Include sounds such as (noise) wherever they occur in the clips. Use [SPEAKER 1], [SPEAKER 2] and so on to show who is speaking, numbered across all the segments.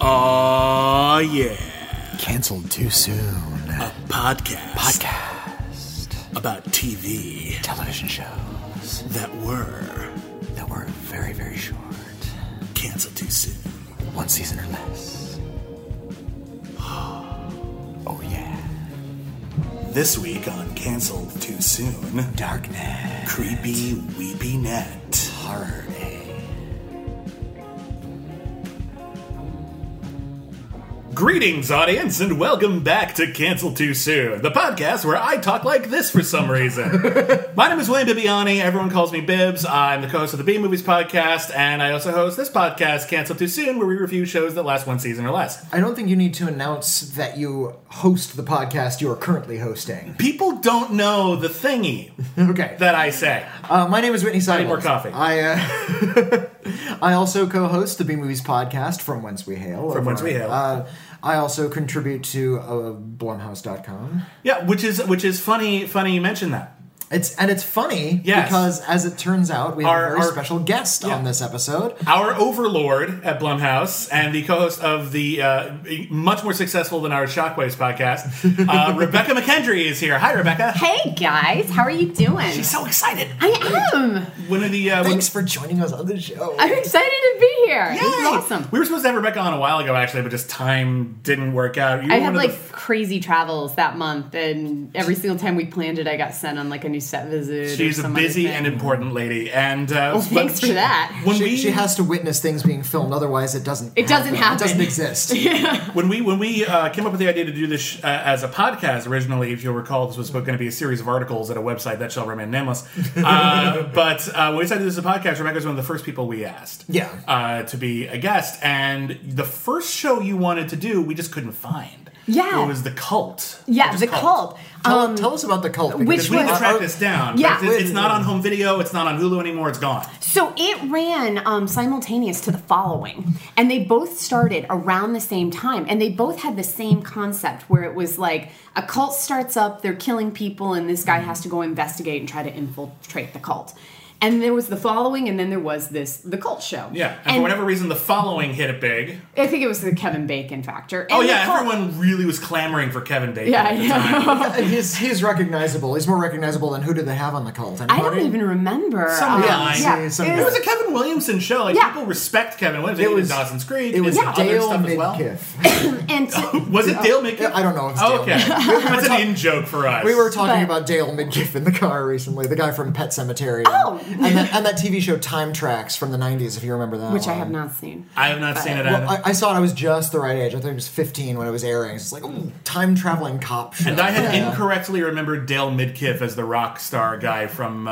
[SPEAKER 1] Oh,
[SPEAKER 2] Aw, yeah.
[SPEAKER 3] Canceled too soon.
[SPEAKER 2] A podcast,
[SPEAKER 3] Podcast.
[SPEAKER 2] about TV
[SPEAKER 3] Television shows
[SPEAKER 2] that were
[SPEAKER 3] that were very, very short.
[SPEAKER 2] canceled too soon.
[SPEAKER 3] One season or less. (gasps) Oh, yeah.
[SPEAKER 2] This week on Canceled Too Soon,
[SPEAKER 3] Darknet.
[SPEAKER 2] Creepy Weepy Net.
[SPEAKER 3] Horror Day.
[SPEAKER 1] Greetings, audience, and welcome back to Cancel Too Soon, the podcast where I talk like this for some reason. My name is William Bibiani. Everyone calls me Bibbs. I'm the co-host of the B Movies podcast, and I also host this podcast, Cancel Too Soon, where we review shows that last one season or less.
[SPEAKER 4] I don't think you need to announce that you host the podcast you are currently hosting. (laughs)
[SPEAKER 1] People don't know the thingy
[SPEAKER 4] Okay.
[SPEAKER 1] that I say.
[SPEAKER 4] Uh, my name is Whitney Seibold.
[SPEAKER 1] need more coffee.
[SPEAKER 4] I, uh, (laughs) I also co-host the B Movies podcast from whence we hail.
[SPEAKER 1] From whence we hail.
[SPEAKER 4] Uh, I also contribute to uh, Blumhouse.com.
[SPEAKER 1] Yeah, which is which is funny. Funny you mention that.
[SPEAKER 4] It's and it's funny
[SPEAKER 1] Yes.
[SPEAKER 4] because as it turns out, we have
[SPEAKER 1] Our-
[SPEAKER 4] a very
[SPEAKER 1] our-
[SPEAKER 4] special guest
[SPEAKER 1] Yeah.
[SPEAKER 4] on this episode.
[SPEAKER 1] Our overlord at Blumhouse and the co-host of the uh, much more successful than our Shockwaves podcast,
[SPEAKER 4] (laughs)
[SPEAKER 1] uh, Rebecca McKendry is here. Hi, Rebecca.
[SPEAKER 5] Hey guys, how are you doing?
[SPEAKER 1] so excited.
[SPEAKER 5] I am.
[SPEAKER 1] One of the uh, one-
[SPEAKER 4] Thanks for joining us on the show.
[SPEAKER 5] I'm excited to be here. This is
[SPEAKER 1] Yay!
[SPEAKER 5] awesome.
[SPEAKER 1] We were supposed to have Rebecca on a while ago, actually, but just time didn't work out. You
[SPEAKER 5] I
[SPEAKER 1] were
[SPEAKER 5] had
[SPEAKER 1] one
[SPEAKER 5] like
[SPEAKER 1] of the,
[SPEAKER 5] crazy travels that month, and every single time we planned it, I got sent on like a new set visit. or
[SPEAKER 1] she's a
[SPEAKER 5] some other
[SPEAKER 1] busy
[SPEAKER 5] thing. Oh,
[SPEAKER 1] and important lady, and uh, but
[SPEAKER 5] thanks for
[SPEAKER 1] she-
[SPEAKER 5] that.
[SPEAKER 1] When we
[SPEAKER 4] she, she has to witness things being filmed, otherwise it doesn't.
[SPEAKER 5] It doesn't
[SPEAKER 4] It doesn't
[SPEAKER 5] happen. (laughs)
[SPEAKER 4] exist.
[SPEAKER 1] when we when we uh, came up with the idea to do this sh- uh, as a podcast originally, if you'll recall, this was going to be a series of articles at a website that shall remain nameless. Uh, but uh, when we decided to do this as a podcast, Rebecca was one of the first people we asked,
[SPEAKER 4] Yeah.
[SPEAKER 1] uh, to be a guest, and the first show you wanted to do, we just couldn't find.
[SPEAKER 5] Yeah.
[SPEAKER 1] it was the cult.
[SPEAKER 5] yeah,
[SPEAKER 1] Just
[SPEAKER 5] the cult.
[SPEAKER 4] Tell, tell us about the cult. because
[SPEAKER 5] Um, which
[SPEAKER 1] We need to
[SPEAKER 5] was-
[SPEAKER 1] track this down.
[SPEAKER 5] Yeah.
[SPEAKER 1] It's- it's, it's not on home video. It's not on Hulu anymore. It's gone.
[SPEAKER 5] So it ran um, simultaneous to the following, and they both started around the same time, and they both had the same concept where it was like a cult starts up, they're killing people, and this guy has to go investigate and try to infiltrate the cult. And there was the following, and then there was this the cult show.
[SPEAKER 1] Yeah, and, for whatever reason, the following hit it big.
[SPEAKER 5] I think it was the Kevin Bacon factor. And
[SPEAKER 1] Oh
[SPEAKER 5] the
[SPEAKER 1] yeah,
[SPEAKER 5] cult-
[SPEAKER 1] everyone really was clamoring for Kevin Bacon.
[SPEAKER 5] Yeah,
[SPEAKER 1] at the
[SPEAKER 5] yeah.
[SPEAKER 1] time.
[SPEAKER 4] (laughs) he's he's recognizable. He's more recognizable than who did they have on the cult?
[SPEAKER 5] (laughs) I don't even remember. um,
[SPEAKER 1] Some guy.
[SPEAKER 5] yeah,
[SPEAKER 4] Some
[SPEAKER 5] it
[SPEAKER 4] guy.
[SPEAKER 1] It was a
[SPEAKER 5] was-
[SPEAKER 1] Kevin Williamson show. Like
[SPEAKER 5] Yeah.
[SPEAKER 1] people respect Kevin Williamson.
[SPEAKER 4] It
[SPEAKER 1] It was
[SPEAKER 4] was-
[SPEAKER 1] Dawson's Creek.
[SPEAKER 4] It was
[SPEAKER 1] and other
[SPEAKER 4] Dale
[SPEAKER 1] stuff as well.
[SPEAKER 4] Midkiff. Uh,
[SPEAKER 5] and
[SPEAKER 1] (laughs)
[SPEAKER 5] to-
[SPEAKER 1] Was it Dale Midkiff?
[SPEAKER 4] I don't know if it's
[SPEAKER 1] Oh, okay,
[SPEAKER 4] Dale.
[SPEAKER 1] that's an in joke for us.
[SPEAKER 4] We were talking
[SPEAKER 5] But-
[SPEAKER 4] about Dale Midkiff in the car recently, the guy from Pet Cemetery.
[SPEAKER 5] Oh!
[SPEAKER 4] and, that, and that TV show Time Tracks from the '90s, if you remember that.
[SPEAKER 5] which I
[SPEAKER 4] one.
[SPEAKER 5] have not seen.
[SPEAKER 1] I have not seen it. either.
[SPEAKER 4] Well, I, I saw it. I was just the right age. I think it was 15 when it was airing. It's like ooh, time traveling cop show.
[SPEAKER 1] and I had incorrectly remembered Dale Midkiff as the rock star guy from uh,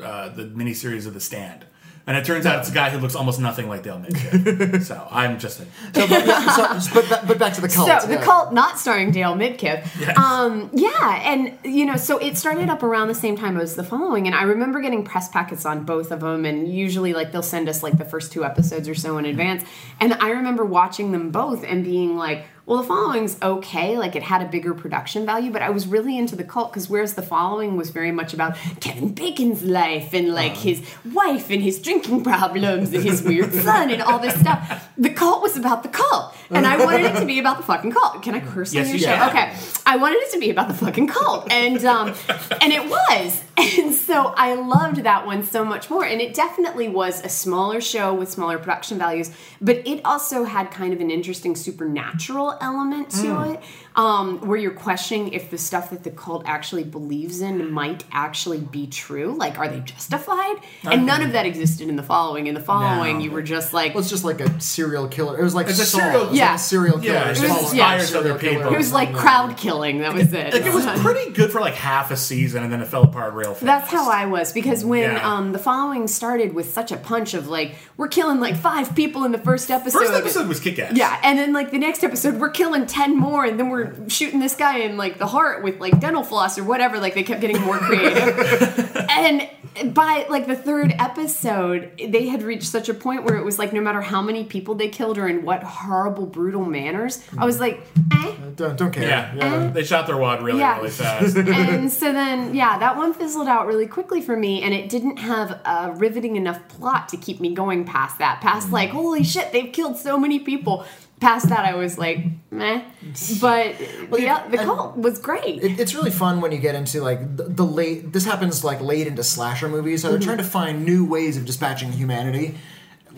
[SPEAKER 1] uh, the miniseries of The Stand. And it turns out it's a guy who looks almost nothing like Dale
[SPEAKER 4] (laughs)
[SPEAKER 1] Midkiff. so I'm just a
[SPEAKER 4] So, but, so- but, ba- but back to the cult.
[SPEAKER 5] So
[SPEAKER 4] yeah.
[SPEAKER 5] the cult, not starring Dale Midkiff. Um, yeah, and you know, so it started up around the same time as the following, and I remember getting press packets on both of them, and usually like they'll send us like the first two episodes or so in advance, and I remember watching them both and being like. Well, the following's okay. Like it had a bigger production value, but I was really into the cult because whereas the following was very much about Kevin Bacon's life and like
[SPEAKER 1] Uh-huh.
[SPEAKER 5] his wife and his drinking problems and his
[SPEAKER 1] (laughs)
[SPEAKER 5] weird son and all this stuff, the cult was about the cult, and I wanted it to be about the fucking cult. Can I curse
[SPEAKER 1] Yes,
[SPEAKER 5] on
[SPEAKER 1] you
[SPEAKER 5] your show?
[SPEAKER 1] can.
[SPEAKER 5] Okay, I wanted it to be about the fucking cult, and um, and it was, (laughs) and so I loved that one so much more. And it definitely was a smaller show with smaller production values, but it also had kind of an interesting supernatural element to
[SPEAKER 1] Hmm.
[SPEAKER 5] it, um, where you're questioning if the stuff that the cult actually believes in might actually be true. Like, are they justified? And none of that existed in the following. In the following,
[SPEAKER 1] No.
[SPEAKER 5] you were just like,
[SPEAKER 4] It was just like a serial killer. It was like
[SPEAKER 1] It's a
[SPEAKER 4] Saw.
[SPEAKER 1] serial-
[SPEAKER 4] It was like
[SPEAKER 5] Yeah.
[SPEAKER 4] a serial killer.
[SPEAKER 1] Yeah, it
[SPEAKER 5] was-
[SPEAKER 4] following
[SPEAKER 5] yeah.
[SPEAKER 4] a serial
[SPEAKER 1] Other people.
[SPEAKER 4] killer.
[SPEAKER 5] it was like
[SPEAKER 4] Yeah.
[SPEAKER 5] crowd killing. That was it.
[SPEAKER 1] Like it
[SPEAKER 5] (laughs)
[SPEAKER 1] was pretty good for like half a season, and then it fell apart real fast.
[SPEAKER 5] That's how I was because when
[SPEAKER 1] Mm, Yeah.
[SPEAKER 5] um, the following started with such a punch of like we're killing like five people in the first episode.
[SPEAKER 1] First episode was kick ass.
[SPEAKER 5] Yeah, and then like the next episode we're killing ten more, and then we're shooting this guy in like the heart with like dental floss or whatever. Like they kept getting more creative,
[SPEAKER 1] (laughs)
[SPEAKER 5] and by like the third episode they had reached such a point where it was like no matter how many people they killed or in what horrible brutal manners, I was like, eh.
[SPEAKER 4] Don't, don't care.
[SPEAKER 1] Yeah.
[SPEAKER 4] Yeah.
[SPEAKER 1] They shot their wad really,
[SPEAKER 5] Yeah.
[SPEAKER 1] really fast.
[SPEAKER 5] and so then, yeah, that one fizzled out really quickly for me, and it didn't have a
[SPEAKER 4] Mm.
[SPEAKER 5] riveting enough plot to keep me going past that. Past like, holy shit, they've killed so many people. past that, I was like,
[SPEAKER 4] (laughs)
[SPEAKER 5] meh. But the,
[SPEAKER 4] yeah,
[SPEAKER 5] the
[SPEAKER 4] and-
[SPEAKER 5] cult was great.
[SPEAKER 4] It, it's really fun when you get into like the, the late. This happens like late into slasher movies. How
[SPEAKER 5] Mm-hmm.
[SPEAKER 4] they're trying to find new ways of dispatching humanity.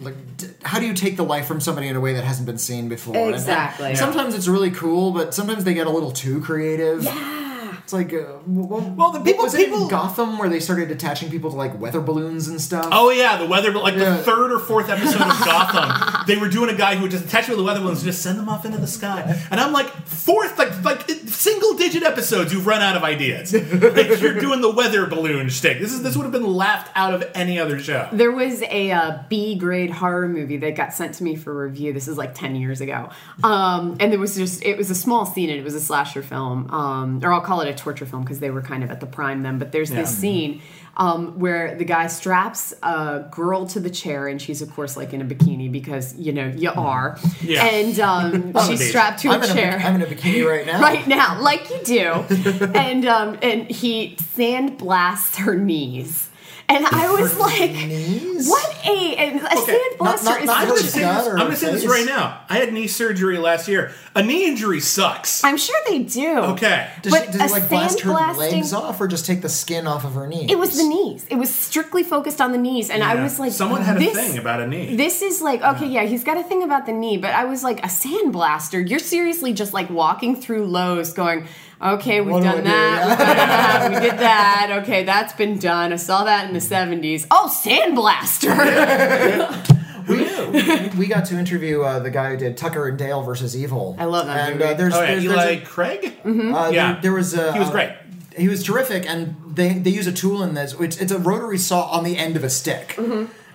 [SPEAKER 4] Like, d- how do you take the life from somebody in a way that hasn't been seen before? And- and
[SPEAKER 5] Exactly.
[SPEAKER 4] sometimes it's really cool, but sometimes they get a little too creative.
[SPEAKER 5] yeah.
[SPEAKER 4] It's like, uh, well,
[SPEAKER 1] Well, the people,
[SPEAKER 4] was it
[SPEAKER 1] people.
[SPEAKER 4] in Gotham where they started attaching people to like weather balloons and stuff?
[SPEAKER 1] Oh yeah, the weather, but like
[SPEAKER 4] Yeah.
[SPEAKER 1] the third or fourth episode
[SPEAKER 4] (laughs)
[SPEAKER 1] of Gotham, they were doing a guy who would just attach with the weather balloons and just send them off into the sky. And I'm like, fourth, like like single digit episodes, you've run out of ideas. like you're doing the weather balloon shtick. This is this would have been laughed out of any other show.
[SPEAKER 5] There was a uh, B grade horror movie that got sent to me for review. This is like 10 years ago. Um, and there was just, it was a small scene and it was a slasher film, um, or I'll call it a torture film because they were kind of at the prime then. But there's this
[SPEAKER 1] Yeah.
[SPEAKER 5] scene um, where the guy straps a girl to the chair and she's, of course, like in a bikini because, you know, you are.
[SPEAKER 1] Yeah.
[SPEAKER 5] And
[SPEAKER 4] (laughs)
[SPEAKER 5] um, she's
[SPEAKER 1] indeed.
[SPEAKER 5] strapped to
[SPEAKER 4] Mm-hmm. I'm,
[SPEAKER 5] a
[SPEAKER 4] in
[SPEAKER 5] chair
[SPEAKER 4] A, bik- I'm in a bikini right now.
[SPEAKER 5] right now, like you
[SPEAKER 4] (laughs)
[SPEAKER 5] do. and um, and he sandblasts her knees. And I was like,
[SPEAKER 4] knees?
[SPEAKER 5] what a and a
[SPEAKER 1] Okay,
[SPEAKER 4] not-
[SPEAKER 5] sandblaster
[SPEAKER 4] not-
[SPEAKER 1] I'm
[SPEAKER 4] not
[SPEAKER 5] is such a-
[SPEAKER 1] gonna
[SPEAKER 4] just
[SPEAKER 1] say
[SPEAKER 4] got
[SPEAKER 1] this,
[SPEAKER 4] her
[SPEAKER 1] I'm gonna say this
[SPEAKER 4] face.
[SPEAKER 1] right now. I had knee surgery last year. A knee injury sucks.
[SPEAKER 5] I'm sure they do.
[SPEAKER 1] Okay.
[SPEAKER 4] Does,
[SPEAKER 5] But
[SPEAKER 4] she, does
[SPEAKER 5] a
[SPEAKER 4] it like blast her
[SPEAKER 5] sandblasting-
[SPEAKER 4] legs off or just take the skin off of her knees?
[SPEAKER 5] It was the knees. It was strictly focused on the knees, and I
[SPEAKER 1] Yeah.
[SPEAKER 5] was like,
[SPEAKER 1] someone had a
[SPEAKER 5] this,
[SPEAKER 1] thing about a knee.
[SPEAKER 5] This is like okay, yeah. he's got a thing about the knee, but I was like a sandblaster. You're seriously just like walking through Lowe's, going, okay, we've
[SPEAKER 4] What do I
[SPEAKER 5] done
[SPEAKER 4] do?
[SPEAKER 5] that, we've done that, we did that. Okay, that's been done. I saw that in the '70s. Oh, sandblaster.
[SPEAKER 4] We we- we got to interview uh, the guy who did Tucker and Dale versus Evil.
[SPEAKER 5] I love that
[SPEAKER 4] And
[SPEAKER 5] movie.
[SPEAKER 4] uh, there's,
[SPEAKER 1] oh yeah,
[SPEAKER 4] there's, there's
[SPEAKER 1] Eli
[SPEAKER 4] a-
[SPEAKER 1] Craig.
[SPEAKER 4] uh,
[SPEAKER 1] Yeah.
[SPEAKER 4] there, there was a,
[SPEAKER 1] He was
[SPEAKER 4] uh,
[SPEAKER 1] great.
[SPEAKER 4] he was terrific, and they they use a tool in this. It's, it's a rotary saw on the end of a stick, and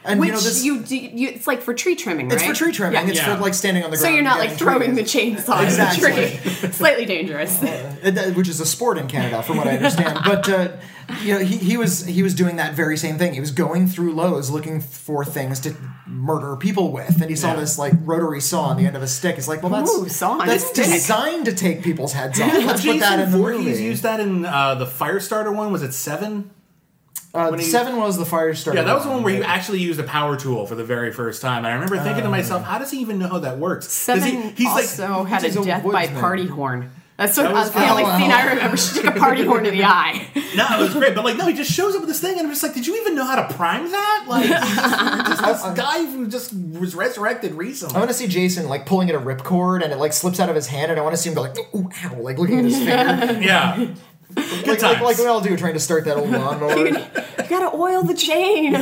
[SPEAKER 5] Mm-hmm. Which
[SPEAKER 4] you know this.
[SPEAKER 5] you, do, you, it's like for tree trimming, right?
[SPEAKER 4] it's for tree trimming.
[SPEAKER 5] Yeah.
[SPEAKER 4] It's
[SPEAKER 1] Yeah.
[SPEAKER 4] for like standing on the
[SPEAKER 5] So
[SPEAKER 4] ground.
[SPEAKER 5] you're not like throwing the
[SPEAKER 4] chain.
[SPEAKER 5] chainsaw
[SPEAKER 4] Exactly.
[SPEAKER 5] at the tree.
[SPEAKER 4] (laughs)
[SPEAKER 5] Slightly dangerous.
[SPEAKER 4] Uh, that- which is a sport in Canada, from what I
[SPEAKER 1] (laughs)
[SPEAKER 4] understand. but uh, you know, he, he was he was doing that very same thing. He was going through Lowe's looking for things to murder people with, and he saw
[SPEAKER 1] Yeah.
[SPEAKER 4] this like rotary saw on the end of a stick. It's like, well, that's
[SPEAKER 5] Ooh, saw on a
[SPEAKER 4] that's
[SPEAKER 5] stick.
[SPEAKER 4] designed to take people's heads off. Let's
[SPEAKER 1] Jason
[SPEAKER 4] put that in the
[SPEAKER 1] Voorhees
[SPEAKER 4] movie.
[SPEAKER 1] used that in uh, the Firestarter one. Was it seven?
[SPEAKER 4] uh,
[SPEAKER 1] when he-
[SPEAKER 4] seven was the fire starter.
[SPEAKER 1] Yeah, that was the one where you actually used a power tool for the very first time. And I remember thinking to
[SPEAKER 4] Oh.
[SPEAKER 1] myself, how does he even know how that works? 'Cause
[SPEAKER 5] Seven
[SPEAKER 1] he-
[SPEAKER 5] also had a
[SPEAKER 4] he's a
[SPEAKER 5] death by
[SPEAKER 4] woodsman.
[SPEAKER 5] party horn. That's what
[SPEAKER 1] That
[SPEAKER 5] I was
[SPEAKER 1] was-
[SPEAKER 5] the only
[SPEAKER 4] oh,
[SPEAKER 5] scene
[SPEAKER 4] wow.
[SPEAKER 5] I remember. She took a party horn to
[SPEAKER 1] (laughs)
[SPEAKER 5] the eye.
[SPEAKER 1] no, it was great, but like, no, he just shows up with this thing, and I'm just like, did you even know how to prime that? Like, just, just
[SPEAKER 4] (laughs)
[SPEAKER 1] this guy who just was resurrected recently.
[SPEAKER 4] I want to see Jason like pulling at a ripcord, and it like slips out of his hand, and I want to see him go like, ooh, ow, like looking at his finger, (laughs)
[SPEAKER 1] yeah, good
[SPEAKER 4] like,
[SPEAKER 1] times.
[SPEAKER 4] like like we all do, trying to start that
[SPEAKER 1] (laughs)
[SPEAKER 4] old lawnmower.
[SPEAKER 5] You gotta oil the chain.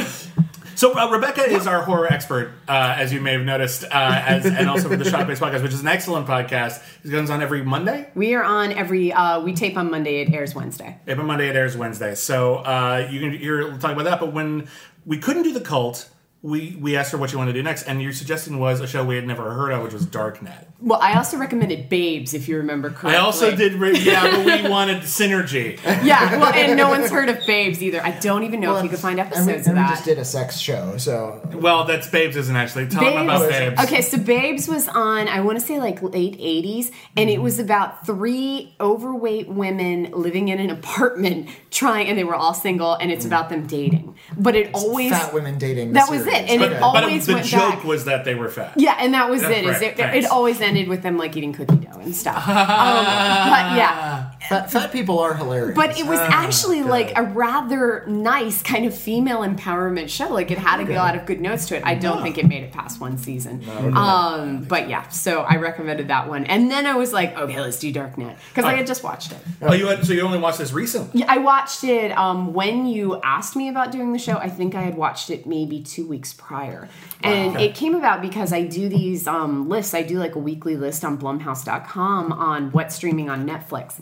[SPEAKER 1] So uh, Rebecca is our horror expert, uh, as you may have noticed, uh, as, and also for the Shock Based Podcast, which is an excellent podcast. It goes on every Monday.
[SPEAKER 5] We are on every. Uh, we tape on Monday. It airs Wednesday.
[SPEAKER 1] Every Monday it airs Wednesday. So uh, you can you're talking about that. But when we couldn't do the cult, we we asked her what you wanted to do next, and your suggestion was a show we had never heard of, which was Darknet.
[SPEAKER 5] Well, I also recommended Babes, if you remember correctly.
[SPEAKER 1] I also did, re- yeah, but we wanted synergy.
[SPEAKER 5] (laughs) Yeah. Well, and no one's heard of Babes either. I don't even know if you could find
[SPEAKER 4] And we-
[SPEAKER 5] episodes
[SPEAKER 4] and we,
[SPEAKER 5] of that.
[SPEAKER 4] just did a sex show, so
[SPEAKER 1] Well, that's Babes isn't actually. Tell them about Babes.
[SPEAKER 5] Okay, so Babes was on, I want to say like late 80s, and it was about three overweight women living in an (laughs) apartment trying, and they were all single, and
[SPEAKER 1] Mm.
[SPEAKER 5] it's about them dating. But it always.
[SPEAKER 4] fat women dating.
[SPEAKER 5] That was it, and it
[SPEAKER 4] Okay.
[SPEAKER 5] all-
[SPEAKER 1] But it,
[SPEAKER 5] always
[SPEAKER 1] the
[SPEAKER 5] went
[SPEAKER 1] joke
[SPEAKER 5] back.
[SPEAKER 1] was that they were fat.
[SPEAKER 5] Yeah, and that was
[SPEAKER 1] That's
[SPEAKER 5] it. Is
[SPEAKER 1] right,
[SPEAKER 5] it, it
[SPEAKER 1] thanks.
[SPEAKER 5] always ended with them like eating cookie dough and stuff. um, but yeah,
[SPEAKER 4] fat, fat people are hilarious.
[SPEAKER 5] but it was actually like a rather nice kind of female empowerment show. Like it had a lot of good notes to it. I don't think it made it past one season. um, but yeah, so I recommended that one, and then I was like, okay, let's do Darknet because I had just watched it.
[SPEAKER 1] Oh, you had, so you only watched this recently?
[SPEAKER 5] Yeah, I watched it um, when you asked me about doing the show. I think I had watched it maybe two weeks prior, and it came about because I do these um, lists. I do like a weekly list on Blumhouse.com on what's streaming on Netflix.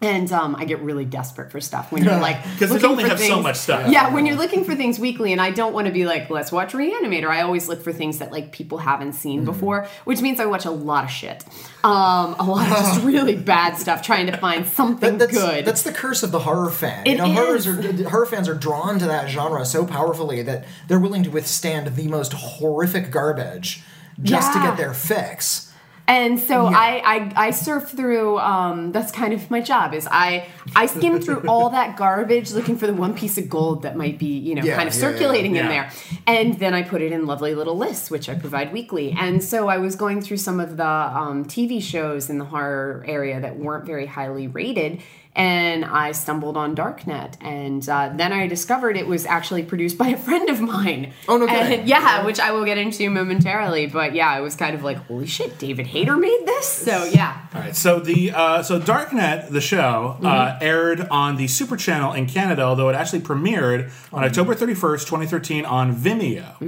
[SPEAKER 5] And um, I get really desperate for stuff
[SPEAKER 1] (laughs)
[SPEAKER 5] when you're like
[SPEAKER 1] Because they
[SPEAKER 5] looking
[SPEAKER 1] only
[SPEAKER 5] for
[SPEAKER 1] have so
[SPEAKER 5] things-
[SPEAKER 1] much stuff.
[SPEAKER 5] Yeah, when you're looking for things weekly, and I don't want to be like, let's watch Reanimator. I always look for things that like people haven't seen
[SPEAKER 1] Mm.
[SPEAKER 5] before, which means I watch a lot of shit, um, a lot of
[SPEAKER 1] (laughs)
[SPEAKER 5] just really bad stuff, trying to find something
[SPEAKER 4] That- that's,
[SPEAKER 5] good.
[SPEAKER 4] That's the curse of the horror fan.
[SPEAKER 5] It
[SPEAKER 4] you know, horrors
[SPEAKER 5] is.
[SPEAKER 4] are horror fans are drawn to that genre so powerfully that they're willing to withstand the most horrific garbage just
[SPEAKER 5] Yeah.
[SPEAKER 4] to get their fix.
[SPEAKER 5] And so I, I I surf through. Um, that's kind of my job. Is I I skim
[SPEAKER 4] (laughs)
[SPEAKER 5] through all that garbage looking for the one piece of gold that might be you know
[SPEAKER 4] Yeah,
[SPEAKER 5] kind of
[SPEAKER 4] yeah, yeah,
[SPEAKER 5] circulating in
[SPEAKER 1] yeah.
[SPEAKER 5] there. And then I put it in lovely little lists, which I provide weekly. And so I was going through some of the um, TV shows in the horror area that weren't very highly rated. And I stumbled on Darknet, and uh, then I discovered it was actually produced by a friend of mine.
[SPEAKER 4] Oh, no kidding.
[SPEAKER 5] And- (laughs) yeah, which I will get into momentarily. But yeah, I was kind of like, holy shit, David Hayter made this. So yeah,
[SPEAKER 1] All right. So the uh, so Darknet, the show, uh, aired on the Super Channel in Canada, although it actually premiered on October thirty first, twenty thirteen, on Vimeo,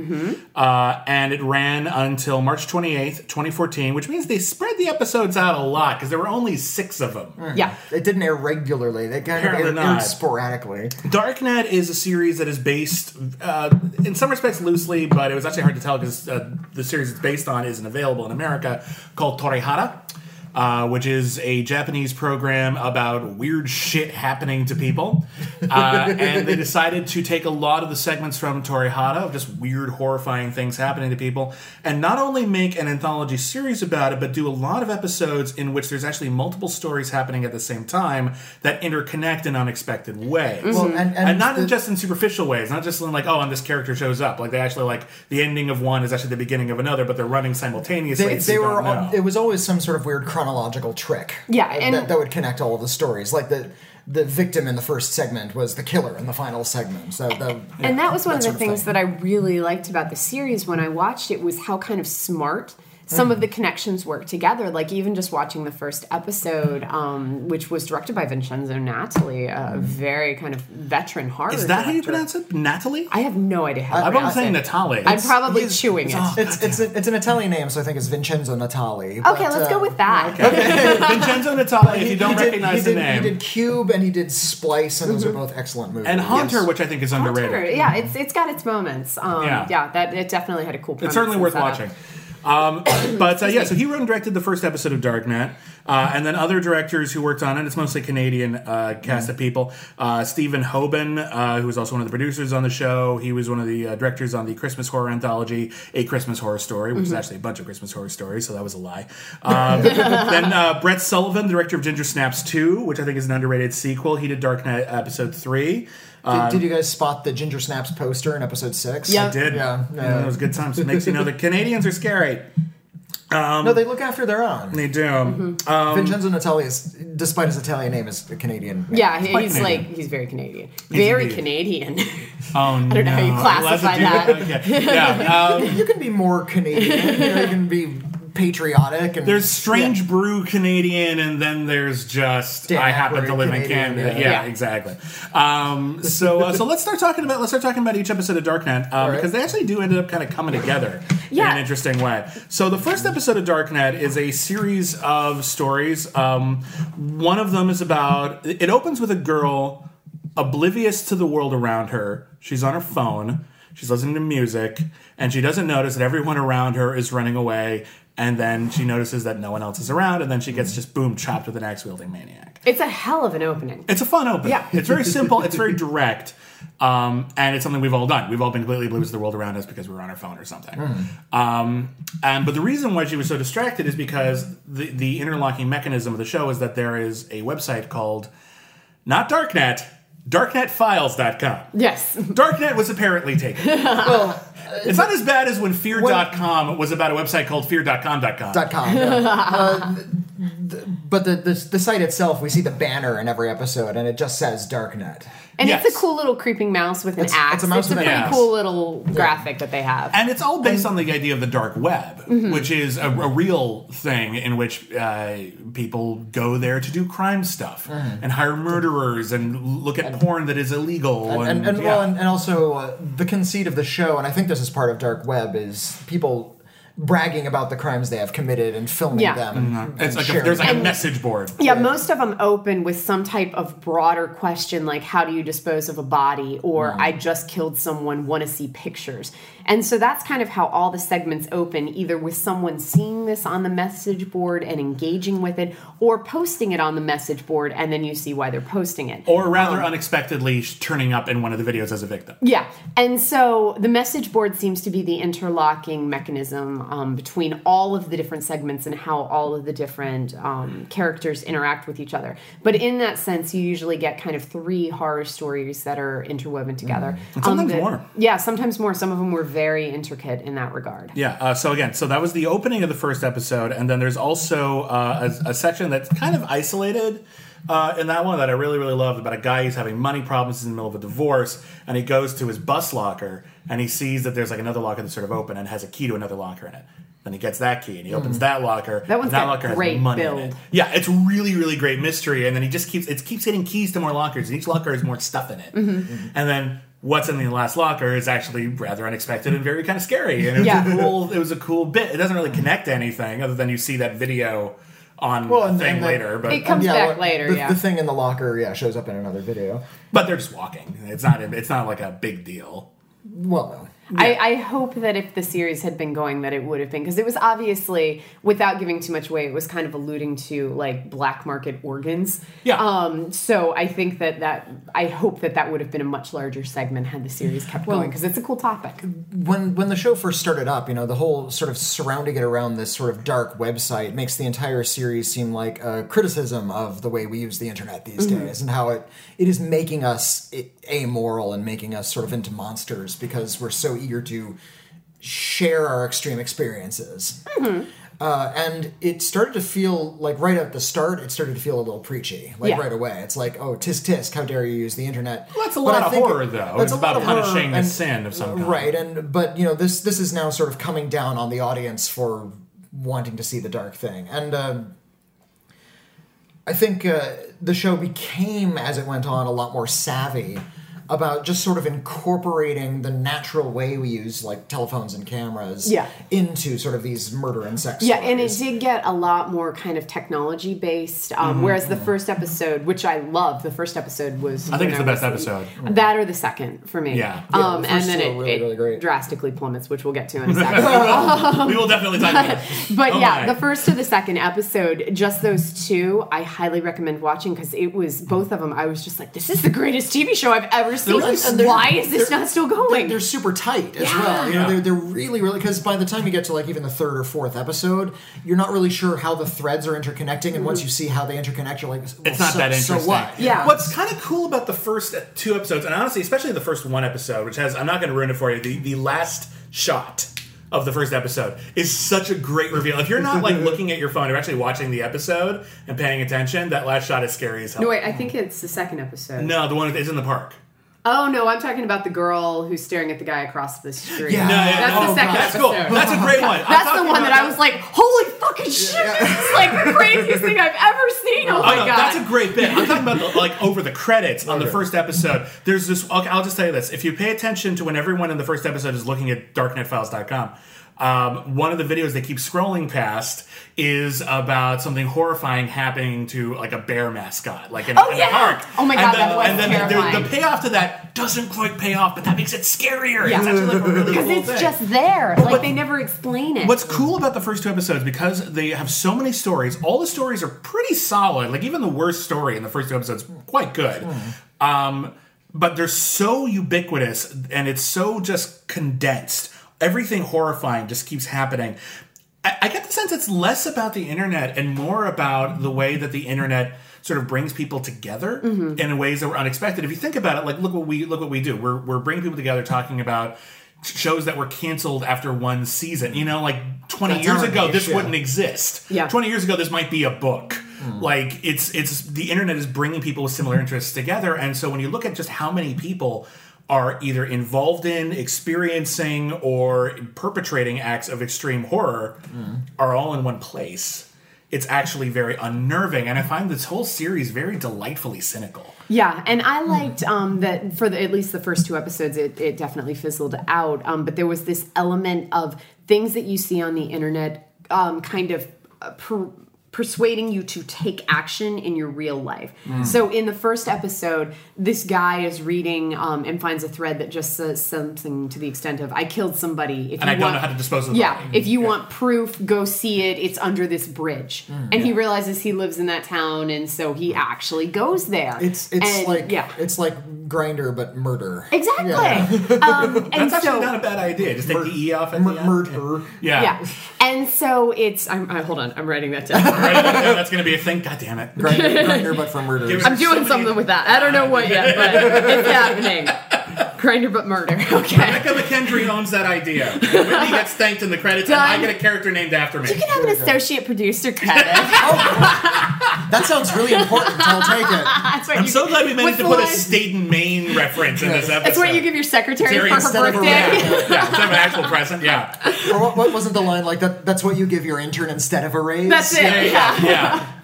[SPEAKER 1] uh, and it ran until March twenty eighth, twenty fourteen, which means they spread the episodes out a lot because there were only six of them.
[SPEAKER 5] yeah.
[SPEAKER 4] It didn't air regularly. They kind
[SPEAKER 1] Apparently
[SPEAKER 4] of aired,
[SPEAKER 1] not.
[SPEAKER 4] aired sporadically.
[SPEAKER 1] Darknet is a series that is based, uh, in some respects, loosely, but it was actually hard to tell because uh, the series it's based on isn't available in America, called Torihara, uh, which is a Japanese program about weird shit happening to people. Uh, and they decided to take a lot of the segments from Torihara, of just weird, horrifying things happening to people, and not only make an anthology series about it, but do a lot of episodes in which there's actually multiple stories happening at the same time that interconnect in unexpected ways
[SPEAKER 4] Well, and, Mm-hmm. and,
[SPEAKER 1] and, not in
[SPEAKER 4] the-
[SPEAKER 1] just in superficial ways, not just in like, oh, and this character shows up. Like they actually like the ending of one is actually the beginning of another, but they're running simultaneously.
[SPEAKER 4] They,
[SPEAKER 1] so
[SPEAKER 4] they
[SPEAKER 1] you
[SPEAKER 4] were.
[SPEAKER 1] don't
[SPEAKER 4] All,
[SPEAKER 1] know.
[SPEAKER 4] it was always some sort of weird chronological trick.
[SPEAKER 5] Yeah,
[SPEAKER 4] that-
[SPEAKER 5] and-
[SPEAKER 4] that, that would connect all of the stories. Like the the victim in the first segment was the killer in the final segment. So the,
[SPEAKER 5] And that was one
[SPEAKER 4] That
[SPEAKER 5] of
[SPEAKER 4] sort of
[SPEAKER 5] the things
[SPEAKER 4] thing.
[SPEAKER 5] that I really liked about the series when I watched it was how kind of smart some of the connections work together. Like even just watching the first episode, um, which was directed by Vincenzo Natalie, a very kind of veteran horror.
[SPEAKER 1] is that how you
[SPEAKER 5] director.
[SPEAKER 1] pronounce it, Natalie?
[SPEAKER 5] I have no idea how.
[SPEAKER 1] I,
[SPEAKER 5] to
[SPEAKER 1] am not
[SPEAKER 5] pronounce
[SPEAKER 1] saying
[SPEAKER 5] it.
[SPEAKER 1] Natalie.
[SPEAKER 5] I'm probably
[SPEAKER 4] he's-
[SPEAKER 5] chewing it. Oh,
[SPEAKER 4] it's it's, a, it's an Italian name, so I think it's Vincenzo Natali. but,
[SPEAKER 5] Okay, let's
[SPEAKER 4] uh,
[SPEAKER 5] go with that.
[SPEAKER 4] (laughs)
[SPEAKER 1] Vincenzo Natali. If you don't
[SPEAKER 4] he did-
[SPEAKER 1] recognize
[SPEAKER 4] he
[SPEAKER 1] the
[SPEAKER 4] did,
[SPEAKER 1] name, Mm-hmm.
[SPEAKER 4] he did Cube and he did Splice, and those are both excellent movies.
[SPEAKER 1] and Haunter,
[SPEAKER 4] Yes.
[SPEAKER 1] which I think is underrated.
[SPEAKER 5] Sure, Yeah, it's it's got its moments. Um,
[SPEAKER 1] Yeah.
[SPEAKER 5] yeah. that it definitely had a cool.
[SPEAKER 1] It's
[SPEAKER 5] premise
[SPEAKER 1] certainly
[SPEAKER 5] and
[SPEAKER 1] worth
[SPEAKER 5] setup.
[SPEAKER 1] watching. Um, (coughs) but uh, yeah, so he wrote and directed the first episode of Darknet, uh, and then other directors who worked on it. It's mostly Canadian uh, cast of people. Uh, Stephen Hoban, uh, who was also one of the producers on the show, he was one of the uh, directors on the Christmas horror anthology, A Christmas Horror Story, which is actually a bunch of Christmas horror stories, so that was a lie. Um, then uh, Brett Sullivan, the director of Ginger Snaps Two, which I think is an underrated sequel. He did Darknet episode three.
[SPEAKER 4] Did, did you guys spot the Ginger Snaps poster in episode six?
[SPEAKER 5] Yeah.
[SPEAKER 1] Um, I did.
[SPEAKER 4] Yeah,
[SPEAKER 1] yeah, that was good times. It makes you know that Canadians are scary. um,
[SPEAKER 4] No, they look after their own.
[SPEAKER 1] They do. um,
[SPEAKER 4] Vincenzo Natali is, despite his Italian name, is a Canadian. name.
[SPEAKER 5] Yeah,
[SPEAKER 1] quite
[SPEAKER 5] he's
[SPEAKER 1] Canadian.
[SPEAKER 5] like he's very Canadian. very Canadian. (laughs)
[SPEAKER 1] Oh, no. I
[SPEAKER 5] don't know how you classify that.
[SPEAKER 1] Okay.
[SPEAKER 5] (laughs)
[SPEAKER 1] Yeah. Um,
[SPEAKER 4] You can be more Canadian. you, know, you can be patriotic. And (laughs)
[SPEAKER 1] there's strange brew Canadian, and then there's just
[SPEAKER 4] Damn,
[SPEAKER 1] I happen to
[SPEAKER 4] we're
[SPEAKER 1] live in
[SPEAKER 4] Canadian,
[SPEAKER 1] Canada. Yeah,
[SPEAKER 4] yeah.
[SPEAKER 5] Yeah.
[SPEAKER 1] exactly. Um, so uh, so let's start talking about let's start talking about each episode of Darknet um,
[SPEAKER 4] right.
[SPEAKER 1] because they actually do end up kind of coming together in
[SPEAKER 5] Yeah.
[SPEAKER 1] an interesting way. So the first episode of Darknet is a series of stories. Um, one of them is about it opens with a girl oblivious to the world around her. She's on her phone, she's listening to music, and she doesn't notice that everyone around her is running away. And then she notices that no one else is around, and then she gets just boom chopped with an axe wielding maniac.
[SPEAKER 5] It's a hell of an opening.
[SPEAKER 1] It's a fun opening.
[SPEAKER 5] Yeah.
[SPEAKER 1] It's very simple. It's very direct. Um, and it's something we've all done. We've all been completely oblivious to the world around us because we were on our phone or something. Um, and but the reason why she was so distracted is because the the interlocking mechanism of the show is that there is a website called not Darknet, darknetfiles.com.
[SPEAKER 5] Yes.
[SPEAKER 1] Darknet was apparently taken. it's not as bad as when fear.com was about a website called fear.com.com.
[SPEAKER 4] Dot com.
[SPEAKER 5] (laughs)
[SPEAKER 4] yeah. Uh, th- th- but the, the the site itself, we see the banner in every episode, and it just says Darknet.
[SPEAKER 5] And
[SPEAKER 1] Yes.
[SPEAKER 5] it's a cool little creeping mouse with an
[SPEAKER 4] It's-
[SPEAKER 5] axe.
[SPEAKER 4] it's a mouse with an
[SPEAKER 5] pretty
[SPEAKER 1] axe.
[SPEAKER 5] cool little graphic that they have.
[SPEAKER 1] And it's all based on the idea of the dark web, which is a, a real thing in which uh, people go there to do crime stuff and hire murderers and look at porn that is illegal. And,
[SPEAKER 4] and, and
[SPEAKER 1] yeah.
[SPEAKER 4] well, and, and also uh, the conceit of the show, and I think this is part of dark web, is people bragging about the crimes they have committed and filming
[SPEAKER 5] Yeah.
[SPEAKER 4] them. and
[SPEAKER 1] Mm-hmm. it's like a,
[SPEAKER 4] sharing
[SPEAKER 1] there's like a
[SPEAKER 5] And-
[SPEAKER 1] message board.
[SPEAKER 5] yeah, most of them open with some type of broader question like how do you dispose of a body or I just killed someone, want to see pictures. And so that's kind of how all the segments open either with someone seeing this on the message board and engaging with it or posting it on the message board and then you see why they're posting it.
[SPEAKER 1] Or rather, unexpectedly sh- turning up in one of the videos as a victim.
[SPEAKER 5] Yeah. And so the message board seems to be the interlocking mechanism um, between all of the different segments and how all of the different um, characters interact with each other. But in that sense, you usually get kind of three horror stories that are interwoven together.
[SPEAKER 1] Mm. sometimes
[SPEAKER 5] that-
[SPEAKER 1] more.
[SPEAKER 5] Yeah, sometimes more. Some of them were very intricate in that regard.
[SPEAKER 1] Yeah. Uh, so again, so that was the opening of the first episode, and then there's also uh, a, a section that's kind of isolated uh, in that one that I really, really loved about a guy who's having money problems in the middle of a divorce, and he goes to his bus locker and he sees that there's like another locker that's sort of open and has a key to another locker in it. Then he gets that key and he opens that locker.
[SPEAKER 5] Mm. That one's
[SPEAKER 1] and that
[SPEAKER 5] got
[SPEAKER 1] locker
[SPEAKER 5] great
[SPEAKER 1] has money in
[SPEAKER 5] build.
[SPEAKER 1] it. Yeah, it's really, really great mystery. And then he just keeps it keeps getting keys to more lockers, and each locker has more stuff in it.
[SPEAKER 5] Mm-hmm.
[SPEAKER 1] And then what's in the last locker is actually rather unexpected and very kind of scary. And it was
[SPEAKER 5] Yeah.
[SPEAKER 1] a cool it was a cool bit. It doesn't really connect to anything other than you see that video on
[SPEAKER 4] Well, and-
[SPEAKER 1] thing
[SPEAKER 4] and then-
[SPEAKER 1] later. But
[SPEAKER 5] It comes
[SPEAKER 4] yeah,
[SPEAKER 5] back
[SPEAKER 4] what-
[SPEAKER 5] later.
[SPEAKER 4] The,
[SPEAKER 5] yeah.
[SPEAKER 4] the thing in the locker, yeah, shows up in another video.
[SPEAKER 1] but they're just walking. It's not it's not like a big
[SPEAKER 5] (laughs)
[SPEAKER 1] deal.
[SPEAKER 4] Well, no.
[SPEAKER 5] I, I hope that if the series had been going, that it would have been because it was obviously, without giving too much away, it was kind of alluding to like black market organs.
[SPEAKER 1] Yeah.
[SPEAKER 5] Um. So I think that that I hope that that would have been a much larger segment had the series kept going because it's a cool topic.
[SPEAKER 4] when when the show first started up, you know, the whole sort of surrounding it around this sort of dark website makes the entire series seem like a criticism of the way we use the internet these days and how it it is making us i- amoral and making us sort of into monsters because we're so eager to share our extreme experiences. Uh, and it started to feel like right at the start, it started to feel a little preachy, like
[SPEAKER 5] Yeah.
[SPEAKER 4] right away. It's like, oh, tisk tisk, how dare you use the internet?
[SPEAKER 1] Well, that's a
[SPEAKER 4] But
[SPEAKER 1] lot
[SPEAKER 4] I
[SPEAKER 1] of
[SPEAKER 4] think
[SPEAKER 1] horror, though.
[SPEAKER 4] that's
[SPEAKER 1] It's
[SPEAKER 4] a lot
[SPEAKER 1] about
[SPEAKER 4] of horror
[SPEAKER 1] punishing a
[SPEAKER 4] and-
[SPEAKER 1] sin of some kind.
[SPEAKER 4] right? And but you know, this this is now sort of coming down on the audience for wanting to see the dark thing, and um, I think uh, the show became, as it went on, a lot more savvy about just sort of incorporating the natural way we use like telephones and cameras
[SPEAKER 5] Yeah.
[SPEAKER 4] into sort of these murder and sex
[SPEAKER 5] Yeah, and it
[SPEAKER 4] stories.
[SPEAKER 5] did get a lot more kind of technology based. Um,
[SPEAKER 1] Mm-hmm.
[SPEAKER 5] Whereas the first episode, which I love, the first episode was
[SPEAKER 1] I think it's the
[SPEAKER 5] when
[SPEAKER 1] best
[SPEAKER 5] was-
[SPEAKER 1] episode.
[SPEAKER 5] That or the second for me.
[SPEAKER 1] Yeah. Yeah,
[SPEAKER 5] Um,
[SPEAKER 4] the
[SPEAKER 5] and
[SPEAKER 4] first
[SPEAKER 5] then
[SPEAKER 4] two
[SPEAKER 5] it,
[SPEAKER 4] are really,
[SPEAKER 5] it
[SPEAKER 4] really great.
[SPEAKER 5] drastically plummets, which we'll get to in
[SPEAKER 1] (laughs)
[SPEAKER 5] a second.
[SPEAKER 1] we will definitely talk about it.
[SPEAKER 5] (laughs) But
[SPEAKER 1] Oh
[SPEAKER 5] yeah,
[SPEAKER 1] my.
[SPEAKER 5] the first to the second episode, just those two, I highly recommend watching because it was both of them. I was just like, this is the greatest TV show I've
[SPEAKER 4] really-
[SPEAKER 5] ever seen.
[SPEAKER 4] and they're-
[SPEAKER 5] Why is this
[SPEAKER 4] they're-
[SPEAKER 5] not still
[SPEAKER 4] they're,
[SPEAKER 5] going?
[SPEAKER 4] they're super tight as
[SPEAKER 5] Yeah.
[SPEAKER 4] well. You know,
[SPEAKER 1] Yeah.
[SPEAKER 4] they're, they're really, really because by the time you get to like even the third or fourth episode, you're not really sure how the threads are interconnecting, and once you see how they interconnect, you're like, well,
[SPEAKER 1] it's not
[SPEAKER 4] so,
[SPEAKER 1] that interesting.
[SPEAKER 4] So what?
[SPEAKER 5] Mm-hmm. Yeah.
[SPEAKER 1] What's kind of cool about the first two episodes, and honestly, especially the first one episode, which has I'm not going to ruin it for you. The the last shot of the first episode is such a great reveal. If you're not
[SPEAKER 5] (laughs)
[SPEAKER 1] like looking at your phone, you're actually watching the episode and paying attention. That last shot is scary as hell.
[SPEAKER 5] no, wait, I think it's the second episode.
[SPEAKER 1] No, the one that is in the park.
[SPEAKER 5] Oh, no, I'm talking about the girl who's staring at the guy across the street.
[SPEAKER 4] Yeah.
[SPEAKER 1] No, yeah,
[SPEAKER 5] That's the
[SPEAKER 1] oh,
[SPEAKER 5] second
[SPEAKER 1] God, that's
[SPEAKER 5] episode.
[SPEAKER 1] cool. That's a great
[SPEAKER 5] (laughs)
[SPEAKER 1] one. I'm
[SPEAKER 5] That's the
[SPEAKER 1] talking
[SPEAKER 5] one
[SPEAKER 1] about
[SPEAKER 5] that I was like, holy fucking shit, this is like the craziest thing I've ever seen. Oh,
[SPEAKER 1] Oh,
[SPEAKER 5] my
[SPEAKER 1] no,
[SPEAKER 5] god.
[SPEAKER 1] that's a great bit. I'm talking about the, like over the credits on the first episode. There's this. Okay, I'll just tell you this: if you pay attention to when everyone in the first episode is looking at darknetfiles.com, um, one of the videos they keep scrolling past is about something horrifying happening to like a bear mascot, like in,
[SPEAKER 5] Oh,
[SPEAKER 1] in
[SPEAKER 5] yeah!
[SPEAKER 1] a park.
[SPEAKER 5] Oh my God,
[SPEAKER 1] and then,
[SPEAKER 5] that was
[SPEAKER 1] and then there-
[SPEAKER 5] terrifying.
[SPEAKER 1] the payoff to that doesn't quite pay off, but that makes it scarier.
[SPEAKER 5] Yeah.
[SPEAKER 1] It's actually like a really
[SPEAKER 5] (laughs) because
[SPEAKER 1] cool
[SPEAKER 5] it's
[SPEAKER 1] thing.
[SPEAKER 5] just there. like they never explain it.
[SPEAKER 1] What's cool about the first two episodes because they have so many stories. All the stories are pretty solid. Like even the worst story in the first two episodes quite good. Um, but they're so ubiquitous and it's so just condensed. Everything horrifying just keeps happening. I, I get the sense it's less about the internet and more about the way that the internet sort of brings people together
[SPEAKER 4] Mm-hmm.
[SPEAKER 1] in ways that were unexpected. If you think about it, like look what we look what we do. We're we're bringing people together talking about shows that were canceled after one season. You know, like 20
[SPEAKER 4] That's
[SPEAKER 1] years
[SPEAKER 4] our
[SPEAKER 1] ago this
[SPEAKER 4] issue.
[SPEAKER 1] wouldn't exist.
[SPEAKER 5] Yeah. Hmm.
[SPEAKER 1] 20 years ago this might be a book. Like it's it's the internet is bringing people with similar interests together and so when you look at just how many people are either involved in experiencing or perpetrating acts of extreme horror
[SPEAKER 5] Hmm.
[SPEAKER 1] are all in one place. It's actually very unnerving and I find this whole series very delightfully cynical.
[SPEAKER 5] Yeah, and I
[SPEAKER 1] Hmm.
[SPEAKER 5] liked um, that for the, at least the first two episodes, it, it definitely fizzled out. Um, but there was this element of things that you see on the internet um, kind of uh, per- persuading you to take action in your real life.
[SPEAKER 1] Hmm.
[SPEAKER 5] So in the first episode, this guy is reading um, and finds a thread that just says something to the extent of, I killed somebody. If
[SPEAKER 1] And I
[SPEAKER 5] you
[SPEAKER 1] don't
[SPEAKER 5] want-
[SPEAKER 1] know how to dispose of the
[SPEAKER 5] Yeah,
[SPEAKER 1] body.
[SPEAKER 5] if you want proof, go see it. It's under this bridge.
[SPEAKER 1] Hmm.
[SPEAKER 5] and he realizes he lives in that town, and so he actually goes there.
[SPEAKER 4] It's it's
[SPEAKER 5] And,
[SPEAKER 4] like
[SPEAKER 5] yeah.
[SPEAKER 4] it's like grinder, but murder.
[SPEAKER 5] Exactly.
[SPEAKER 4] Yeah. (laughs)
[SPEAKER 5] Um, and
[SPEAKER 1] That's actually
[SPEAKER 5] so
[SPEAKER 1] not a bad idea. Just take the E off at the
[SPEAKER 4] Mur-
[SPEAKER 1] end.
[SPEAKER 4] murder.
[SPEAKER 1] Yeah.
[SPEAKER 5] yeah, and so it's. I'm, I, hold on, I'm writing that down.
[SPEAKER 1] Right, yeah, That's going to be a thing. God damn it.
[SPEAKER 4] Grinder, grinder, but for murder.
[SPEAKER 1] Give it- (laughs)
[SPEAKER 5] I'm doing
[SPEAKER 1] Somebody-
[SPEAKER 5] something with that. I don't know what yet, but it's happening. Grinder but murder. (laughs) Okay.
[SPEAKER 1] Rebecca McKendry owns that
[SPEAKER 5] (laughs)
[SPEAKER 1] idea. Whitney gets thanked in the credits, and I
[SPEAKER 5] Done.
[SPEAKER 1] get a character named after me.
[SPEAKER 5] You can have an associate producer credit.
[SPEAKER 4] That sounds really important. I'll take it.
[SPEAKER 5] (laughs) That's right.
[SPEAKER 1] I'm so glad we managed to put a
[SPEAKER 5] state.
[SPEAKER 1] Staten Maine reference in this episode.
[SPEAKER 5] That's what you give your secretary
[SPEAKER 1] Terry
[SPEAKER 5] for
[SPEAKER 1] instead
[SPEAKER 5] her
[SPEAKER 4] of a
[SPEAKER 5] birthday.
[SPEAKER 4] rat.
[SPEAKER 1] Yeah, instead of an actual present. Yeah.
[SPEAKER 4] Or what, what wasn't the line like that? That's what you give your intern instead of a raise.
[SPEAKER 5] That's it.
[SPEAKER 1] Yeah,
[SPEAKER 5] Yeah.
[SPEAKER 1] yeah,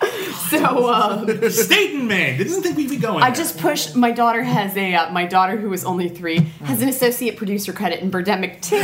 [SPEAKER 1] yeah.
[SPEAKER 5] (laughs) So um,
[SPEAKER 1] Staten Maine. Didn't think we'd be going.
[SPEAKER 5] I
[SPEAKER 1] there.
[SPEAKER 5] just push. My daughter has a. Uh, my daughter who is only three has an associate producer credit in Birdemic too.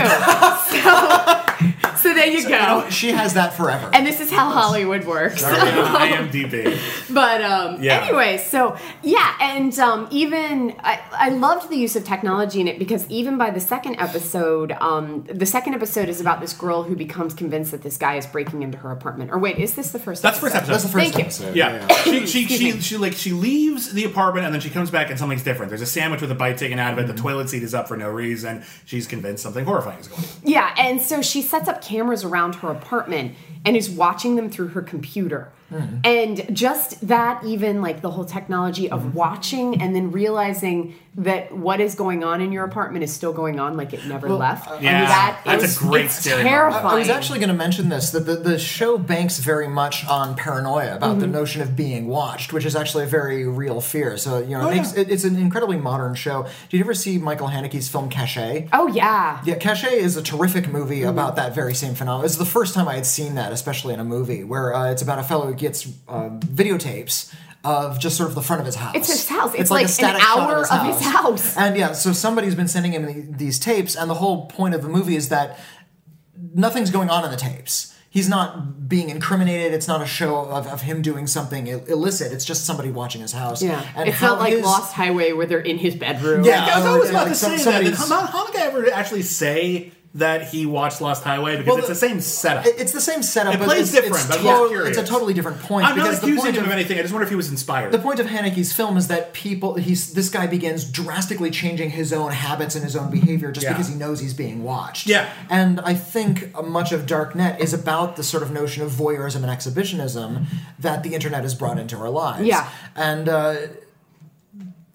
[SPEAKER 1] (laughs)
[SPEAKER 5] so, so there you go.
[SPEAKER 4] She has that forever.
[SPEAKER 5] And this is how Hollywood works. (laughs)
[SPEAKER 1] IMDb.
[SPEAKER 5] But um,
[SPEAKER 1] Yeah.
[SPEAKER 5] anyway, so yeah, and um, even I, I loved the use of technology in it because even by the second episode, um, the second episode is about this girl who becomes convinced that this guy is breaking into her apartment. Or wait, is this the first?
[SPEAKER 1] That's the
[SPEAKER 5] episode?
[SPEAKER 1] first episode.
[SPEAKER 4] That's the first
[SPEAKER 5] Thank you.
[SPEAKER 4] episode.
[SPEAKER 1] Yeah, she she
[SPEAKER 5] Excuse
[SPEAKER 1] she,
[SPEAKER 5] me.
[SPEAKER 1] she like she leaves the apartment and then she comes back and something's different. There's a sandwich with a bite taken out of it. The toilet seat is up for no reason. She's convinced something horrifying is going. on.
[SPEAKER 5] Yeah, and so she sets up cameras around her apartment and is watching them through her computer.
[SPEAKER 1] Mm-hmm.
[SPEAKER 5] And just that, even like the whole technology
[SPEAKER 1] Mm-hmm.
[SPEAKER 5] of watching and then realizing that what is going on in your apartment is still going on, like it never left.
[SPEAKER 1] uh, Yeah,
[SPEAKER 5] that
[SPEAKER 1] that's
[SPEAKER 5] is-
[SPEAKER 1] a great
[SPEAKER 5] it's
[SPEAKER 1] scary
[SPEAKER 5] terrifying.
[SPEAKER 4] I was actually going to mention this that the, the show banks very much on paranoia about the notion of being watched, which is actually a very real fear. So you know, it makes it, it's an incredibly modern show. Did you ever see Michael Haneke's film Cachet?
[SPEAKER 5] oh yeah. Mm-hmm.
[SPEAKER 4] Yeah, Cachet is a terrific movie about that very same phenomenon. It's the first time I had seen that, especially in a movie where uh, it's about a fellow who gets uh, videotapes of just sort of the front of his house.
[SPEAKER 5] It's his house. It's like an hour of his house.
[SPEAKER 4] And yeah, so somebody's been sending him the- these tapes, and the whole point of the movie is that nothing's going on in the tapes. He's not being incriminated. It's not a show of, of him doing something ill- illicit. It's just somebody watching his house.
[SPEAKER 5] Yeah,
[SPEAKER 4] and
[SPEAKER 5] it's not
[SPEAKER 4] how
[SPEAKER 5] like
[SPEAKER 4] his-
[SPEAKER 5] Lost Highway where they're in his bedroom.
[SPEAKER 4] Yeah.
[SPEAKER 1] I was
[SPEAKER 4] Oh,
[SPEAKER 1] always
[SPEAKER 4] yeah,
[SPEAKER 1] about
[SPEAKER 4] like
[SPEAKER 1] to
[SPEAKER 4] some-
[SPEAKER 1] say that. Did
[SPEAKER 4] somebody's-
[SPEAKER 1] Hanukkah ever actually say that he watched Lost Highway? Because
[SPEAKER 4] Well,
[SPEAKER 1] it's the
[SPEAKER 4] the-
[SPEAKER 1] same setup.
[SPEAKER 4] It- It's the same setup.
[SPEAKER 1] It
[SPEAKER 4] but
[SPEAKER 1] plays
[SPEAKER 4] it's,
[SPEAKER 1] different,
[SPEAKER 4] It's,
[SPEAKER 1] but I'm
[SPEAKER 4] tot-
[SPEAKER 1] just curious.
[SPEAKER 4] it's a totally different point.
[SPEAKER 1] I'm not
[SPEAKER 4] because the
[SPEAKER 1] accusing
[SPEAKER 4] point
[SPEAKER 1] him of
[SPEAKER 4] of
[SPEAKER 1] anything. I just wonder if he was inspired.
[SPEAKER 4] The point of Haneke's film is that people he's this guy begins drastically changing his own habits and his own behavior just
[SPEAKER 1] Yeah.
[SPEAKER 4] because he knows he's being watched.
[SPEAKER 1] Yeah.
[SPEAKER 4] And I think uh, much of Darknet is about the sort of notion of voyeurism and exhibitionism that the internet has brought into our lives.
[SPEAKER 5] Yeah.
[SPEAKER 4] And uh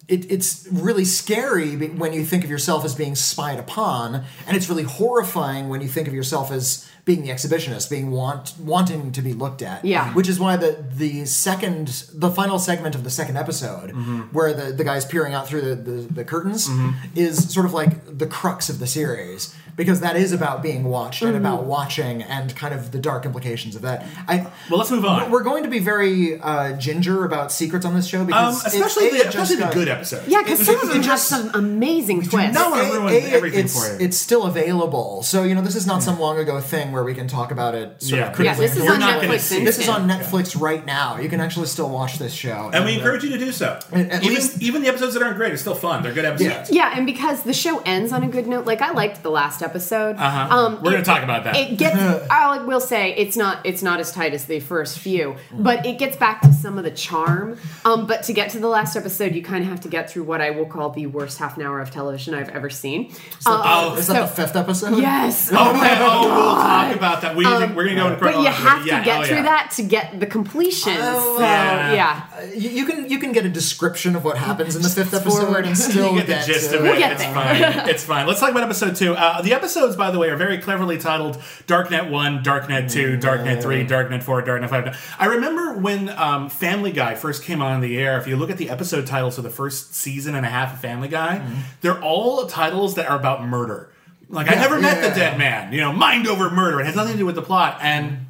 [SPEAKER 4] it, it's really scary be- when you think of yourself as being spied upon, and it's really horrifying when you think of yourself as being the exhibitionist, being want wanting to be looked at.
[SPEAKER 5] Yeah.
[SPEAKER 1] Mm-hmm.
[SPEAKER 4] which is why the the second, the final segment of the second episode,
[SPEAKER 1] Mm-hmm.
[SPEAKER 4] where the the guy's peering out through the the, the curtains, is sort of like the crux of the series because that is about being watched and about watching and kind of the dark implications of that. I
[SPEAKER 1] well, let's move on.
[SPEAKER 4] we're going to be very uh, ginger about secrets on this show
[SPEAKER 1] um,
[SPEAKER 4] because it-
[SPEAKER 1] especially
[SPEAKER 4] it
[SPEAKER 1] the,
[SPEAKER 4] just
[SPEAKER 1] especially the
[SPEAKER 4] got-
[SPEAKER 1] good episodes.
[SPEAKER 5] yeah, because
[SPEAKER 4] It-
[SPEAKER 5] some
[SPEAKER 4] it-
[SPEAKER 5] of
[SPEAKER 4] it
[SPEAKER 5] them
[SPEAKER 4] just-
[SPEAKER 5] have some amazing twists.
[SPEAKER 1] know- wanna
[SPEAKER 4] A-
[SPEAKER 1] ruin
[SPEAKER 4] A-
[SPEAKER 1] everything
[SPEAKER 4] it's,
[SPEAKER 1] for you.
[SPEAKER 4] It's still available, so you know this is not some long ago thing where we can talk about it. Sort
[SPEAKER 1] Yeah.
[SPEAKER 4] of
[SPEAKER 5] yeah,
[SPEAKER 4] critically.
[SPEAKER 5] this is
[SPEAKER 1] We're
[SPEAKER 5] on
[SPEAKER 1] not gonna
[SPEAKER 5] Netflix.
[SPEAKER 1] see it.
[SPEAKER 4] This is on Netflix right now. You can actually still watch this show,
[SPEAKER 1] and we
[SPEAKER 4] uh,
[SPEAKER 1] encourage you to do so.
[SPEAKER 4] At- at
[SPEAKER 1] even
[SPEAKER 4] least-
[SPEAKER 1] even the episodes that aren't great are still fun. They're good episodes.
[SPEAKER 5] Yeah, and because the show ends on a good note, like I liked the last episode. Um,
[SPEAKER 1] Uh-huh. We're gonna talk about that.
[SPEAKER 4] (laughs)
[SPEAKER 5] It gets. I will say it's not. It's not as tight as the first few, but it gets back to some of the charm. Um, but to get to the last episode, you kind of have to get through what I will call the worst half an hour of television I've ever seen. Uh,
[SPEAKER 4] Is that the
[SPEAKER 5] so-
[SPEAKER 4] fifth episode?
[SPEAKER 5] Yes.
[SPEAKER 1] Oh, (laughs) man, oh, we'll talk about that.
[SPEAKER 4] Um,
[SPEAKER 1] We, we're gonna go in
[SPEAKER 5] But
[SPEAKER 1] chronology,
[SPEAKER 5] you have to
[SPEAKER 1] yeah,
[SPEAKER 5] get
[SPEAKER 1] oh,
[SPEAKER 5] through
[SPEAKER 1] yeah.
[SPEAKER 5] that to get the completion.
[SPEAKER 4] Oh,
[SPEAKER 5] so
[SPEAKER 1] yeah.
[SPEAKER 5] yeah.
[SPEAKER 4] You, you can you can get a description of what happens in the fifth episode
[SPEAKER 1] (laughs)
[SPEAKER 5] forward.
[SPEAKER 4] and still
[SPEAKER 1] You get the gist
[SPEAKER 4] to-
[SPEAKER 1] of it.
[SPEAKER 5] get
[SPEAKER 1] it's
[SPEAKER 5] there.
[SPEAKER 1] fine. It's fine. Let's talk about episode two. Uh, the episodes, by the way, are very cleverly titled Darknet 1, Darknet 2, Darknet
[SPEAKER 4] Mm.
[SPEAKER 1] 3, Darknet 4, Darknet 5. I remember when um, Family Guy first came on the air, if you look at the episode titles for the first season and a half of Family Guy,
[SPEAKER 4] Mm-hmm.
[SPEAKER 1] they're all titles that are about murder. Like, I never met
[SPEAKER 4] yeah,
[SPEAKER 1] the
[SPEAKER 4] yeah.
[SPEAKER 1] dead man. You know, mind over murder. It has nothing to do with the plot. And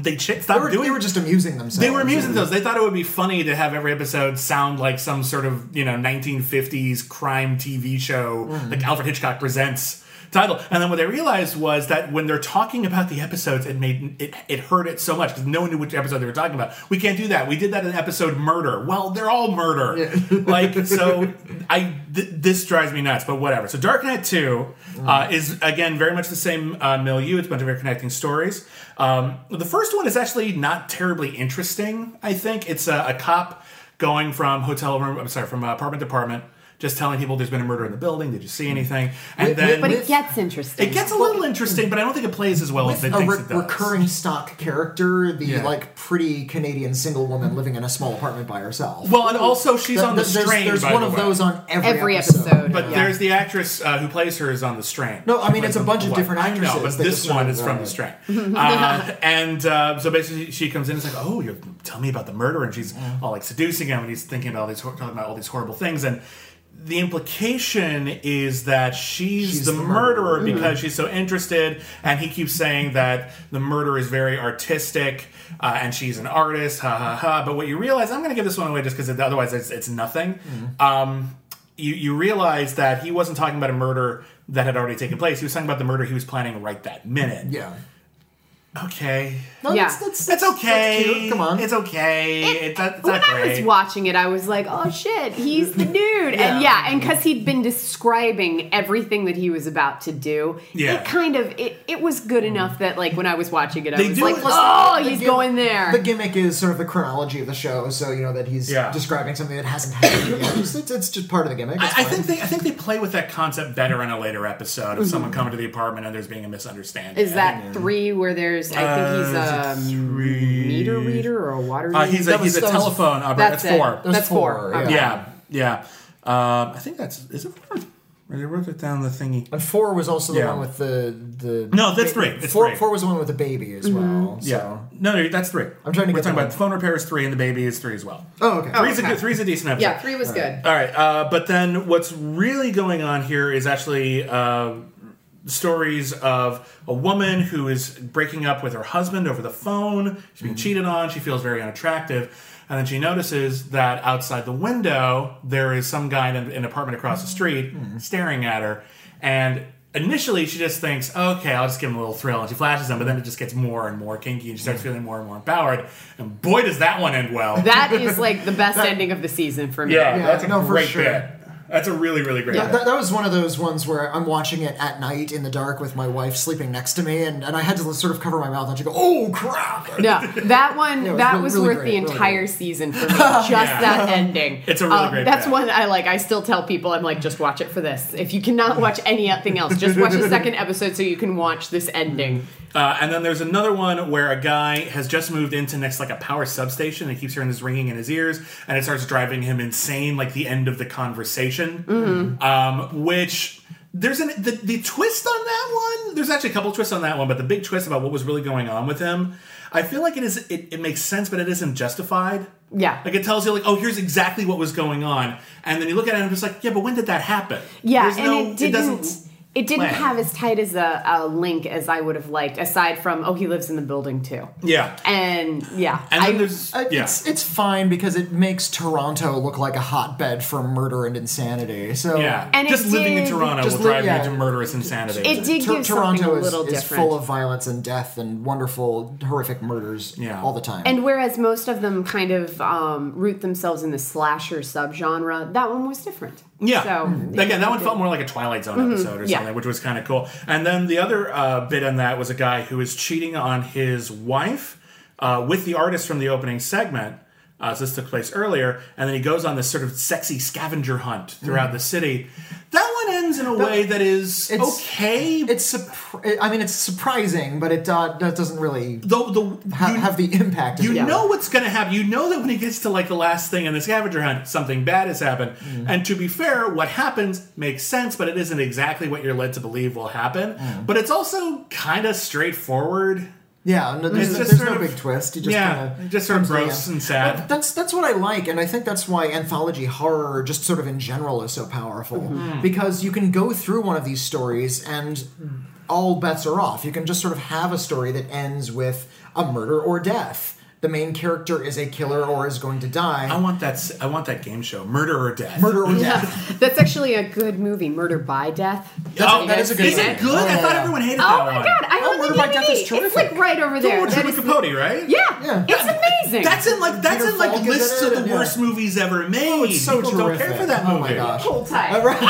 [SPEAKER 1] they ch-
[SPEAKER 4] They
[SPEAKER 1] stopped
[SPEAKER 4] were,
[SPEAKER 1] doing
[SPEAKER 4] they were just amusing themselves.
[SPEAKER 1] they were amusing themselves. They thought it would be funny to have every episode sound like some sort of you know 1950s crime TV show, like Alfred Hitchcock Presents title. And then what they realized was that when they're talking about the episodes, it made it it hurt it so much because no one knew which episode they were talking about. We can't do that. We did that in episode Murder. Well, they're all murder. like so, I th- this drives me nuts. But whatever. So Dark Knight Two
[SPEAKER 4] Mm.
[SPEAKER 1] uh, is again very much the same uh, milieu. It's a bunch of interconnecting stories. Um, the first one is actually not terribly interesting. I think it's a, a cop going from hotel room. I'm sorry, from uh, apartment to apartment. just telling people there's been a murder in the building. Did you
[SPEAKER 4] Mm.
[SPEAKER 1] see anything? And then
[SPEAKER 5] but it gets interesting.
[SPEAKER 1] it gets a little interesting, but I don't think it plays as well as they
[SPEAKER 4] a
[SPEAKER 1] think
[SPEAKER 4] re-
[SPEAKER 1] it does.
[SPEAKER 4] recurring stock character, the
[SPEAKER 1] Yeah.
[SPEAKER 4] like pretty Canadian single woman living in a small apartment by herself.
[SPEAKER 1] well, and also she's
[SPEAKER 4] Th-
[SPEAKER 1] on the
[SPEAKER 4] th- there's,
[SPEAKER 1] strain.
[SPEAKER 4] There's
[SPEAKER 1] by
[SPEAKER 4] one
[SPEAKER 1] the
[SPEAKER 4] of
[SPEAKER 1] way.
[SPEAKER 4] those on every,
[SPEAKER 5] every episode.
[SPEAKER 1] But
[SPEAKER 5] yeah.
[SPEAKER 1] there's the actress uh, who plays her is on the strain.
[SPEAKER 4] No, I mean, it's a
[SPEAKER 1] the-
[SPEAKER 4] bunch of
[SPEAKER 1] the
[SPEAKER 4] different
[SPEAKER 1] one. I know,
[SPEAKER 4] actresses.
[SPEAKER 1] but
[SPEAKER 4] They
[SPEAKER 1] this
[SPEAKER 4] just
[SPEAKER 1] one
[SPEAKER 4] sort of
[SPEAKER 1] is from the
[SPEAKER 4] write-
[SPEAKER 1] strain.
[SPEAKER 4] (laughs)
[SPEAKER 1] uh, and uh, so basically, she comes in. It's like, oh, you're tell me about the murder, and she's all like seducing him, and he's thinking about all these hor- talking about all these horrible things, and. The implication is that she's,
[SPEAKER 4] She's
[SPEAKER 1] the,
[SPEAKER 4] the Mm-hmm.
[SPEAKER 1] murderer, because she's so interested, and he keeps saying that the murder is very artistic uh, and she's an artist, ha ha ha. But what you realize, I'm going to give this one away just because otherwise it's, it's nothing. Um, you, you realize that he wasn't talking about a murder that had already taken place. He was talking about the murder he was planning right that minute.
[SPEAKER 4] Yeah.
[SPEAKER 1] Okay.
[SPEAKER 4] No,
[SPEAKER 5] Yeah.
[SPEAKER 4] that's, that's,
[SPEAKER 1] It's
[SPEAKER 4] that's-
[SPEAKER 1] okay.
[SPEAKER 4] That's cute. Come on.
[SPEAKER 1] It's okay. It, that- it's
[SPEAKER 5] when
[SPEAKER 1] not
[SPEAKER 5] I was
[SPEAKER 1] great.
[SPEAKER 5] watching it, I was like, "Oh shit, he's the dude!"
[SPEAKER 4] Yeah.
[SPEAKER 5] And yeah, and because he'd been describing everything that he was about to do,
[SPEAKER 1] Yeah.
[SPEAKER 5] it kind of it, it was good enough that like when I was watching it, I
[SPEAKER 1] They
[SPEAKER 5] was
[SPEAKER 1] do
[SPEAKER 5] like,
[SPEAKER 1] it-
[SPEAKER 5] "Oh,
[SPEAKER 4] The
[SPEAKER 5] he's
[SPEAKER 4] gim-
[SPEAKER 5] going there."
[SPEAKER 4] The gimmick is sort of the chronology of the show, so you know that he's
[SPEAKER 1] Yeah.
[SPEAKER 4] describing something that hasn't happened yet. It's, it's- it's just part of the gimmick. It's
[SPEAKER 1] I, I
[SPEAKER 4] fine.
[SPEAKER 1] think they I think they play with that concept better in a later episode of someone coming to the apartment and there's being a misunderstanding.
[SPEAKER 5] Mm-hmm. Is that three where there's? I think he's a meter reader or a water. Reader?
[SPEAKER 1] uh, he's a
[SPEAKER 4] That was-
[SPEAKER 1] he's a
[SPEAKER 4] that was-
[SPEAKER 1] telephone operator.
[SPEAKER 5] that's
[SPEAKER 1] That's
[SPEAKER 5] it.
[SPEAKER 1] four.
[SPEAKER 4] There's
[SPEAKER 5] That's four.
[SPEAKER 4] four,
[SPEAKER 5] Okay.
[SPEAKER 1] Yeah, yeah. Um, I think that's is it four? Or they wrote it down the thingy.
[SPEAKER 4] And four was also the
[SPEAKER 1] Yeah.
[SPEAKER 4] one with the the.
[SPEAKER 1] No, that's three. It's
[SPEAKER 4] four,
[SPEAKER 1] three.
[SPEAKER 4] four was the one with the baby as
[SPEAKER 5] Mm-hmm.
[SPEAKER 4] well. So.
[SPEAKER 1] Yeah. No, no, that's three.
[SPEAKER 4] I'm trying to
[SPEAKER 1] We're
[SPEAKER 4] get
[SPEAKER 1] talking
[SPEAKER 4] the
[SPEAKER 1] about phone repair is three and the baby is three as well.
[SPEAKER 4] Oh, okay.
[SPEAKER 1] Three's a
[SPEAKER 5] okay.
[SPEAKER 1] good, three's a decent episode.
[SPEAKER 5] Yeah, three was good.
[SPEAKER 1] All right, uh, but then what's really going on here is actually uh, stories of a woman who is breaking up with her husband over the phone. She's being cheated on. She feels very unattractive. And then she notices that outside the window, there is some guy in an apartment across the street staring at her. And initially, she just thinks, okay, I'll just give him a little thrill. And she flashes him, but then it just gets more and more kinky and she starts feeling more and more empowered. And boy, does that one end well.
[SPEAKER 5] That is like the best ending of the season for me.
[SPEAKER 1] Yeah,
[SPEAKER 4] Yeah,
[SPEAKER 1] that's a
[SPEAKER 4] no, for
[SPEAKER 1] great
[SPEAKER 4] sure.
[SPEAKER 1] bit. That's a really, really great
[SPEAKER 4] Yeah,
[SPEAKER 1] bit.
[SPEAKER 4] that, that was one of those ones where I'm watching it at night in the dark with my wife sleeping next to me, and, and I had to sort of cover my mouth and she go, "Oh crap!"
[SPEAKER 5] No, (laughs) that one
[SPEAKER 4] it was
[SPEAKER 5] that
[SPEAKER 4] really-
[SPEAKER 5] was
[SPEAKER 4] really
[SPEAKER 5] worth
[SPEAKER 4] great,
[SPEAKER 5] the
[SPEAKER 4] really
[SPEAKER 5] entire
[SPEAKER 4] great.
[SPEAKER 5] season for (laughs) me. Just that ending. Um,
[SPEAKER 1] It's a really great
[SPEAKER 5] That's
[SPEAKER 1] bit.
[SPEAKER 5] one I like. I still tell people I'm like, just watch it for this. If you cannot watch anything else, just watch the (laughs) second episode so you can watch this ending.
[SPEAKER 1] Uh, and then there's another one where a guy has just moved into next like a power substation and keeps hearing this ringing in his ears, and it starts driving him insane. Like the end of the conversation, um, which there's an the, the twist on that one. There's actually a couple twists on that one, but the big twist about what was really going on with him, I feel like it is it, it makes sense, but it isn't justified.
[SPEAKER 5] Yeah.
[SPEAKER 1] like it tells you like, oh, here's exactly what was going on, and then you look at it and it's like, yeah, but when did that happen?
[SPEAKER 5] Yeah,
[SPEAKER 1] There's
[SPEAKER 5] and
[SPEAKER 1] no-
[SPEAKER 5] it didn't. It, didn't
[SPEAKER 1] land.
[SPEAKER 5] have as tight as a, a link as I would have liked. Aside from, oh, he lives in the building too,
[SPEAKER 1] yeah.
[SPEAKER 5] and yeah,
[SPEAKER 1] And then
[SPEAKER 5] I-
[SPEAKER 1] there's
[SPEAKER 4] Uh,
[SPEAKER 1] yeah.
[SPEAKER 4] It's it's fine because it makes Toronto look like a hotbed for murder and insanity. So
[SPEAKER 1] Yeah,
[SPEAKER 5] And it
[SPEAKER 1] just living in
[SPEAKER 5] did-
[SPEAKER 1] Toronto
[SPEAKER 4] just
[SPEAKER 1] will
[SPEAKER 4] li-
[SPEAKER 1] drive
[SPEAKER 4] yeah.
[SPEAKER 1] you to murderous insanity.
[SPEAKER 5] it did
[SPEAKER 4] Tor-
[SPEAKER 5] give something a
[SPEAKER 4] Toronto is,
[SPEAKER 5] little
[SPEAKER 4] is
[SPEAKER 5] different.
[SPEAKER 4] full of violence and death and wonderful horrific murders
[SPEAKER 1] Yeah.
[SPEAKER 4] all the time.
[SPEAKER 5] And whereas most of them kind of um, root themselves in the slasher subgenre, that one was different.
[SPEAKER 1] Yeah,
[SPEAKER 5] So
[SPEAKER 4] Mm-hmm.
[SPEAKER 1] again, that one felt more like a Twilight Zone episode or
[SPEAKER 5] yeah.
[SPEAKER 1] something, which was kind of cool. And then the other uh, bit on that was a guy who was cheating on his wife uh, with the artist from the opening segment. Uh, so this took place earlier, and then he goes on this sort of sexy scavenger hunt throughout the city. That one ends in a way that is
[SPEAKER 4] it's-
[SPEAKER 1] okay.
[SPEAKER 4] it's surpri- I mean it's surprising, but it uh, that doesn't really
[SPEAKER 1] though the
[SPEAKER 4] ha-
[SPEAKER 1] you-
[SPEAKER 4] have the (laughs) impact.
[SPEAKER 1] You
[SPEAKER 4] as well.
[SPEAKER 1] know what's going to happen. You know that when he gets to like the last thing in the scavenger hunt, something bad has happened.
[SPEAKER 4] Mm-hmm.
[SPEAKER 1] And to be fair, what happens makes sense, but it isn't exactly what you're led to believe will happen.
[SPEAKER 4] Mm-hmm.
[SPEAKER 1] But it's also kind of straightforward.
[SPEAKER 4] Yeah, no, there's,
[SPEAKER 1] It's just
[SPEAKER 4] there's
[SPEAKER 1] sort
[SPEAKER 4] no
[SPEAKER 1] of-
[SPEAKER 4] big twist. You just
[SPEAKER 1] yeah,
[SPEAKER 4] kind
[SPEAKER 1] just sort of gross and sad.
[SPEAKER 4] That's that's what I like, and I think that's why anthology horror, just sort of in general, is so powerful
[SPEAKER 5] Mm-hmm.
[SPEAKER 1] Mm.
[SPEAKER 4] because you can go through one of these stories and
[SPEAKER 5] Mm.
[SPEAKER 4] all bets are off. You can just sort of have a story that ends with a murder or death. The main character is a killer or is going to
[SPEAKER 1] I
[SPEAKER 4] die.
[SPEAKER 1] want that. s- I want that game show, Murder or Death.
[SPEAKER 4] Murder or death.
[SPEAKER 5] (laughs) that's actually a good movie, Murder by Death.
[SPEAKER 4] That's-
[SPEAKER 5] Have
[SPEAKER 4] Oh, that
[SPEAKER 5] you
[SPEAKER 4] is a good
[SPEAKER 5] guys seen
[SPEAKER 1] Oh, Is
[SPEAKER 4] movie.
[SPEAKER 5] it?
[SPEAKER 1] it good? I thought
[SPEAKER 4] Yeah.
[SPEAKER 1] everyone hated
[SPEAKER 5] Oh
[SPEAKER 1] that
[SPEAKER 5] my
[SPEAKER 1] one.
[SPEAKER 5] god, I
[SPEAKER 4] Oh,
[SPEAKER 5] don't
[SPEAKER 4] Murder
[SPEAKER 5] think
[SPEAKER 4] by
[SPEAKER 5] you
[SPEAKER 4] Death
[SPEAKER 5] need
[SPEAKER 4] is
[SPEAKER 5] it. It's
[SPEAKER 4] terrific.
[SPEAKER 5] like right over there.
[SPEAKER 1] It's
[SPEAKER 5] That
[SPEAKER 1] Truman
[SPEAKER 5] is-
[SPEAKER 1] Capote, right?
[SPEAKER 5] yeah,
[SPEAKER 4] Yeah.
[SPEAKER 5] it's amazing.
[SPEAKER 1] That's in like that's
[SPEAKER 4] Peter
[SPEAKER 1] in like
[SPEAKER 4] Falk is
[SPEAKER 1] lists
[SPEAKER 4] in
[SPEAKER 1] of
[SPEAKER 4] it,
[SPEAKER 1] the
[SPEAKER 4] and yeah.
[SPEAKER 1] worst movies ever made.
[SPEAKER 4] Oh, it's so
[SPEAKER 1] People
[SPEAKER 4] terrific.
[SPEAKER 1] don't care for that
[SPEAKER 4] oh
[SPEAKER 1] movie.
[SPEAKER 4] my gosh.
[SPEAKER 5] Cold tie.
[SPEAKER 4] All right.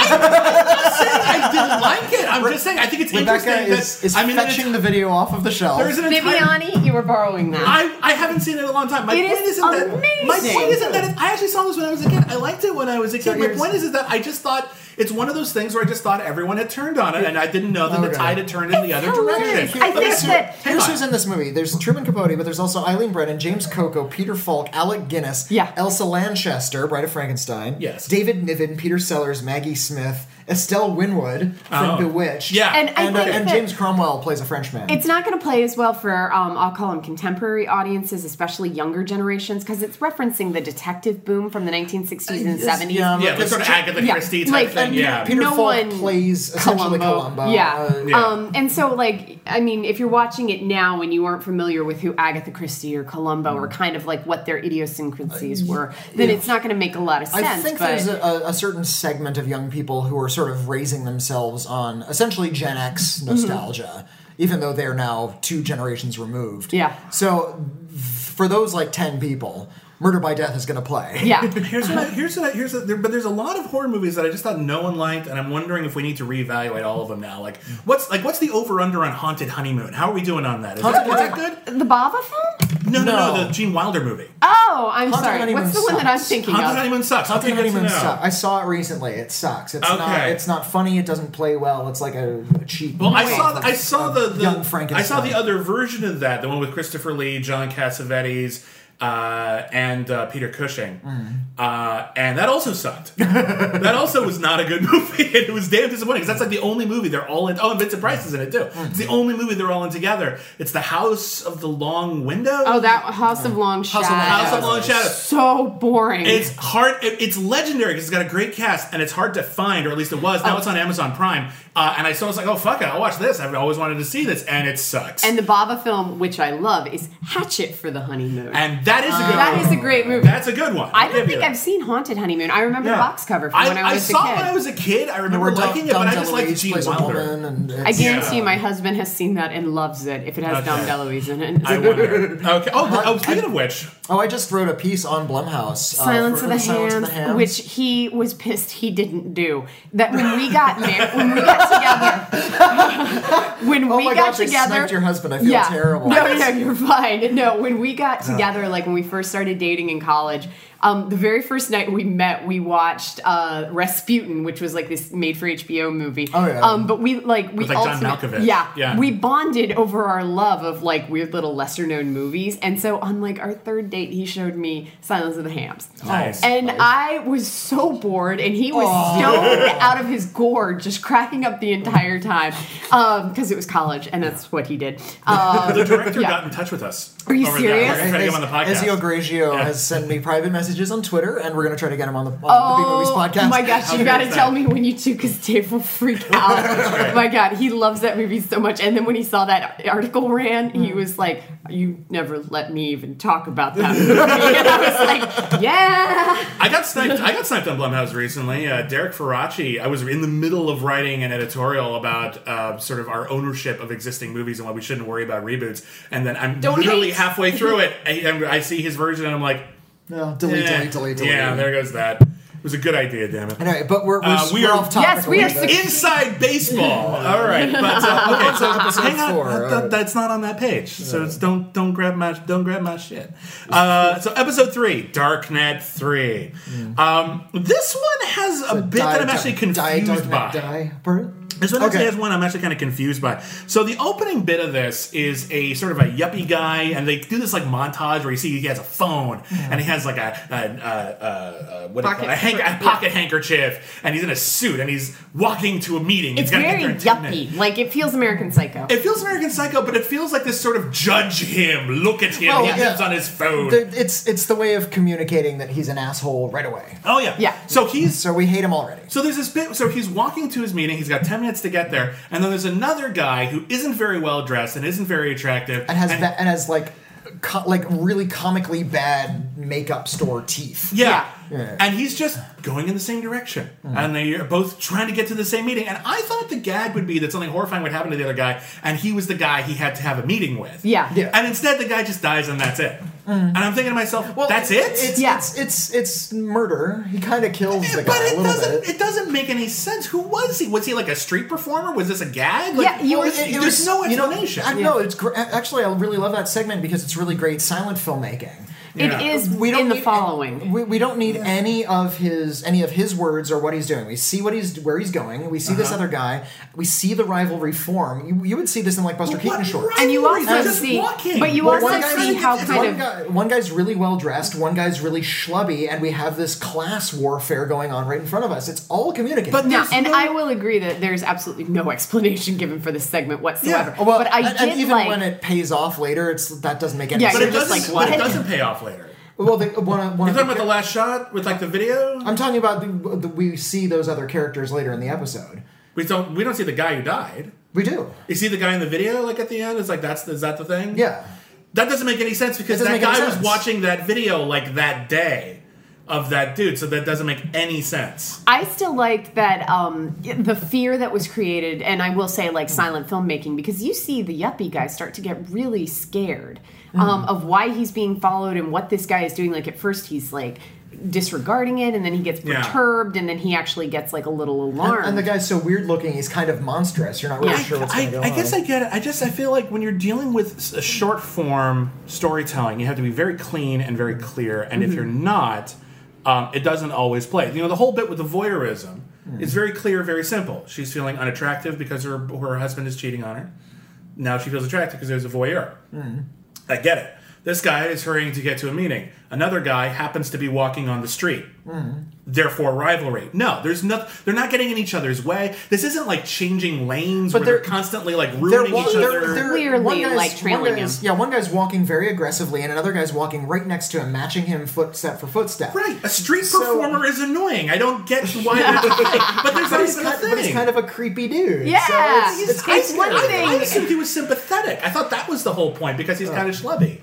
[SPEAKER 1] I didn't like it. I'm just saying. I think it's
[SPEAKER 4] Rebecca
[SPEAKER 1] interesting
[SPEAKER 4] is,
[SPEAKER 1] that
[SPEAKER 4] is
[SPEAKER 1] I mean, an
[SPEAKER 4] fetching
[SPEAKER 1] enti-
[SPEAKER 4] the video off of the shelf.
[SPEAKER 1] there's an entire.
[SPEAKER 5] Viviani, you were borrowing that.
[SPEAKER 1] I, I haven't seen it in a long time. My
[SPEAKER 5] It
[SPEAKER 1] point
[SPEAKER 5] is
[SPEAKER 1] isn't that my
[SPEAKER 5] amazing.
[SPEAKER 1] point isn't that it, I actually saw this when I was a kid. I liked it when I was a kid. My
[SPEAKER 4] here's-
[SPEAKER 1] point is, is that I just thought it's one of those things where I just thought everyone had turned on it, and I didn't know that the
[SPEAKER 4] Okay.
[SPEAKER 1] tide had turned in the other
[SPEAKER 5] hilarious.
[SPEAKER 1] direction.
[SPEAKER 5] I think
[SPEAKER 1] Here's-
[SPEAKER 5] that-
[SPEAKER 1] hang
[SPEAKER 4] Here's
[SPEAKER 1] on.
[SPEAKER 4] who's in this movie. There's Truman Capote, but there's also Eileen Brennan, James Coco, Peter Falk, Alec Guinness,
[SPEAKER 5] Yeah.
[SPEAKER 4] Elsa Lanchester, Bride of Frankenstein,
[SPEAKER 1] Yes.
[SPEAKER 4] David Niven, Peter Sellers, Maggie Smith, Estelle Winwood from
[SPEAKER 1] Oh.
[SPEAKER 4] Bewitched,
[SPEAKER 1] Yeah.
[SPEAKER 5] and I
[SPEAKER 4] and, uh,
[SPEAKER 5] think
[SPEAKER 4] and
[SPEAKER 5] that
[SPEAKER 4] James Cromwell plays a Frenchman.
[SPEAKER 5] It's not going to play as well for, um, I'll call them contemporary audiences, especially younger generations, because it's referencing the detective boom from the 1960s and
[SPEAKER 4] Yes,
[SPEAKER 5] 70s.
[SPEAKER 4] yeah,
[SPEAKER 1] yeah, like
[SPEAKER 4] It's
[SPEAKER 1] sort of
[SPEAKER 4] ju-
[SPEAKER 1] Agatha
[SPEAKER 5] yeah,
[SPEAKER 1] Christie type
[SPEAKER 5] like,
[SPEAKER 1] thing.
[SPEAKER 5] and
[SPEAKER 1] yeah,
[SPEAKER 4] Peter
[SPEAKER 5] No
[SPEAKER 4] Falk
[SPEAKER 5] one-
[SPEAKER 4] plays essentially Columbo.
[SPEAKER 5] Yeah.
[SPEAKER 4] uh,
[SPEAKER 1] Yeah.
[SPEAKER 5] Um, and so, like, I mean, if you're watching it now and you weren't familiar with who Agatha Christie or Columbo
[SPEAKER 4] Mm.
[SPEAKER 5] or kind of like what their idiosyncrasies were, then it's not going to make a lot of sense.
[SPEAKER 4] Uh, I think
[SPEAKER 5] but
[SPEAKER 4] there's a, a, a certain segment of young people who are sort of raising themselves on essentially Gen X
[SPEAKER 5] Mm-hmm.
[SPEAKER 4] nostalgia, even though they're now two generations removed.
[SPEAKER 5] Yeah.
[SPEAKER 4] So th- for those like 10 people, Murder by Death is going to play.
[SPEAKER 5] yeah.
[SPEAKER 1] Here's what I, here's what I, here's what, there, but there's a lot of horror movies that I just thought no one liked, and I'm wondering if we need to reevaluate all of them now. Like, what's like what's the over under on Haunted Honeymoon? How are we doing on that? Is, that, is that good?
[SPEAKER 5] The Bava film?
[SPEAKER 1] No, no, no,
[SPEAKER 4] No.
[SPEAKER 1] the Gene Wilder movie.
[SPEAKER 5] Oh, I'm
[SPEAKER 4] Haunted
[SPEAKER 5] sorry.
[SPEAKER 4] Honeymoon
[SPEAKER 5] What's the one that I'm
[SPEAKER 4] sucks.
[SPEAKER 5] thinking
[SPEAKER 1] Haunted
[SPEAKER 5] of?
[SPEAKER 1] Honeymoon sucks.
[SPEAKER 4] Haunted
[SPEAKER 1] Okay, good to
[SPEAKER 4] Honeymoon
[SPEAKER 1] know.
[SPEAKER 4] sucks. I saw it recently. It sucks. It's not.
[SPEAKER 1] Okay.
[SPEAKER 4] It's not funny. It doesn't play well. It's like a, a cheap.
[SPEAKER 1] Well, I
[SPEAKER 4] knockoff
[SPEAKER 1] saw
[SPEAKER 4] of-
[SPEAKER 1] I saw
[SPEAKER 4] of
[SPEAKER 1] the, the
[SPEAKER 4] young
[SPEAKER 1] I
[SPEAKER 4] Frankenstein.
[SPEAKER 1] saw the other version of that, the one with Christopher Lee, John Cassavetes, uh, and uh, Peter Cushing,
[SPEAKER 4] Mm.
[SPEAKER 1] uh, and that also sucked. (laughs) that also was not a good movie, (laughs) and it was damn disappointing because that's like the only movie they're all in. Oh, and Vincent Price is in it too.
[SPEAKER 4] Mm.
[SPEAKER 1] It's the only movie they're all in together. It's the House of the Long Window.
[SPEAKER 5] Oh, that House of Long Shadows.
[SPEAKER 4] of Long
[SPEAKER 1] House of Long Shadows.
[SPEAKER 5] So boring.
[SPEAKER 1] It's hard. it- It's legendary because it's got a great cast, and it's hard to find, or at least it was.
[SPEAKER 5] Oh.
[SPEAKER 1] Now it's on Amazon Prime, uh, and I saw. I was like, "Oh fuck it, I'll watch this." I've always wanted to see this, and it sucks.
[SPEAKER 5] and the Bava film, which I love, is Hatchet for the Honeymoon.
[SPEAKER 1] And that is a good.
[SPEAKER 5] Uh, that
[SPEAKER 1] one.
[SPEAKER 5] is a great movie.
[SPEAKER 1] That's a good one.
[SPEAKER 5] I
[SPEAKER 1] I'll
[SPEAKER 5] don't
[SPEAKER 1] give you
[SPEAKER 5] think
[SPEAKER 1] that.
[SPEAKER 5] I've seen Haunted Honeymoon. I remember
[SPEAKER 1] Yeah.
[SPEAKER 5] the box cover from when I was
[SPEAKER 1] saw
[SPEAKER 5] a
[SPEAKER 1] it
[SPEAKER 5] kid.
[SPEAKER 1] when I was a kid. I
[SPEAKER 4] And
[SPEAKER 1] remember
[SPEAKER 4] where
[SPEAKER 1] liking
[SPEAKER 4] Dom-
[SPEAKER 1] it, but
[SPEAKER 4] Dom
[SPEAKER 1] I just liked
[SPEAKER 4] DeLuise
[SPEAKER 1] Gene
[SPEAKER 4] plays a
[SPEAKER 1] Wilder.
[SPEAKER 4] woman and
[SPEAKER 5] I
[SPEAKER 4] it's-
[SPEAKER 5] guarantee
[SPEAKER 1] Yeah.
[SPEAKER 5] my husband has seen that and loves it if it has Dom
[SPEAKER 1] Okay.
[SPEAKER 5] DeLuise in it.
[SPEAKER 1] I wonder. Okay. Oh, the, oh, speaking
[SPEAKER 4] I-
[SPEAKER 1] of which,
[SPEAKER 4] Oh, I just wrote a piece on Blumhouse. uh,
[SPEAKER 5] Silence,
[SPEAKER 4] for-
[SPEAKER 5] of the,
[SPEAKER 4] Silence
[SPEAKER 5] Hams,
[SPEAKER 4] of the Hams,
[SPEAKER 5] which he was pissed he didn't do. That when we got married, when we got together,
[SPEAKER 4] (laughs)
[SPEAKER 5] when
[SPEAKER 4] Oh
[SPEAKER 5] we
[SPEAKER 4] my
[SPEAKER 5] got
[SPEAKER 4] gosh, I
[SPEAKER 5] together,
[SPEAKER 4] sniped your husband. I feel terrible.
[SPEAKER 5] No, no, you're fine. No, when we got together, like when we first started dating in college, um, the very first night we met, we watched uh, Rasputin, which was like this made for HBO movie.
[SPEAKER 4] Oh, yeah.
[SPEAKER 5] Um, but we like we
[SPEAKER 1] With, like, John
[SPEAKER 5] ultimate-
[SPEAKER 1] Malkovich.
[SPEAKER 5] Yeah,
[SPEAKER 1] Yeah.
[SPEAKER 5] We bonded over our love of like weird little lesser known movies, and so on like our third date, he showed me Silence of the Hams.
[SPEAKER 1] nice.
[SPEAKER 5] And I was so bored, and he was stoned out of his gourd, just cracking up the entire time, because it was college, and that's what he did. Um,
[SPEAKER 1] the director
[SPEAKER 5] (laughs) yeah.
[SPEAKER 1] got in touch with us.
[SPEAKER 5] Are you
[SPEAKER 1] over that.
[SPEAKER 5] serious?
[SPEAKER 1] We're gonna try to get him on the podcast.
[SPEAKER 4] Ezio Grigio
[SPEAKER 1] Yeah.
[SPEAKER 4] has sent me private messages on Twitter, and we're going to try to get him on the, on the B Movies
[SPEAKER 5] Oh
[SPEAKER 4] podcast.
[SPEAKER 5] my gosh, you
[SPEAKER 1] good
[SPEAKER 5] gotta
[SPEAKER 1] is that?
[SPEAKER 5] tell me when you do because Dave will freak
[SPEAKER 4] (laughs)
[SPEAKER 5] out. Oh my god, he loves that movie so much. And then when he saw that article ran, he
[SPEAKER 4] Mm.
[SPEAKER 5] was like, You never let me even talk about that movie. (laughs) and I was like, Yeah.
[SPEAKER 1] I got sniped. I got sniped on Blumhouse recently. Uh, Derek Faraci. I was in the middle of writing an editorial about uh, sort of our ownership of existing movies and why we shouldn't worry about reboots. And then I'm
[SPEAKER 5] Don't
[SPEAKER 1] literally
[SPEAKER 5] hate.
[SPEAKER 1] halfway
[SPEAKER 5] (laughs)
[SPEAKER 1] through it, I, I see his version, and I'm like,
[SPEAKER 4] No, delete,
[SPEAKER 1] eh,
[SPEAKER 4] delete, delete, delete.
[SPEAKER 1] yeah, there goes that. It was a good idea, damn it.
[SPEAKER 4] Anyway, but we're, we're,
[SPEAKER 1] Uh, we
[SPEAKER 4] we're
[SPEAKER 1] are-
[SPEAKER 4] off topic.
[SPEAKER 5] Yes, we
[SPEAKER 4] a
[SPEAKER 5] are
[SPEAKER 4] little bit.
[SPEAKER 5] suc-
[SPEAKER 1] Inside
[SPEAKER 5] (laughs)
[SPEAKER 1] baseball. All right, but uh, okay, so hang on.
[SPEAKER 4] four, uh,
[SPEAKER 1] That-
[SPEAKER 4] all right.
[SPEAKER 1] That's not on that page, so it's, don't don't grab my don't grab my shit. Uh, so episode three, Darknet three.
[SPEAKER 4] Hmm.
[SPEAKER 1] Um, this one has a bit that I'm
[SPEAKER 4] uh, Die,
[SPEAKER 1] actually
[SPEAKER 4] die,
[SPEAKER 1] confused
[SPEAKER 4] die,
[SPEAKER 1] by.
[SPEAKER 4] Die, Pardon?
[SPEAKER 1] This one
[SPEAKER 4] Okay.
[SPEAKER 1] actually has one I'm actually kind of confused by. So the opening bit of this is a sort of a yuppie guy, and they do this like montage where you see he has a phone and
[SPEAKER 4] Hmm.
[SPEAKER 1] he has like a, a, a, a, a what do you call it?
[SPEAKER 5] Pocket
[SPEAKER 1] a, hank- a
[SPEAKER 5] handkerchief.
[SPEAKER 1] pocket handkerchief, and he's in a suit and he's walking to a meeting. he's
[SPEAKER 5] It's
[SPEAKER 1] gotta
[SPEAKER 5] very
[SPEAKER 1] get there in 10 minutes.
[SPEAKER 5] yuppie. Like, it feels American Psycho.
[SPEAKER 1] It feels American Psycho, but it feels like this sort of judge him, look at him.
[SPEAKER 4] Well,
[SPEAKER 1] he
[SPEAKER 4] yeah.
[SPEAKER 1] lives on his phone.
[SPEAKER 4] There- It's, it's the way of communicating that he's an asshole right away.
[SPEAKER 1] oh yeah,
[SPEAKER 5] Yeah.
[SPEAKER 1] So he's
[SPEAKER 4] So we hate him already.
[SPEAKER 1] So there's this bit. So he's walking to his meeting. He's got ten minutes to get there, and then there's another guy who isn't very well dressed and isn't very attractive.
[SPEAKER 4] And has, ba- and has like, co- like really comically bad makeup store teeth.
[SPEAKER 1] Yeah.
[SPEAKER 4] Yeah. Yeah.
[SPEAKER 1] And he's just going in the same direction. And they're both trying to get to the same meeting. And I thought the gag would be that something horrifying would happen to the other guy, and he was the guy he had to have a meeting with.
[SPEAKER 5] Yeah.
[SPEAKER 4] Yeah.
[SPEAKER 1] And instead, the guy just dies, and that's it. And I'm thinking to myself, that's it?
[SPEAKER 4] It's,
[SPEAKER 5] Yeah.
[SPEAKER 4] it's it's it's murder. He kind of kills the
[SPEAKER 1] Yeah,
[SPEAKER 4] guy
[SPEAKER 1] but
[SPEAKER 4] a
[SPEAKER 1] it
[SPEAKER 4] little
[SPEAKER 1] doesn't.
[SPEAKER 4] bit.
[SPEAKER 1] It doesn't make any sense. Who was he? Was he like a street performer? Was this a gag? Like,
[SPEAKER 5] Yeah, you
[SPEAKER 1] or
[SPEAKER 5] were-
[SPEAKER 1] is-
[SPEAKER 5] it- it
[SPEAKER 1] there's
[SPEAKER 5] was-
[SPEAKER 1] no
[SPEAKER 4] you know,
[SPEAKER 1] explanation.
[SPEAKER 4] I know it's gr- actually I really love that segment because it's really great silent filmmaking.
[SPEAKER 1] Yeah.
[SPEAKER 5] It is
[SPEAKER 4] We don't
[SPEAKER 5] in the
[SPEAKER 4] need-
[SPEAKER 5] following.
[SPEAKER 4] We, we don't need any of his any of his words or what he's doing. We see what he's where he's going. We see this
[SPEAKER 1] Uh-huh.
[SPEAKER 4] other guy. We see the rivalry form. You, you would see this in like Buster
[SPEAKER 1] What
[SPEAKER 4] Keaton shorts.
[SPEAKER 5] and you
[SPEAKER 1] rivalry?
[SPEAKER 5] also
[SPEAKER 1] They're just
[SPEAKER 5] see,
[SPEAKER 1] walking.
[SPEAKER 5] but you
[SPEAKER 1] Well,
[SPEAKER 5] also
[SPEAKER 1] one guy
[SPEAKER 5] see
[SPEAKER 1] doesn't
[SPEAKER 5] how
[SPEAKER 1] get-
[SPEAKER 5] kind
[SPEAKER 4] one
[SPEAKER 5] of
[SPEAKER 4] guy, one guy's really well dressed, one guy's really schlubby, and we have this class warfare going on right in front of us. It's all communicating.
[SPEAKER 1] But
[SPEAKER 5] No,
[SPEAKER 1] There's
[SPEAKER 5] and
[SPEAKER 1] no-
[SPEAKER 5] I will agree that there's absolutely no (laughs) explanation given for this segment whatsoever.
[SPEAKER 4] well,
[SPEAKER 5] but I
[SPEAKER 4] and,
[SPEAKER 5] did
[SPEAKER 4] and even
[SPEAKER 5] like
[SPEAKER 4] when it pays off later, it's that doesn't make any
[SPEAKER 5] Yeah,
[SPEAKER 4] sense.
[SPEAKER 1] but it
[SPEAKER 5] you're just
[SPEAKER 1] doesn't.
[SPEAKER 5] like,
[SPEAKER 1] but it
[SPEAKER 5] what?
[SPEAKER 1] doesn't pay off later.
[SPEAKER 4] well, the, one, of- one
[SPEAKER 1] You're
[SPEAKER 4] of
[SPEAKER 1] talking
[SPEAKER 4] the
[SPEAKER 1] about the last shot with like the video.
[SPEAKER 4] I'm talking about the, the, we see those other characters later in the episode.
[SPEAKER 1] we don't. We don't see the guy who died.
[SPEAKER 4] We do.
[SPEAKER 1] You see the guy in the video, like at the end. It's like that's is that the thing?
[SPEAKER 4] Yeah.
[SPEAKER 1] That doesn't make any sense because
[SPEAKER 4] It
[SPEAKER 1] that
[SPEAKER 4] doesn't make any
[SPEAKER 1] guy was
[SPEAKER 4] sense.
[SPEAKER 1] watching that video like that day of that dude. So that doesn't make any sense.
[SPEAKER 5] I still liked that um, the fear that was created, and I will say, like silent filmmaking, because you see the yuppie guy start to get really scared
[SPEAKER 4] Mm-hmm.
[SPEAKER 5] um, of why he's being followed and what this guy is doing. Like at first, he's like disregarding it, and then he gets
[SPEAKER 1] Yeah.
[SPEAKER 5] perturbed, and then he actually gets like a little alarmed.
[SPEAKER 4] And, and the guy's so weird looking, he's kind of monstrous. You're not really
[SPEAKER 5] Yeah,
[SPEAKER 4] sure what's
[SPEAKER 1] I,
[SPEAKER 4] going to go
[SPEAKER 1] I guess
[SPEAKER 4] on.
[SPEAKER 1] I get it. I just I feel like when you're dealing with s- short form storytelling, you have to be very clean and very clear. And
[SPEAKER 4] Mm-hmm.
[SPEAKER 1] if you're not, um, it doesn't always play. You know, the whole bit with the voyeurism
[SPEAKER 4] Mm.
[SPEAKER 1] is very clear, very simple. She's feeling unattractive because her her husband is cheating on her. Now she feels attractive because there's a voyeur. I get it. This guy is hurrying to get to a meeting. Another guy happens to be walking on the street.
[SPEAKER 4] Mm-hmm.
[SPEAKER 1] Therefore, rivalry. No, there's no. They're not getting in each other's way. This isn't like changing lanes
[SPEAKER 4] But
[SPEAKER 1] where they're,
[SPEAKER 4] they're-
[SPEAKER 1] constantly like
[SPEAKER 4] They're
[SPEAKER 1] ruining
[SPEAKER 4] wa-
[SPEAKER 1] each
[SPEAKER 4] they're-
[SPEAKER 1] other.
[SPEAKER 4] they're-
[SPEAKER 5] Clearly,
[SPEAKER 4] one guy's-
[SPEAKER 5] like,
[SPEAKER 4] one
[SPEAKER 5] trailing
[SPEAKER 4] guy's-
[SPEAKER 5] him.
[SPEAKER 4] Yeah, one guy's walking very aggressively, and another guy's walking right next to him, matching him footstep for footstep.
[SPEAKER 1] right. A street
[SPEAKER 4] So-
[SPEAKER 1] performer is annoying. I don't
[SPEAKER 4] (laughs)
[SPEAKER 1] get why. They're but there's not
[SPEAKER 4] But he's,
[SPEAKER 1] even a
[SPEAKER 4] kind,
[SPEAKER 1] thing.
[SPEAKER 4] but he's kind of a creepy dude.
[SPEAKER 5] Yeah.
[SPEAKER 4] So it's,
[SPEAKER 5] He's-
[SPEAKER 4] it's kind
[SPEAKER 5] it's
[SPEAKER 4] of
[SPEAKER 5] one
[SPEAKER 4] scary.
[SPEAKER 5] thing.
[SPEAKER 1] I assumed he was sympathetic. I thought that was the whole point because
[SPEAKER 4] Oh.
[SPEAKER 1] he's kind of schlubby.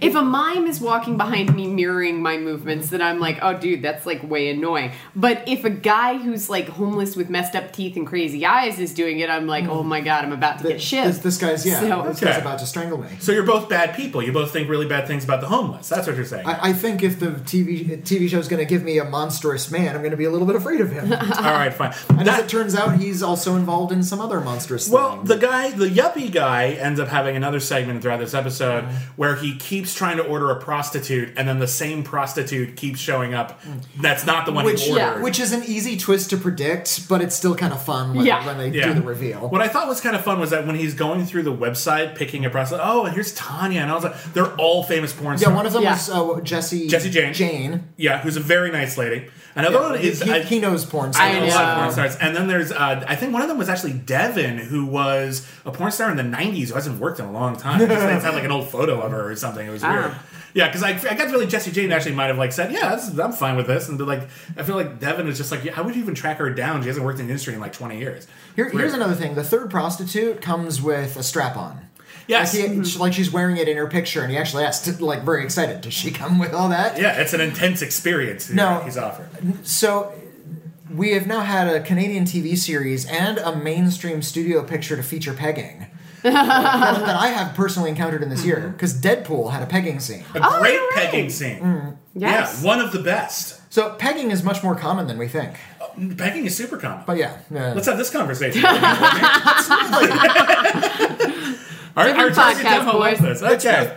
[SPEAKER 5] If a mime is walking behind me mirroring my movements, then I'm like, oh, dude, that's like way annoying. But if a guy who's like homeless with messed up teeth and crazy eyes is doing it, I'm like, oh my god, I'm about to get shit.
[SPEAKER 4] Mm. This, this guy's yeah.
[SPEAKER 5] So-
[SPEAKER 4] this guy's
[SPEAKER 1] Okay.
[SPEAKER 4] about to strangle me.
[SPEAKER 1] So you're both bad people. You both think really bad things about the homeless. That's what you're saying.
[SPEAKER 4] I, I think if the TV TV show's going to give me a monstrous man, I'm going to be a little bit afraid of
[SPEAKER 5] (laughs)
[SPEAKER 4] him. (laughs) and
[SPEAKER 1] All right, fine.
[SPEAKER 4] as
[SPEAKER 1] That-
[SPEAKER 4] it turns out, he's also involved in some other monstrous.
[SPEAKER 1] Well,
[SPEAKER 4] thing.
[SPEAKER 1] the guy, the yuppie guy, ends up having another segment throughout this episode where he keeps trying to order a prostitute, and then the same prostitute keeps showing up. That's not the one
[SPEAKER 4] which
[SPEAKER 1] he ordered.
[SPEAKER 5] yeah,
[SPEAKER 4] which is an easy twist to predict, but it's still kind of fun when,
[SPEAKER 5] Yeah.
[SPEAKER 4] when they
[SPEAKER 1] Yeah.
[SPEAKER 4] do the reveal.
[SPEAKER 1] What I thought was kind of fun was that when he's going through the website picking a prostitute, oh, and here's Tanya, and I was like, they're all famous porn stars.
[SPEAKER 4] yeah, one of them
[SPEAKER 5] Yeah.
[SPEAKER 4] was uh, Jesse
[SPEAKER 1] Jesse Jane.
[SPEAKER 4] Jane.
[SPEAKER 1] Yeah, who's a very nice lady. Another one
[SPEAKER 4] He,
[SPEAKER 1] is
[SPEAKER 4] he-
[SPEAKER 1] I-
[SPEAKER 4] he knows porn
[SPEAKER 1] I
[SPEAKER 4] stars.
[SPEAKER 1] know a lot of
[SPEAKER 5] know.
[SPEAKER 1] porn stars. And then there's, uh, I think one of them was actually Devin, who was a porn star in the 90s who hasn't worked in a long time. Just they had like an old photo of her or something. It was weird.
[SPEAKER 5] Ah.
[SPEAKER 1] Yeah, because I, I got really Jesse Jane actually might have like said, yeah, this is- I'm fine with this. And they're like, I feel like Devin is just like, yeah, how would you even track her down? She hasn't worked in the industry in like 20 years.
[SPEAKER 4] Here, here's
[SPEAKER 1] Weird.
[SPEAKER 4] another thing: the third prostitute comes with a strap on.
[SPEAKER 1] Yes.
[SPEAKER 4] like, he- she- like she's wearing it in her picture, and he actually asked, like, very excited, "Does she come with all that?"
[SPEAKER 1] Yeah, it's an intense experience.
[SPEAKER 4] No.
[SPEAKER 1] he's offered.
[SPEAKER 4] So we have now had a Canadian TV series and a mainstream studio picture to feature
[SPEAKER 5] (laughs)
[SPEAKER 4] pegging that, that I have personally encountered in this
[SPEAKER 5] Mm-hmm.
[SPEAKER 4] year because Deadpool had a pegging scene.
[SPEAKER 1] A
[SPEAKER 5] Oh,
[SPEAKER 1] great
[SPEAKER 5] you're right. Mm.
[SPEAKER 1] pegging scene.
[SPEAKER 5] yes.
[SPEAKER 1] Yeah, one of the best.
[SPEAKER 4] So pegging is much more common than we think.
[SPEAKER 1] Pegging is super common.
[SPEAKER 4] But yeah, yeah.
[SPEAKER 1] Let's have this conversation. Our, our
[SPEAKER 5] Different
[SPEAKER 1] target
[SPEAKER 5] podcast,
[SPEAKER 1] demo was
[SPEAKER 5] boys.
[SPEAKER 1] this.
[SPEAKER 4] It's
[SPEAKER 1] Okay.
[SPEAKER 4] worth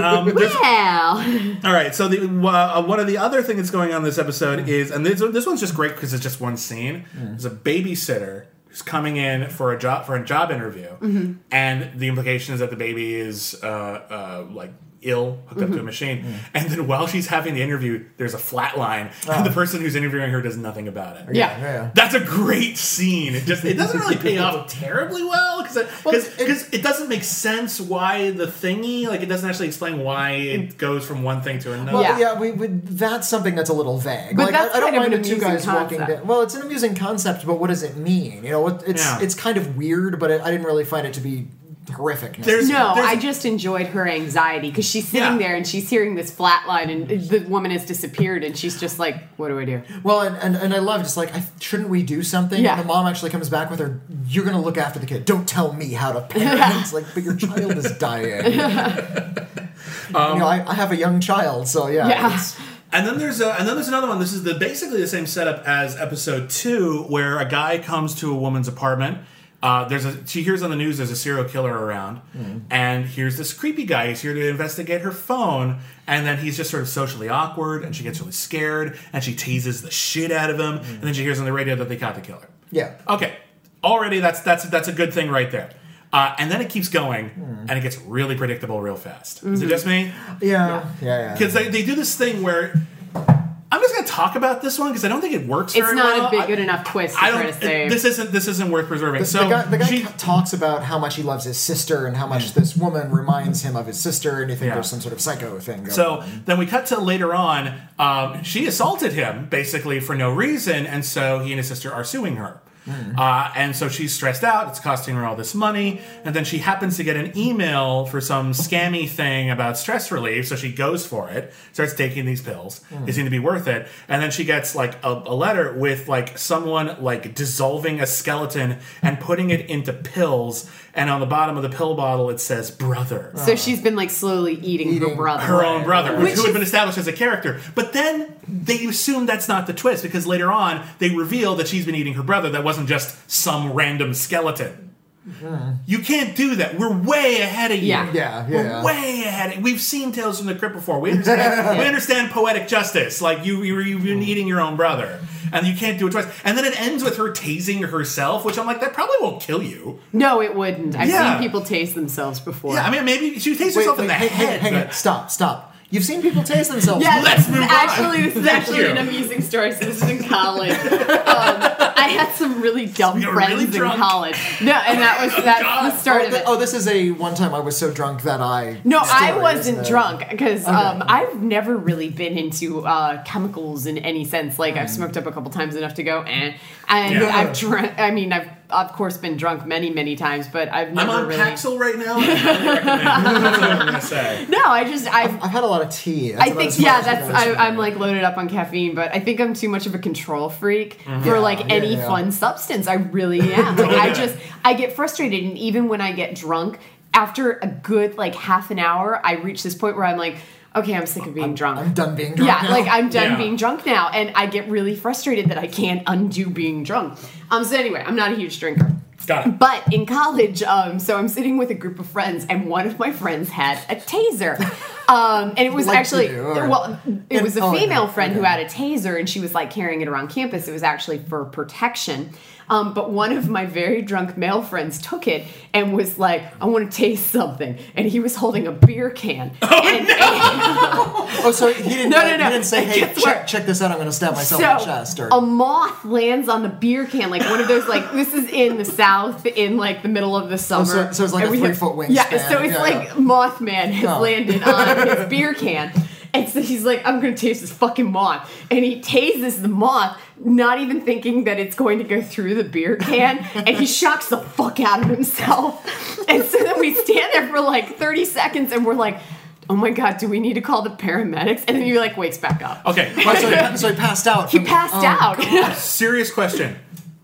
[SPEAKER 1] (coughs)
[SPEAKER 4] up.
[SPEAKER 5] well,
[SPEAKER 1] All right. So the uh, one of the other thing that's going on this
[SPEAKER 5] Mm.
[SPEAKER 1] episode is, and this, this one's just great because it's just one scene. There's a babysitter who's coming in for a job for a job interview,
[SPEAKER 5] Mm-hmm.
[SPEAKER 1] and the implication is that the baby is uh, uh, like ill, hooked
[SPEAKER 5] Mm-hmm.
[SPEAKER 1] up to a machine.
[SPEAKER 5] Mm.
[SPEAKER 1] And then while she's having the interview, there's a flat line,
[SPEAKER 5] Ah.
[SPEAKER 1] and (laughs) the person who's interviewing her does nothing about it.
[SPEAKER 5] yeah.
[SPEAKER 4] Yeah.
[SPEAKER 1] That's a great scene. It just it doesn't really pay off terribly well because because it doesn't make sense why the thingy like it doesn't actually explain why it goes from one thing to another.
[SPEAKER 4] Well,
[SPEAKER 5] Yeah.
[SPEAKER 4] yeah, we, we, that's something that's a little vague.
[SPEAKER 5] But
[SPEAKER 4] like,
[SPEAKER 5] that's
[SPEAKER 4] I, I don't
[SPEAKER 5] kind of
[SPEAKER 4] mind
[SPEAKER 5] an
[SPEAKER 4] the two
[SPEAKER 5] amusing
[SPEAKER 4] guys walking
[SPEAKER 5] concept.
[SPEAKER 4] down. Well, it's an amusing concept, but what does it mean? You know, what, it's
[SPEAKER 1] Yeah.
[SPEAKER 4] it's kind of weird, but it, I didn't really find it to be horrific.
[SPEAKER 1] There's-
[SPEAKER 5] No,
[SPEAKER 1] There's-
[SPEAKER 5] I just enjoyed her anxiety because she's sitting
[SPEAKER 1] Yeah.
[SPEAKER 5] there and she's hearing this flat line, and the woman has disappeared, and she's just like, "What do I do?"
[SPEAKER 4] Well, and, and, and I love just like, I, shouldn't we do something?
[SPEAKER 5] Yeah.
[SPEAKER 4] And the mom actually comes back with her, you're going to look after the kid. Don't tell me how
[SPEAKER 5] (laughs)
[SPEAKER 4] to parent. It's like, but your child is dying. you know, I, I have a young child, so yeah.
[SPEAKER 5] Yeah.
[SPEAKER 4] it's-
[SPEAKER 1] And then there's a, and then there's another one. This is the basically the same setup as episode two, where a guy comes to a woman's apartment. Uh, there's a she hears on the news there's a serial killer around, and here's this creepy guy. He's here to investigate her phone, and then he's just sort of socially awkward, and she gets really scared, and she teases the shit out of him, and then she hears on the radio that they caught the killer.
[SPEAKER 4] yeah.
[SPEAKER 1] Okay, already that's that's that's a good thing right there. Uh, and then it keeps going, and it gets really predictable real fast. Is it just me?
[SPEAKER 4] Yeah. Yeah. yeah.
[SPEAKER 1] because they, they do this thing where I'm just going to talk about this one because I don't think it works.
[SPEAKER 5] It's
[SPEAKER 1] very
[SPEAKER 5] not
[SPEAKER 1] well.
[SPEAKER 5] a big
[SPEAKER 1] I-
[SPEAKER 5] good enough twist to
[SPEAKER 1] I
[SPEAKER 5] try
[SPEAKER 1] don't.
[SPEAKER 5] to save.
[SPEAKER 1] This isn't. This isn't worth preserving. so
[SPEAKER 4] the guy, the guy
[SPEAKER 1] she- Mm.
[SPEAKER 4] talks about how much he loves his sister and how much this woman reminds him of his sister, and you think
[SPEAKER 1] Yeah.
[SPEAKER 4] there's some sort of psycho thing going
[SPEAKER 1] So then we cut to later on. Um, she assaulted him basically for no reason, and so he and his sister are suing her. Uh, and so she's stressed out. It's costing her all this money. And then she happens to get an email for some scammy thing about stress relief. So she goes for it, starts taking these pills. They seem to be worth it. And then she gets like a, a letter with like someone like dissolving a skeleton and putting it into pills. And on the bottom of the pill bottle, it says brother
[SPEAKER 5] so she's been like slowly eating, her
[SPEAKER 4] Eating
[SPEAKER 5] brother.
[SPEAKER 1] her own brother,
[SPEAKER 5] Which
[SPEAKER 1] who
[SPEAKER 5] is-
[SPEAKER 1] had been established as a character. But then they assume that's not the twist because later on they reveal that she's been eating her brother. That wasn't just some random skeleton. You can't do that. We're way ahead of you.
[SPEAKER 5] Mm-hmm. Yeah.
[SPEAKER 4] Yeah,
[SPEAKER 1] We're
[SPEAKER 4] yeah.
[SPEAKER 1] way ahead. Of, we've seen Tales from the Crypt before. We
[SPEAKER 4] (laughs)
[SPEAKER 1] understand. we understand poetic justice. Like you, you, you've been
[SPEAKER 5] Mm-hmm.
[SPEAKER 1] eating your own brother, and you can't do it twice. And then it ends with her tasing herself, which I'm like, that probably won't kill you.
[SPEAKER 5] No, it wouldn't. I've
[SPEAKER 1] Yeah.
[SPEAKER 5] seen people taste themselves before.
[SPEAKER 1] Yeah, I mean, maybe she tased herself in the
[SPEAKER 4] hey, hey,
[SPEAKER 1] head.
[SPEAKER 4] hey,
[SPEAKER 1] but-
[SPEAKER 4] stop, stop. You've seen people taste themselves.
[SPEAKER 5] Yes,
[SPEAKER 1] Let's
[SPEAKER 5] this is
[SPEAKER 1] move on.
[SPEAKER 5] actually, this is
[SPEAKER 1] Thank
[SPEAKER 5] actually
[SPEAKER 1] you.
[SPEAKER 5] an amusing story. So this is
[SPEAKER 1] (laughs)
[SPEAKER 5] in college. Um, I had some really dumb
[SPEAKER 1] You were
[SPEAKER 5] friends
[SPEAKER 1] really
[SPEAKER 5] in
[SPEAKER 1] drunk.
[SPEAKER 5] college. No, and that was that's the start
[SPEAKER 4] Oh,
[SPEAKER 5] of
[SPEAKER 4] th-
[SPEAKER 5] it.
[SPEAKER 4] oh, this is a one time I was so drunk that I. uh,
[SPEAKER 5] No,
[SPEAKER 4] story,
[SPEAKER 5] I
[SPEAKER 4] isn't
[SPEAKER 5] wasn't
[SPEAKER 4] it?
[SPEAKER 5] drunk because um, I've never really been into uh, chemicals in any sense. Like I've smoked up a couple times enough to go, eh. and
[SPEAKER 1] Yeah.
[SPEAKER 5] I've drunk. I mean, I've of course been drunk many, many times, but I've
[SPEAKER 1] I'm
[SPEAKER 5] never
[SPEAKER 1] on
[SPEAKER 5] really.
[SPEAKER 1] Paxil right
[SPEAKER 5] (laughs)
[SPEAKER 1] now. and I highly recommend it. That's what I'm gonna say.
[SPEAKER 5] No, I just I've.
[SPEAKER 4] I've had a lot of tea. That's
[SPEAKER 5] I
[SPEAKER 4] about
[SPEAKER 5] think
[SPEAKER 4] as much
[SPEAKER 5] yeah,
[SPEAKER 4] as I've
[SPEAKER 5] that's
[SPEAKER 4] ever
[SPEAKER 5] I,
[SPEAKER 4] seen.
[SPEAKER 5] I'm like loaded up on caffeine, but I think I'm too much of a control freak for
[SPEAKER 4] Yeah,
[SPEAKER 5] like
[SPEAKER 4] yeah,
[SPEAKER 5] any
[SPEAKER 4] yeah.
[SPEAKER 5] fun substance. I really am. Like, I just I get frustrated, and even when I get drunk, after a good like half an hour, I reach this point where I'm like, okay, I'm sick of being drunk.
[SPEAKER 4] I'm done being drunk.
[SPEAKER 5] yeah,
[SPEAKER 4] now.
[SPEAKER 5] like I'm done
[SPEAKER 1] Yeah.
[SPEAKER 5] being drunk now, and I get really frustrated that I can't undo being drunk. Um, so anyway, I'm not a huge drinker.
[SPEAKER 1] Got it.
[SPEAKER 5] But in college, um, so I'm sitting with a group of friends, and one of my friends had a taser. Um, and it was
[SPEAKER 4] Like you
[SPEAKER 5] actually,
[SPEAKER 4] do, alright.
[SPEAKER 5] well, it
[SPEAKER 4] And-
[SPEAKER 5] was a
[SPEAKER 4] oh, okay,
[SPEAKER 5] female friend who
[SPEAKER 4] okay.
[SPEAKER 5] had a taser, and she was like carrying it around campus. It was actually for protection. Um, but one of my very drunk male friends took it and was like, I want to taste something. And he was holding a beer can. and, (laughs)
[SPEAKER 4] Oh, so he didn't.
[SPEAKER 5] No,
[SPEAKER 4] uh,
[SPEAKER 5] no,
[SPEAKER 4] he
[SPEAKER 5] no.
[SPEAKER 4] didn't say,
[SPEAKER 5] It
[SPEAKER 4] "Hey,
[SPEAKER 5] gets
[SPEAKER 4] check,
[SPEAKER 5] worse.
[SPEAKER 4] check this out. I'm going to stab myself in the chest." Or
[SPEAKER 5] a moth lands on the beer can, like one of those, like this is in the south, in like the middle of the summer.
[SPEAKER 4] so- so it's like
[SPEAKER 5] And
[SPEAKER 4] a
[SPEAKER 5] we have-
[SPEAKER 4] three-foot
[SPEAKER 5] Yeah,
[SPEAKER 4] wingspan.
[SPEAKER 5] so it's
[SPEAKER 4] Yeah,
[SPEAKER 5] like
[SPEAKER 4] yeah.
[SPEAKER 5] Mothman has
[SPEAKER 4] Oh.
[SPEAKER 5] landed
[SPEAKER 4] (laughs)
[SPEAKER 5] on his beer can. And so he's like, I'm gonna taste this fucking moth. And he tases the moth, not even thinking that it's going to go through the beer can. And he shocks the fuck out of himself. (laughs) And so then we stand there for like 30 seconds and we're like, oh my god, do we need to call the paramedics? And then he like wakes back up.
[SPEAKER 1] Okay.
[SPEAKER 4] Oh, so,
[SPEAKER 5] (laughs)
[SPEAKER 4] he, so he passed out.
[SPEAKER 5] He
[SPEAKER 4] from-
[SPEAKER 5] passed
[SPEAKER 4] oh,
[SPEAKER 5] out.
[SPEAKER 1] Serious question.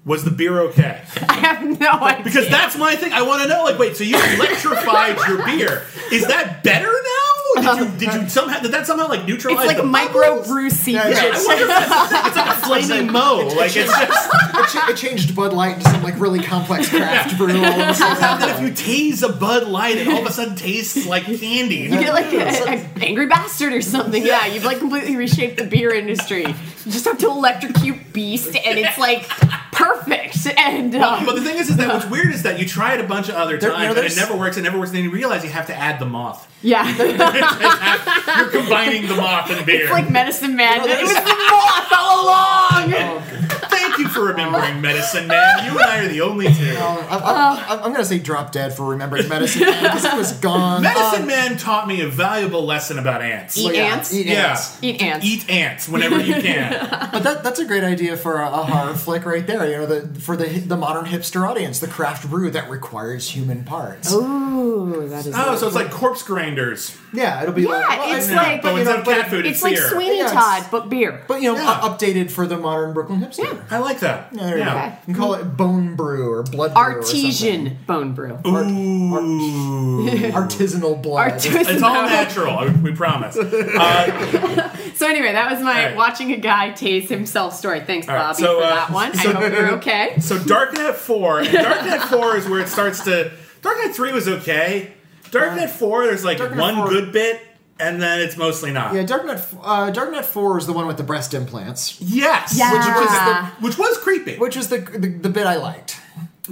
[SPEAKER 1] Was the beer okay?
[SPEAKER 5] I have no idea.
[SPEAKER 1] Because that's my thing. I want to know. Like, wait. So you electrified your beer. Is that better now? Did you did you somehow did that somehow like
[SPEAKER 5] it's
[SPEAKER 1] neutralize?
[SPEAKER 5] like
[SPEAKER 1] the
[SPEAKER 5] micro
[SPEAKER 1] bubbles?
[SPEAKER 5] brew
[SPEAKER 4] Yeah,
[SPEAKER 5] secret.
[SPEAKER 4] yeah.
[SPEAKER 1] I wonder if that's, it's like a flaming mo. Like it's
[SPEAKER 5] (laughs)
[SPEAKER 1] just.
[SPEAKER 4] It, cha- it changed Bud Light into some like really complex craft brew. All of a
[SPEAKER 5] (laughs)
[SPEAKER 1] How that if
[SPEAKER 4] sudden.
[SPEAKER 1] you tease a Bud Light, it all of a sudden tastes like candy.
[SPEAKER 5] You get like an angry bastard or something. Yeah, you've like completely reshaped the beer industry. You just have to electrocute beast, and it's like perfect. And um,
[SPEAKER 1] But the thing is, is that what's weird is that you try it a bunch of other
[SPEAKER 4] There- you
[SPEAKER 1] times
[SPEAKER 4] know,
[SPEAKER 1] and it
[SPEAKER 4] there's-
[SPEAKER 1] never works. It never works, and then you realize you have to add the moth.
[SPEAKER 5] yeah, (laughs)
[SPEAKER 1] You're combining the moth and beer.
[SPEAKER 4] Um,
[SPEAKER 5] it's like medicine man.
[SPEAKER 4] You know,
[SPEAKER 5] it was
[SPEAKER 4] there's-
[SPEAKER 5] the moth all along.
[SPEAKER 1] Thank you for remembering Medicine Man. You and I are the only two.
[SPEAKER 4] I'm, I'm,
[SPEAKER 5] Uh.
[SPEAKER 4] I'm, I'm gonna say drop dead for remembering medicine man because
[SPEAKER 5] (laughs)
[SPEAKER 4] I was gone. Um,
[SPEAKER 1] Medicine Man taught me a valuable lesson about ants.
[SPEAKER 5] Eat ants.
[SPEAKER 4] Eat
[SPEAKER 1] yeah.
[SPEAKER 4] ants.
[SPEAKER 5] Eat ants.
[SPEAKER 1] Eat ants whenever you
[SPEAKER 4] (laughs)
[SPEAKER 1] can.
[SPEAKER 4] But that, that's a great idea for a, a horror flick right there. You know, the, for the the modern hipster audience, the craft brew that requires human parts.
[SPEAKER 5] Ooh, that is.
[SPEAKER 1] oh, so it's like corpse grinders.
[SPEAKER 4] Yeah, it'll be like
[SPEAKER 5] yeah,
[SPEAKER 4] well,
[SPEAKER 5] it's
[SPEAKER 4] I-
[SPEAKER 5] like
[SPEAKER 1] but
[SPEAKER 4] you
[SPEAKER 1] instead
[SPEAKER 4] know,
[SPEAKER 1] of
[SPEAKER 4] but-
[SPEAKER 1] cat food, it's,
[SPEAKER 5] it's like
[SPEAKER 1] beer.
[SPEAKER 5] Sweeney
[SPEAKER 4] Yeah, it's-
[SPEAKER 5] Todd, but beer.
[SPEAKER 4] But you know,
[SPEAKER 1] Yeah.
[SPEAKER 4] u- updated for the modern Brooklyn hipster.
[SPEAKER 1] I like that.
[SPEAKER 4] Yeah, there you go.
[SPEAKER 1] Yeah.
[SPEAKER 4] You can call it bone brew or blood brew or
[SPEAKER 5] Artesian bone brew.
[SPEAKER 1] Ooh.
[SPEAKER 4] something. artisanal blood.
[SPEAKER 1] It's
[SPEAKER 4] (laughs)
[SPEAKER 1] all natural, we promise. Uh,
[SPEAKER 5] (laughs) So anyway, that was my
[SPEAKER 1] All right.
[SPEAKER 5] watching a guy tase himself story. Thanks,
[SPEAKER 1] right,
[SPEAKER 5] Bobby,
[SPEAKER 1] so,
[SPEAKER 5] for
[SPEAKER 1] uh,
[SPEAKER 5] that one. I
[SPEAKER 1] (laughs)
[SPEAKER 5] hope you're okay.
[SPEAKER 1] so Darknet 4, and Darknet 4 is where it starts to. Darknet 3 was okay. Darknet 4, there's like
[SPEAKER 4] Darknet
[SPEAKER 1] one
[SPEAKER 4] 4
[SPEAKER 1] good bit, and then it's mostly not.
[SPEAKER 4] yeah, Darknet f- uh, Darknet Four is the one with the breast implants,
[SPEAKER 1] Yes.
[SPEAKER 5] Yeah.
[SPEAKER 1] Which, was
[SPEAKER 5] Yeah.
[SPEAKER 1] the- which was creepy.
[SPEAKER 4] which is the the, the bit I liked.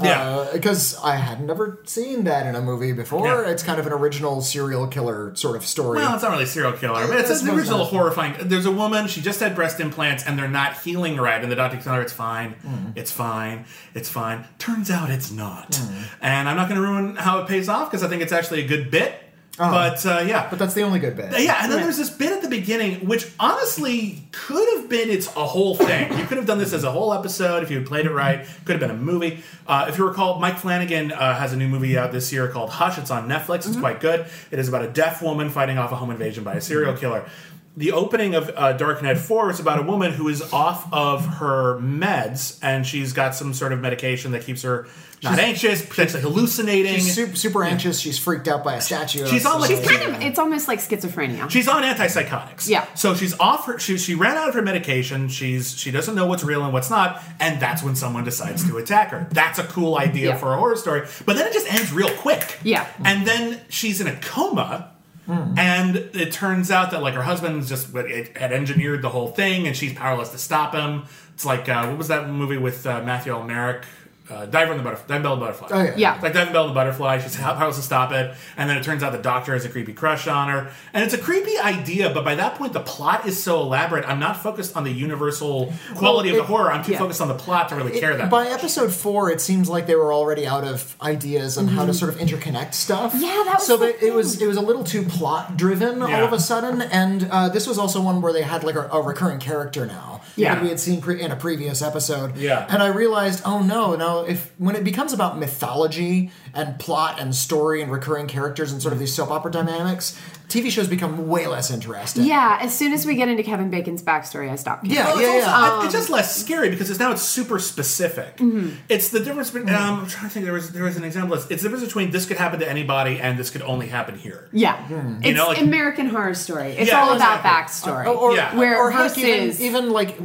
[SPEAKER 1] Yeah.
[SPEAKER 4] because I had never seen that in a movie before.
[SPEAKER 1] Yeah.
[SPEAKER 4] It's kind of an original serial killer sort of story.
[SPEAKER 1] Well, it's not really serial killer, but it's
[SPEAKER 4] That's
[SPEAKER 1] an
[SPEAKER 4] most
[SPEAKER 1] original
[SPEAKER 4] awful.
[SPEAKER 1] horrifying. There's a woman; she just had breast implants, and they're not healing right. And the doctor tells her it's fine,
[SPEAKER 4] Mm.
[SPEAKER 1] it's fine, it's fine. Turns out it's not.
[SPEAKER 4] Mm.
[SPEAKER 1] And I'm not going to ruin how it pays off because I think it's actually a good bit. But uh, yeah,
[SPEAKER 4] Uh-huh. but that's the only good bit.
[SPEAKER 1] yeah, and then there's this bit at the beginning, which honestly could have been its a whole thing. You could have done this as a whole episode if you had played it right. Could have been a movie. Uh, if you recall, Mike Flanagan uh, has a new movie out this year called Hush. It's on Netflix. It's quite good. It is about a deaf woman fighting off a home invasion by a serial killer. The opening of uh, Dark Knight 4 is about a woman who is off of her meds and she's got some sort of medication that keeps her not anxious, potentially hallucinating.
[SPEAKER 4] She's super, super anxious. She's freaked out by a statue.
[SPEAKER 1] She's on, like,
[SPEAKER 5] She's kind of. It's almost like schizophrenia.
[SPEAKER 1] She's on antipsychotics.
[SPEAKER 5] Yeah.
[SPEAKER 1] So she's off her. She, she ran out of her medication. She's she doesn't know what's real and what's not, and that's when someone decides to attack her. That's a cool idea
[SPEAKER 5] Yeah.
[SPEAKER 1] for a horror story, but then it just ends real quick.
[SPEAKER 5] Yeah. Hmm.
[SPEAKER 1] And then she's in a coma. And it turns out that like her husband's just it, had engineered the whole thing, and she's powerless to stop him. It's like uh, what was that movie with uh, Matthew L. Merrick, uh, Diver in the Butterfly, Diver in the Butterfly.
[SPEAKER 4] Oh, yeah.
[SPEAKER 5] Yeah.
[SPEAKER 1] It's like Diving Bell and the Butterfly. She's how powerless to stop it. And then it turns out the doctor has a creepy crush on her. And it's a creepy idea, but by that point, the plot is so elaborate. I'm not focused on the universal quality
[SPEAKER 4] Well,
[SPEAKER 1] of
[SPEAKER 4] it-
[SPEAKER 1] the horror. I'm too
[SPEAKER 5] yeah.
[SPEAKER 1] focused on the plot to really care that
[SPEAKER 4] By
[SPEAKER 1] much.
[SPEAKER 4] episode four, it seems like they were already out of ideas on how to sort of interconnect stuff.
[SPEAKER 5] Mm-hmm. Yeah, that was
[SPEAKER 4] so.
[SPEAKER 5] the
[SPEAKER 4] they- it was it was a little too plot driven all
[SPEAKER 1] Yeah.
[SPEAKER 4] of a sudden, and uh, this was also one where they had like a, a recurring character now
[SPEAKER 5] Yeah.
[SPEAKER 4] that we had seen pre- in a previous episode.
[SPEAKER 1] Yeah.
[SPEAKER 4] and I realized, oh no, no, if when it becomes about mythology and plot and story and recurring characters and sort of
[SPEAKER 5] Mm.
[SPEAKER 4] these soap opera dynamics, TV shows become way less interesting.
[SPEAKER 5] Yeah. As soon as we get into Kevin Bacon's backstory, I stop.
[SPEAKER 4] yeah,
[SPEAKER 1] Well,
[SPEAKER 4] yeah,
[SPEAKER 1] it's,
[SPEAKER 4] yeah.
[SPEAKER 1] also- it's just less scary because it's now it's super specific. It's the difference. Between, um, I'm trying to think. There was there was an example. It's, it's the difference between this could happen to anybody and this could only happen here.
[SPEAKER 5] Yeah. It's
[SPEAKER 1] know, like-
[SPEAKER 5] American Horror Story. It's
[SPEAKER 1] Yeah,
[SPEAKER 5] all about
[SPEAKER 1] exactly.
[SPEAKER 5] backstory.
[SPEAKER 4] or,
[SPEAKER 1] Yeah.
[SPEAKER 5] Where
[SPEAKER 4] or heck,
[SPEAKER 5] versus-
[SPEAKER 4] even, even like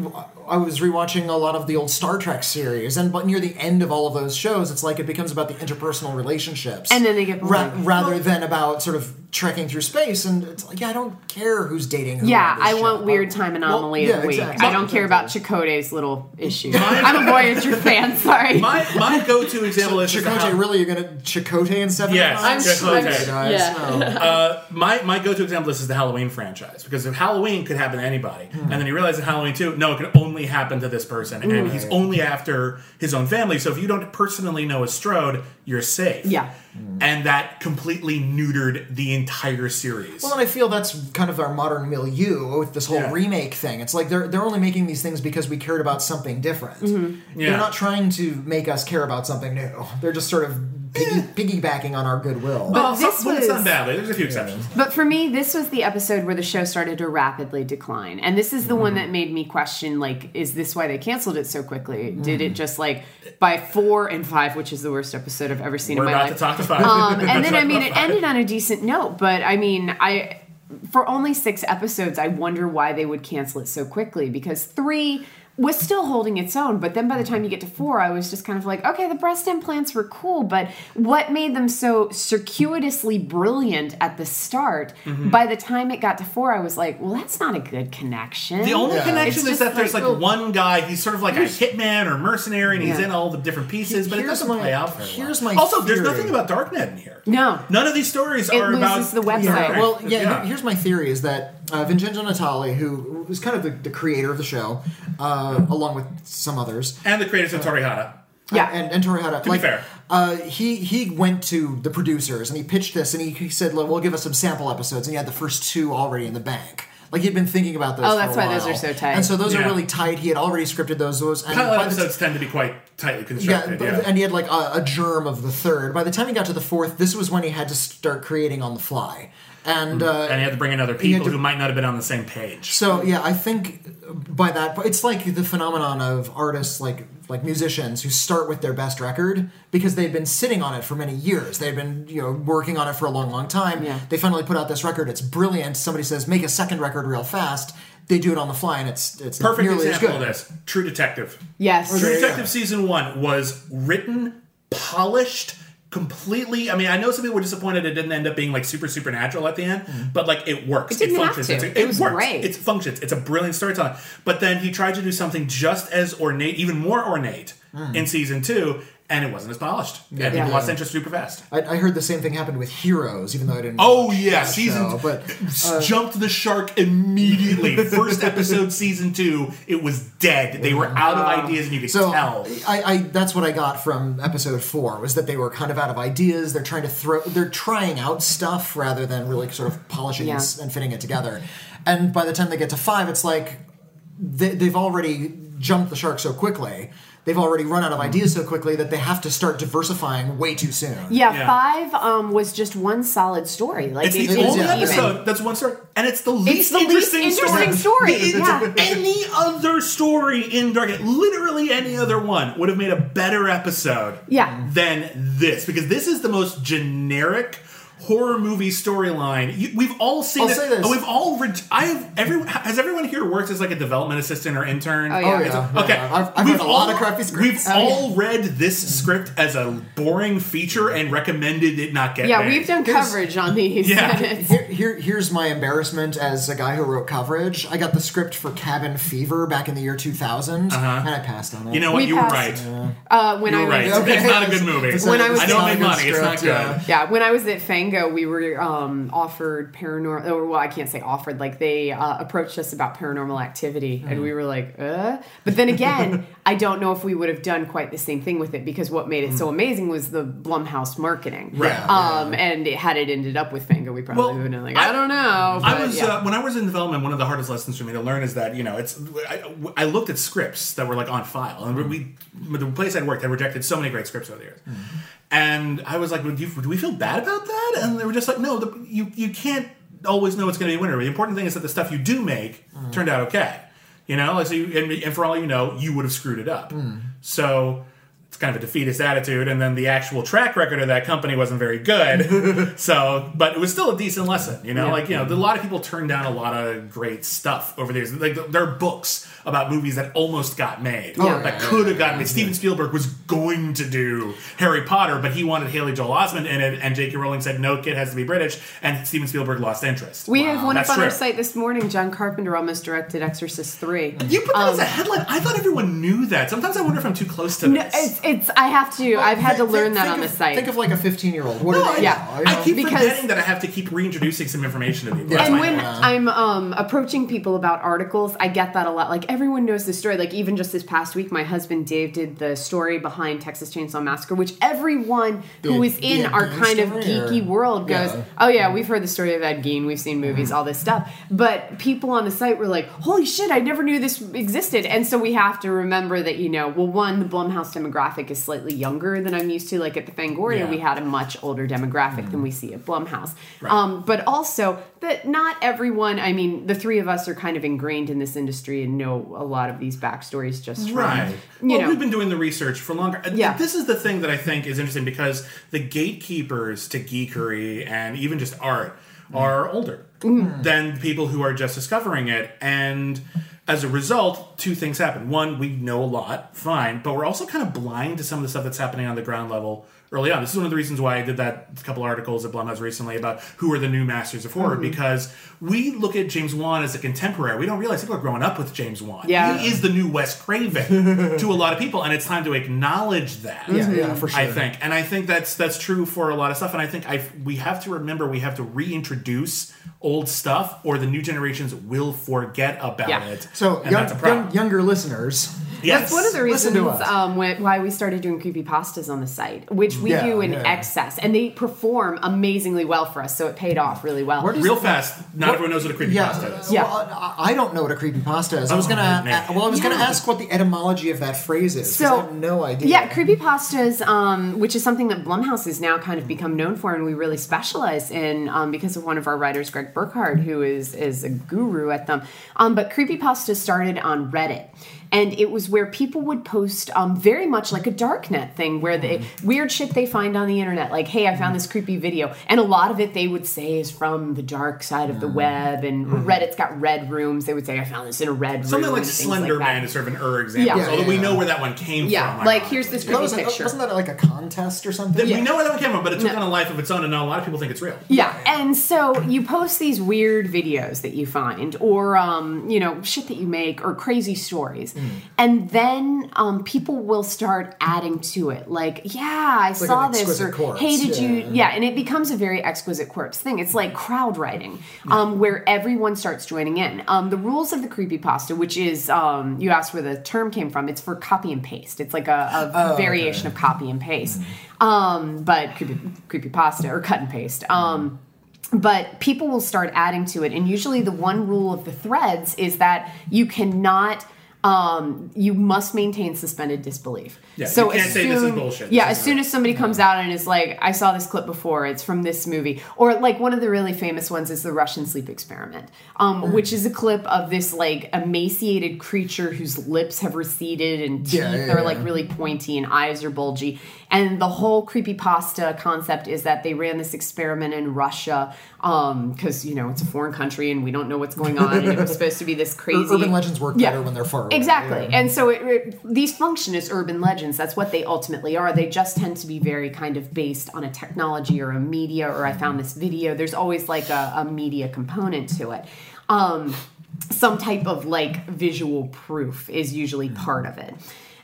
[SPEAKER 4] I was rewatching a lot of the old Star Trek series, and but near the end of all of those shows, it's like it becomes about the interpersonal relationships,
[SPEAKER 5] And then they get
[SPEAKER 4] ra-
[SPEAKER 5] boring.
[SPEAKER 4] rather than about sort of trekking through space. And it's like, yeah, I don't care who's dating. Who
[SPEAKER 5] yeah,
[SPEAKER 4] on this
[SPEAKER 5] I
[SPEAKER 4] show.
[SPEAKER 5] want weird time anomaly
[SPEAKER 4] Well,
[SPEAKER 5] of
[SPEAKER 4] yeah,
[SPEAKER 5] the week.
[SPEAKER 4] exactly.
[SPEAKER 5] I don't care about Chakotay's little issue. I'm a Voyager fan. Sorry.
[SPEAKER 1] My my go to example is just how-
[SPEAKER 4] Chicote, really? You're gonna Chicote in seven?
[SPEAKER 1] Yes,
[SPEAKER 4] times?
[SPEAKER 1] Chakotay.
[SPEAKER 4] Jesus, guys, Oh,
[SPEAKER 5] Yeah.
[SPEAKER 4] no.
[SPEAKER 1] Uh, my, my go-to example is the Halloween franchise because if Halloween could happen to anybody,
[SPEAKER 5] Hmm.
[SPEAKER 1] and then you realize in Halloween too, no, it can only happen to this person, and he's only after his own family. So if you don't personally know a Strode, you're safe. Hmm.
[SPEAKER 5] Yeah.
[SPEAKER 1] and that completely neutered the entire series.
[SPEAKER 4] Well, and I feel that's kind of our modern milieu with this whole
[SPEAKER 1] Yeah.
[SPEAKER 4] remake thing. It's like they're they're only making these things because we cared about something different.
[SPEAKER 1] Yeah.
[SPEAKER 4] They're not trying to make us care about something new. They're just sort of piggy, piggybacking on our goodwill.
[SPEAKER 5] But-
[SPEAKER 1] Well, some-
[SPEAKER 5] this
[SPEAKER 1] well, it's
[SPEAKER 5] was-
[SPEAKER 1] not badly. There's a few exceptions.
[SPEAKER 5] But for me, this was the episode where the show started to rapidly decline. And this is the one that made me question like, is this why they canceled it so quickly? Did it just like by four and five, which is the worst episode I've ever seen
[SPEAKER 1] We're
[SPEAKER 5] in my
[SPEAKER 1] about
[SPEAKER 5] life?
[SPEAKER 1] to
[SPEAKER 5] (laughs)
[SPEAKER 1] talk to five.
[SPEAKER 5] Um, and then I mean, it
[SPEAKER 1] (laughs)
[SPEAKER 5] ended on a decent note, but I mean, I for only six episodes, I wonder why they would cancel it so quickly because three was still holding its own. But then by the time you get to four, I was just kind of like, okay, the breast implants were cool, but what made them so circuitously brilliant at the start?
[SPEAKER 1] Mm-hmm.
[SPEAKER 5] By the time it got to four, I was like, well, that's not a good connection.
[SPEAKER 1] The only
[SPEAKER 4] Yeah.
[SPEAKER 5] It's
[SPEAKER 1] connection is
[SPEAKER 5] just
[SPEAKER 1] that there's like
[SPEAKER 5] like-
[SPEAKER 1] one guy. He's sort of like a hitman or mercenary, and he's
[SPEAKER 5] Yeah.
[SPEAKER 1] in all the different pieces, but it
[SPEAKER 4] Here's
[SPEAKER 1] doesn't
[SPEAKER 4] my-
[SPEAKER 1] play out very
[SPEAKER 4] here's
[SPEAKER 1] well.
[SPEAKER 4] my
[SPEAKER 1] also, there's
[SPEAKER 4] theory.
[SPEAKER 1] nothing about Darknet in here.
[SPEAKER 5] No.
[SPEAKER 1] none of these stories
[SPEAKER 5] It
[SPEAKER 1] are about
[SPEAKER 5] loses the website.
[SPEAKER 4] yeah,
[SPEAKER 5] Right.
[SPEAKER 4] well, yeah, here- Here's my theory: is that Uh, Vincenzo Natali, who was kind of the, the creator of the show, uh, along with some others.
[SPEAKER 1] and the creators of
[SPEAKER 4] Oh.
[SPEAKER 1] Torihara.
[SPEAKER 5] Yeah.
[SPEAKER 4] and and Torihara. To
[SPEAKER 1] be fair.
[SPEAKER 4] uh, he he went to the producers and he pitched this and he, he said, "Look, "We'll give us some sample episodes." And he had the first two already in the bank. Like he'd been thinking about those.
[SPEAKER 5] Oh,
[SPEAKER 4] for
[SPEAKER 5] that's
[SPEAKER 4] a
[SPEAKER 5] why those
[SPEAKER 4] while.
[SPEAKER 5] are so tight.
[SPEAKER 4] And so those
[SPEAKER 1] Yeah.
[SPEAKER 4] are really tight. He had already scripted those. Those and
[SPEAKER 1] Pilot
[SPEAKER 4] by the t-
[SPEAKER 1] episodes tend to be quite tightly
[SPEAKER 4] yeah,
[SPEAKER 1] constructed.
[SPEAKER 4] but-
[SPEAKER 1] Yeah,
[SPEAKER 4] and he had like a, a germ of the third. By the time he got to the fourth, this was when he had to start creating on the fly. And uh,
[SPEAKER 1] and he had to bring in other
[SPEAKER 4] had
[SPEAKER 1] people
[SPEAKER 4] to-
[SPEAKER 1] who might not have been on the same page.
[SPEAKER 4] So yeah, I think by that po- it's like the phenomenon of artists like like musicians who start with their best record because they've been sitting on it for many years. They've been you know working on it for a long, long time.
[SPEAKER 5] Yeah.
[SPEAKER 4] They finally put out this record. It's brilliant. Somebody says make a second record real fast. They do it on the fly and it's it's not
[SPEAKER 1] Perfect
[SPEAKER 4] nearly as
[SPEAKER 1] example of
[SPEAKER 4] good.
[SPEAKER 1] this: True Detective.
[SPEAKER 5] yes.
[SPEAKER 1] True
[SPEAKER 4] yeah.
[SPEAKER 1] Detective season one was written, polished, completely. I mean, I know some people were disappointed it didn't end up being like super supernatural at the end,
[SPEAKER 4] Mm-hmm.
[SPEAKER 1] but like it works.
[SPEAKER 5] It didn't have
[SPEAKER 1] functions.
[SPEAKER 5] to.
[SPEAKER 1] It's-
[SPEAKER 5] It was
[SPEAKER 1] works.
[SPEAKER 5] great.
[SPEAKER 1] It functions. It's a brilliant storytelling. But then he tried to do something just as ornate, even more ornate,
[SPEAKER 4] Mm.
[SPEAKER 1] in season two, and it wasn't as polished. Yeah, people
[SPEAKER 5] Yeah.
[SPEAKER 1] lost interest super fast.
[SPEAKER 4] I, I heard the same thing happened with Heroes, even though I didn't.
[SPEAKER 1] Oh
[SPEAKER 4] watch
[SPEAKER 1] yeah,
[SPEAKER 4] that
[SPEAKER 1] season
[SPEAKER 4] show, but uh,
[SPEAKER 1] jumped the shark
[SPEAKER 4] (laughs)
[SPEAKER 1] immediately. First episode, season two, it was dead. They were out of ideas, and you could
[SPEAKER 4] So
[SPEAKER 1] tell.
[SPEAKER 4] I, I that's what I got from episode four was that they were kind of out of ideas. They're trying to throw, they're trying out stuff rather than really sort of polishing and s
[SPEAKER 5] Yeah.
[SPEAKER 4] and fitting it together. And by the time they get to five, it's like they, they've already jumped the shark so quickly. They've already run out of
[SPEAKER 1] Mm.
[SPEAKER 4] ideas so quickly that they have to start diversifying way too soon.
[SPEAKER 5] Yeah,
[SPEAKER 1] Yeah.
[SPEAKER 5] five um, was just one solid story. Like
[SPEAKER 1] It's
[SPEAKER 5] it
[SPEAKER 1] the
[SPEAKER 5] didn't
[SPEAKER 1] only
[SPEAKER 5] even-
[SPEAKER 1] episode that's one story, and it's the
[SPEAKER 5] It's
[SPEAKER 1] least,
[SPEAKER 5] the least
[SPEAKER 1] interesting,
[SPEAKER 5] interesting
[SPEAKER 1] story.
[SPEAKER 5] story.
[SPEAKER 1] The-
[SPEAKER 5] yeah.
[SPEAKER 1] Any other story in Dark, literally any other one, would have made a better episode
[SPEAKER 5] Yeah.
[SPEAKER 1] than this because this is the most generic horror movie storyline. You- We've all seen
[SPEAKER 4] I'll
[SPEAKER 1] it. Uh,
[SPEAKER 4] say this.
[SPEAKER 1] We've all. Re- I have. Everyone has everyone here worked as like a development assistant or intern.
[SPEAKER 5] Oh, yeah.
[SPEAKER 4] Oh, yeah.
[SPEAKER 1] Okay.
[SPEAKER 4] Yeah. I've, I've
[SPEAKER 1] we've
[SPEAKER 4] read a lot
[SPEAKER 1] all-
[SPEAKER 4] of crappy scripts.
[SPEAKER 1] We've all read this script as a boring feature and recommended it not get.
[SPEAKER 5] Yeah,
[SPEAKER 1] made.
[SPEAKER 5] we've done coverage on
[SPEAKER 1] (laughs)
[SPEAKER 5] these.
[SPEAKER 1] Yeah.
[SPEAKER 5] It's-
[SPEAKER 4] Here, here, here's my embarrassment as a guy who wrote coverage. I got the script for Cabin Fever back in the year 2000, and I passed on it.
[SPEAKER 1] Uh-huh. You know what?
[SPEAKER 5] We
[SPEAKER 1] you were right.
[SPEAKER 5] passed. (laughs) uh, when I
[SPEAKER 1] You're
[SPEAKER 5] was
[SPEAKER 1] right.
[SPEAKER 4] Okay.
[SPEAKER 1] It's not a good movie.
[SPEAKER 4] It's
[SPEAKER 5] When I was-
[SPEAKER 1] I don't
[SPEAKER 5] it's not
[SPEAKER 1] make
[SPEAKER 4] a
[SPEAKER 1] money.
[SPEAKER 4] good
[SPEAKER 1] it's not
[SPEAKER 4] script,
[SPEAKER 1] good.
[SPEAKER 4] yeah.
[SPEAKER 5] Yeah, when I was at Fango, we were um, offered paranormal, or well, I can't say offered, like they uh, approached us about paranormal activity,
[SPEAKER 1] Mm-hmm.
[SPEAKER 5] and we were like, uh. But then again, (laughs) I don't know if we would have done quite the same thing with it because what made it so amazing was the Blumhouse marketing.
[SPEAKER 1] Mm-hmm. Right.
[SPEAKER 5] Um, and it, had it ended up with Fango, we probably
[SPEAKER 1] Well,
[SPEAKER 5] would have been like,
[SPEAKER 1] I-
[SPEAKER 5] I, don't know.
[SPEAKER 1] I
[SPEAKER 5] but
[SPEAKER 1] was
[SPEAKER 5] yeah.
[SPEAKER 1] uh, when I was in development. One of the hardest lessons for me to learn is that you know it's. I, I looked at scripts that were like on file, and we the place I'd worked had rejected so many great scripts over the years, and I was like, well, do, you, do we feel bad about that? And they were just like, no, the, you you can't always know it's going to be a winner. The important thing is that the stuff you do make turned out okay. You know, like so you, and, and for all you know, you would have screwed it up.
[SPEAKER 5] Hmm.
[SPEAKER 1] So. It's kind of a defeatist attitude, and then the actual track record of that company wasn't very
[SPEAKER 5] (laughs)
[SPEAKER 1] good. so, but it was still a decent lesson, you know. Like you know, a lot of people turned down a lot of great stuff over the years. Like there are books about movies that almost got made
[SPEAKER 5] Oh, Yeah.
[SPEAKER 1] that could have gotten made. Steven Spielberg was going to do Harry Potter, but he wanted Haley Joel Osment in it, and J.K. Rowling said no, kid has to be British, and Steven Spielberg lost interest.
[SPEAKER 5] we have one up
[SPEAKER 1] That's
[SPEAKER 5] on our
[SPEAKER 1] true.
[SPEAKER 5] site this morning. John Carpenter almost directed Exorcist 3.
[SPEAKER 1] you put that as a headline. I thought everyone knew that. Sometimes I wonder if I'm too close to
[SPEAKER 5] Um, No,
[SPEAKER 1] this.
[SPEAKER 5] it's, it's, I have to, I've had to
[SPEAKER 4] Think-
[SPEAKER 5] learn that
[SPEAKER 4] think
[SPEAKER 5] on the
[SPEAKER 4] of-
[SPEAKER 5] site.
[SPEAKER 4] Think of like a 15 year old. What do
[SPEAKER 1] No,
[SPEAKER 4] they
[SPEAKER 5] yeah.
[SPEAKER 4] know? You
[SPEAKER 1] I
[SPEAKER 4] know?
[SPEAKER 1] keep
[SPEAKER 5] Because-
[SPEAKER 1] forgetting that I have to keep reintroducing some information to people. That's
[SPEAKER 5] and
[SPEAKER 1] my
[SPEAKER 5] when
[SPEAKER 1] point.
[SPEAKER 5] I'm um, approaching people about articles, I get that a lot. Like everyone knows this story. Like even just this past week, my husband Dave did the story behind Texas Chainsaw Massacre, which everyone
[SPEAKER 4] The-
[SPEAKER 5] who is in
[SPEAKER 4] the Ed
[SPEAKER 5] our
[SPEAKER 4] Gein
[SPEAKER 5] kind of
[SPEAKER 4] story, or-
[SPEAKER 5] geeky world goes,
[SPEAKER 4] Yeah.
[SPEAKER 5] "Oh yeah, we've heard the story of Ed Gein. We've seen movies,
[SPEAKER 1] Mm-hmm.
[SPEAKER 5] all this stuff." But people on the site were like, "Holy shit! I never knew this existed." And so we have to remember that you know, well, one, the Blumhouse demographic is slightly younger than I'm used to. Like at the Fangoria,
[SPEAKER 1] Yeah.
[SPEAKER 5] we had a much older demographic
[SPEAKER 4] Mm.
[SPEAKER 5] than we see at Blumhouse. Um, but also that not everyone. I mean, the three of us are kind of ingrained in this industry and know a lot of these backstories just from
[SPEAKER 1] Right.
[SPEAKER 5] you
[SPEAKER 1] well,
[SPEAKER 5] know.
[SPEAKER 1] we've been doing the research for longer. Uh,
[SPEAKER 5] Yeah.
[SPEAKER 1] This is the thing that I think is interesting because the gatekeepers to geekery and even just art
[SPEAKER 5] Mm.
[SPEAKER 1] are older than people who are just discovering it. And as a result, two things happen. One, we know a lot, fine, but we're also kind of blind to some of the stuff that's happening on the ground level early on. This is one of the reasons why I did that couple articles at Blumhouse recently about who are the new masters of
[SPEAKER 5] Mm-hmm.
[SPEAKER 1] horror because we look at James Wan as a contemporary. We don't realize people are growing up with James Wan.
[SPEAKER 5] Yeah.
[SPEAKER 1] He is the new Wes
[SPEAKER 4] (laughs)
[SPEAKER 1] Craven to a lot of people, and it's time to acknowledge that.
[SPEAKER 4] Yeah, yeah, for sure.
[SPEAKER 1] I think, and I think that's that's true for a lot of stuff. And I think I we have to remember we have to reintroduce old stuff, or the new generations will forget about
[SPEAKER 5] Yeah.
[SPEAKER 1] it.
[SPEAKER 4] So
[SPEAKER 1] and
[SPEAKER 4] young,
[SPEAKER 1] that's a problem.
[SPEAKER 4] young, younger listeners,
[SPEAKER 1] yes.
[SPEAKER 5] That's one of the
[SPEAKER 4] Listen
[SPEAKER 5] reasons
[SPEAKER 4] to us.
[SPEAKER 5] um, when, why we started doing creepy pastas on the site, which we
[SPEAKER 4] Yeah,
[SPEAKER 5] do in
[SPEAKER 4] yeah.
[SPEAKER 5] excess, and they perform amazingly well for us. So it paid off really well.
[SPEAKER 1] Real fast, not everyone knows what a creepy
[SPEAKER 4] yeah,
[SPEAKER 1] pasta is.
[SPEAKER 5] Yeah.
[SPEAKER 4] Well, I I don't know what a creepy pasta is. I was
[SPEAKER 1] Oh,
[SPEAKER 4] gonna,
[SPEAKER 1] man.
[SPEAKER 4] uh, well, I was gonna
[SPEAKER 5] Yeah.
[SPEAKER 4] ask what the etymology of that phrase is. 'cause I have no idea.
[SPEAKER 5] Yeah, creepypastas, um, which is something that Blumhouse has now kind of become known for, and we really specialize in um, because of one of our writers, Greg Burkhardt, who is is a guru at them. Um, but creepypastas started on Reddit. And it was where people would post um, very much like a darknet thing, where they
[SPEAKER 1] Mm-hmm.
[SPEAKER 5] weird shit they find on the internet, like "Hey, I found this creepy video," and a lot of it they would say is from the dark side of the
[SPEAKER 1] Mm-hmm.
[SPEAKER 5] web. And Reddit's got red rooms; they would say, "I found this in a red
[SPEAKER 1] Something
[SPEAKER 5] room."
[SPEAKER 1] like
[SPEAKER 5] and things
[SPEAKER 1] Slender
[SPEAKER 5] that.
[SPEAKER 1] Man is sort of an er example,
[SPEAKER 5] Yeah.
[SPEAKER 1] although we
[SPEAKER 4] Yeah.
[SPEAKER 1] know where that one came
[SPEAKER 5] Yeah,
[SPEAKER 1] from.
[SPEAKER 5] like
[SPEAKER 1] ironically.
[SPEAKER 5] here's this
[SPEAKER 4] That
[SPEAKER 5] creepy
[SPEAKER 4] was,
[SPEAKER 5] picture.
[SPEAKER 4] wasn't that like a contest or something?
[SPEAKER 1] That We know where that one came from, but it took
[SPEAKER 5] No.
[SPEAKER 1] on a life of its own, and now a lot of people think it's real.
[SPEAKER 5] Yeah, and so you post these weird videos that you find, or um, you know, shit that you make, or crazy stories, and then um, people will start adding to it. Like, yeah, I
[SPEAKER 4] an
[SPEAKER 5] saw this,
[SPEAKER 4] exquisite
[SPEAKER 5] or
[SPEAKER 4] corpse,
[SPEAKER 5] hey, did
[SPEAKER 4] yeah.
[SPEAKER 5] you? Yeah, and it becomes a very exquisite corpse thing. It's like crowd writing, um, where everyone starts joining in. Um, the rules of the creepypasta, which is um, you asked where the term came from, it's for copy and paste. It's like a,
[SPEAKER 4] Oh,
[SPEAKER 5] a variation of copy and paste, um, but creepy creepypasta or cut and paste. Um, but people will start adding to it and usually the one rule of the threads is that you cannot um, you must maintain suspended disbelief.
[SPEAKER 1] Yeah,
[SPEAKER 5] so
[SPEAKER 1] you can't
[SPEAKER 5] as
[SPEAKER 1] say this is
[SPEAKER 5] soon-
[SPEAKER 1] bullshit.
[SPEAKER 5] Yeah,
[SPEAKER 1] This
[SPEAKER 5] as
[SPEAKER 1] is
[SPEAKER 5] soon as somebody comes out and is like, "I saw this clip before. It's from this movie," or like one of the really famous ones is the Russian sleep experiment, um,
[SPEAKER 4] Mm.
[SPEAKER 5] which is a clip of this like emaciated creature whose lips have receded and teeth
[SPEAKER 4] Yeah, yeah,
[SPEAKER 5] are
[SPEAKER 4] yeah.
[SPEAKER 5] like really pointy and eyes are bulgy. And the whole creepypasta concept is that they ran this experiment in Russia because, you know, it's a foreign country and we don't know what's going on. and it was supposed to be this crazy.
[SPEAKER 4] (laughs) Urban legends work
[SPEAKER 5] Yeah.
[SPEAKER 4] better when they're far away.
[SPEAKER 5] Exactly.
[SPEAKER 4] Yeah.
[SPEAKER 5] And so it, it- these function as urban legends. That's what they ultimately are. They just tend to be very kind of based on a technology or a media or I found this video. There's always like a, a media component to it. Um, some type of like visual proof is usually part of it.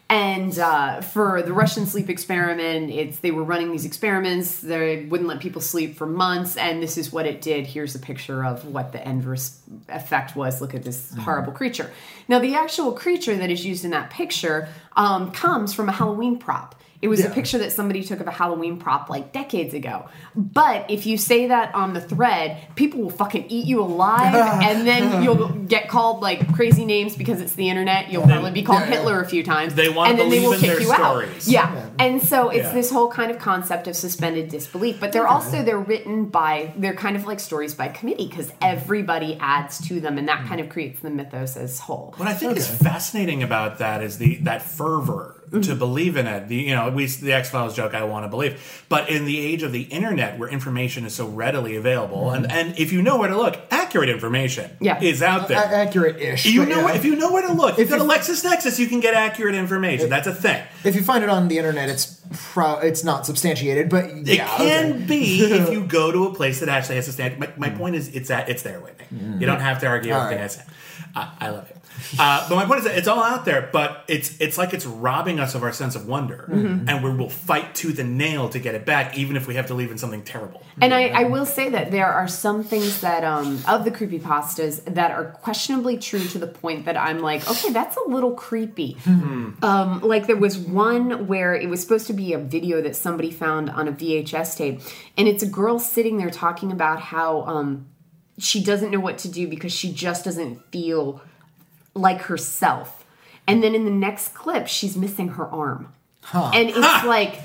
[SPEAKER 5] And uh, for the Russian sleep experiment, it's they were running these experiments. They wouldn't let people sleep for months, and this is what it did. Here's a picture of what the end res- effect was. Look at this horrible creature. Now, the actual creature that is used in that picture um, comes from a Halloween prop. It was a
[SPEAKER 4] Yeah.
[SPEAKER 5] picture that somebody took of a Halloween prop like decades ago. But if you say that on the thread, people will fucking eat
[SPEAKER 1] (laughs)
[SPEAKER 5] you alive, and then you'll get called like crazy names because it's the internet. You'll probably be called
[SPEAKER 4] yeah, yeah.
[SPEAKER 5] Hitler a few times.
[SPEAKER 1] They wanna
[SPEAKER 5] and then they
[SPEAKER 1] believe
[SPEAKER 5] will
[SPEAKER 1] in
[SPEAKER 5] kick
[SPEAKER 1] their
[SPEAKER 5] you
[SPEAKER 1] stories.
[SPEAKER 5] out. Yeah. And so it's
[SPEAKER 1] Yeah.
[SPEAKER 5] this whole kind of concept of suspended disbelief, but they're also they're written by they're kind of like stories by committee because everybody adds to them and that kind of creates the mythos as whole.
[SPEAKER 1] What I think is fascinating about that is the that fervor to believe in it. The you know, we the X Files joke, I want to believe. But in the age of the internet, where information is so readily available, and and if you know where to look, accurate information
[SPEAKER 5] Yeah.
[SPEAKER 1] is out
[SPEAKER 4] A-
[SPEAKER 1] there.
[SPEAKER 4] accurate-ish.
[SPEAKER 1] you
[SPEAKER 4] Uh, but
[SPEAKER 1] know,
[SPEAKER 4] yeah.
[SPEAKER 1] if you know where to look, if you
[SPEAKER 4] If
[SPEAKER 1] go to
[SPEAKER 4] you-
[SPEAKER 1] LexisNexis, you can get accurate information. That's a thing.
[SPEAKER 4] If you find it on the internet, it's pro- it's not substantiated, but
[SPEAKER 1] It
[SPEAKER 4] yeah,
[SPEAKER 1] can
[SPEAKER 4] okay.
[SPEAKER 1] be if you go to a place that actually has a standard. My, my point is, it's at it's there with me. You don't have to argue
[SPEAKER 4] All
[SPEAKER 1] everything
[SPEAKER 4] right.
[SPEAKER 1] I said. Uh, I love it. Uh, but my point is, that it's all out there. But it's it's like it's robbing us of our sense of wonder, and we will fight tooth and nail to get it back, even if we have to leave in something terrible.
[SPEAKER 5] And I, I will say that there are some things that um, of the creepypastas that are questionably true to the point that I'm like, okay, that's a little creepy. Um, like there was one where it was supposed to be a video that somebody found on a VHS tape, and it's a girl sitting there talking about how um, she doesn't know what to do because she just doesn't feel like herself. And then in the next clip, she's missing her arm, and it's like,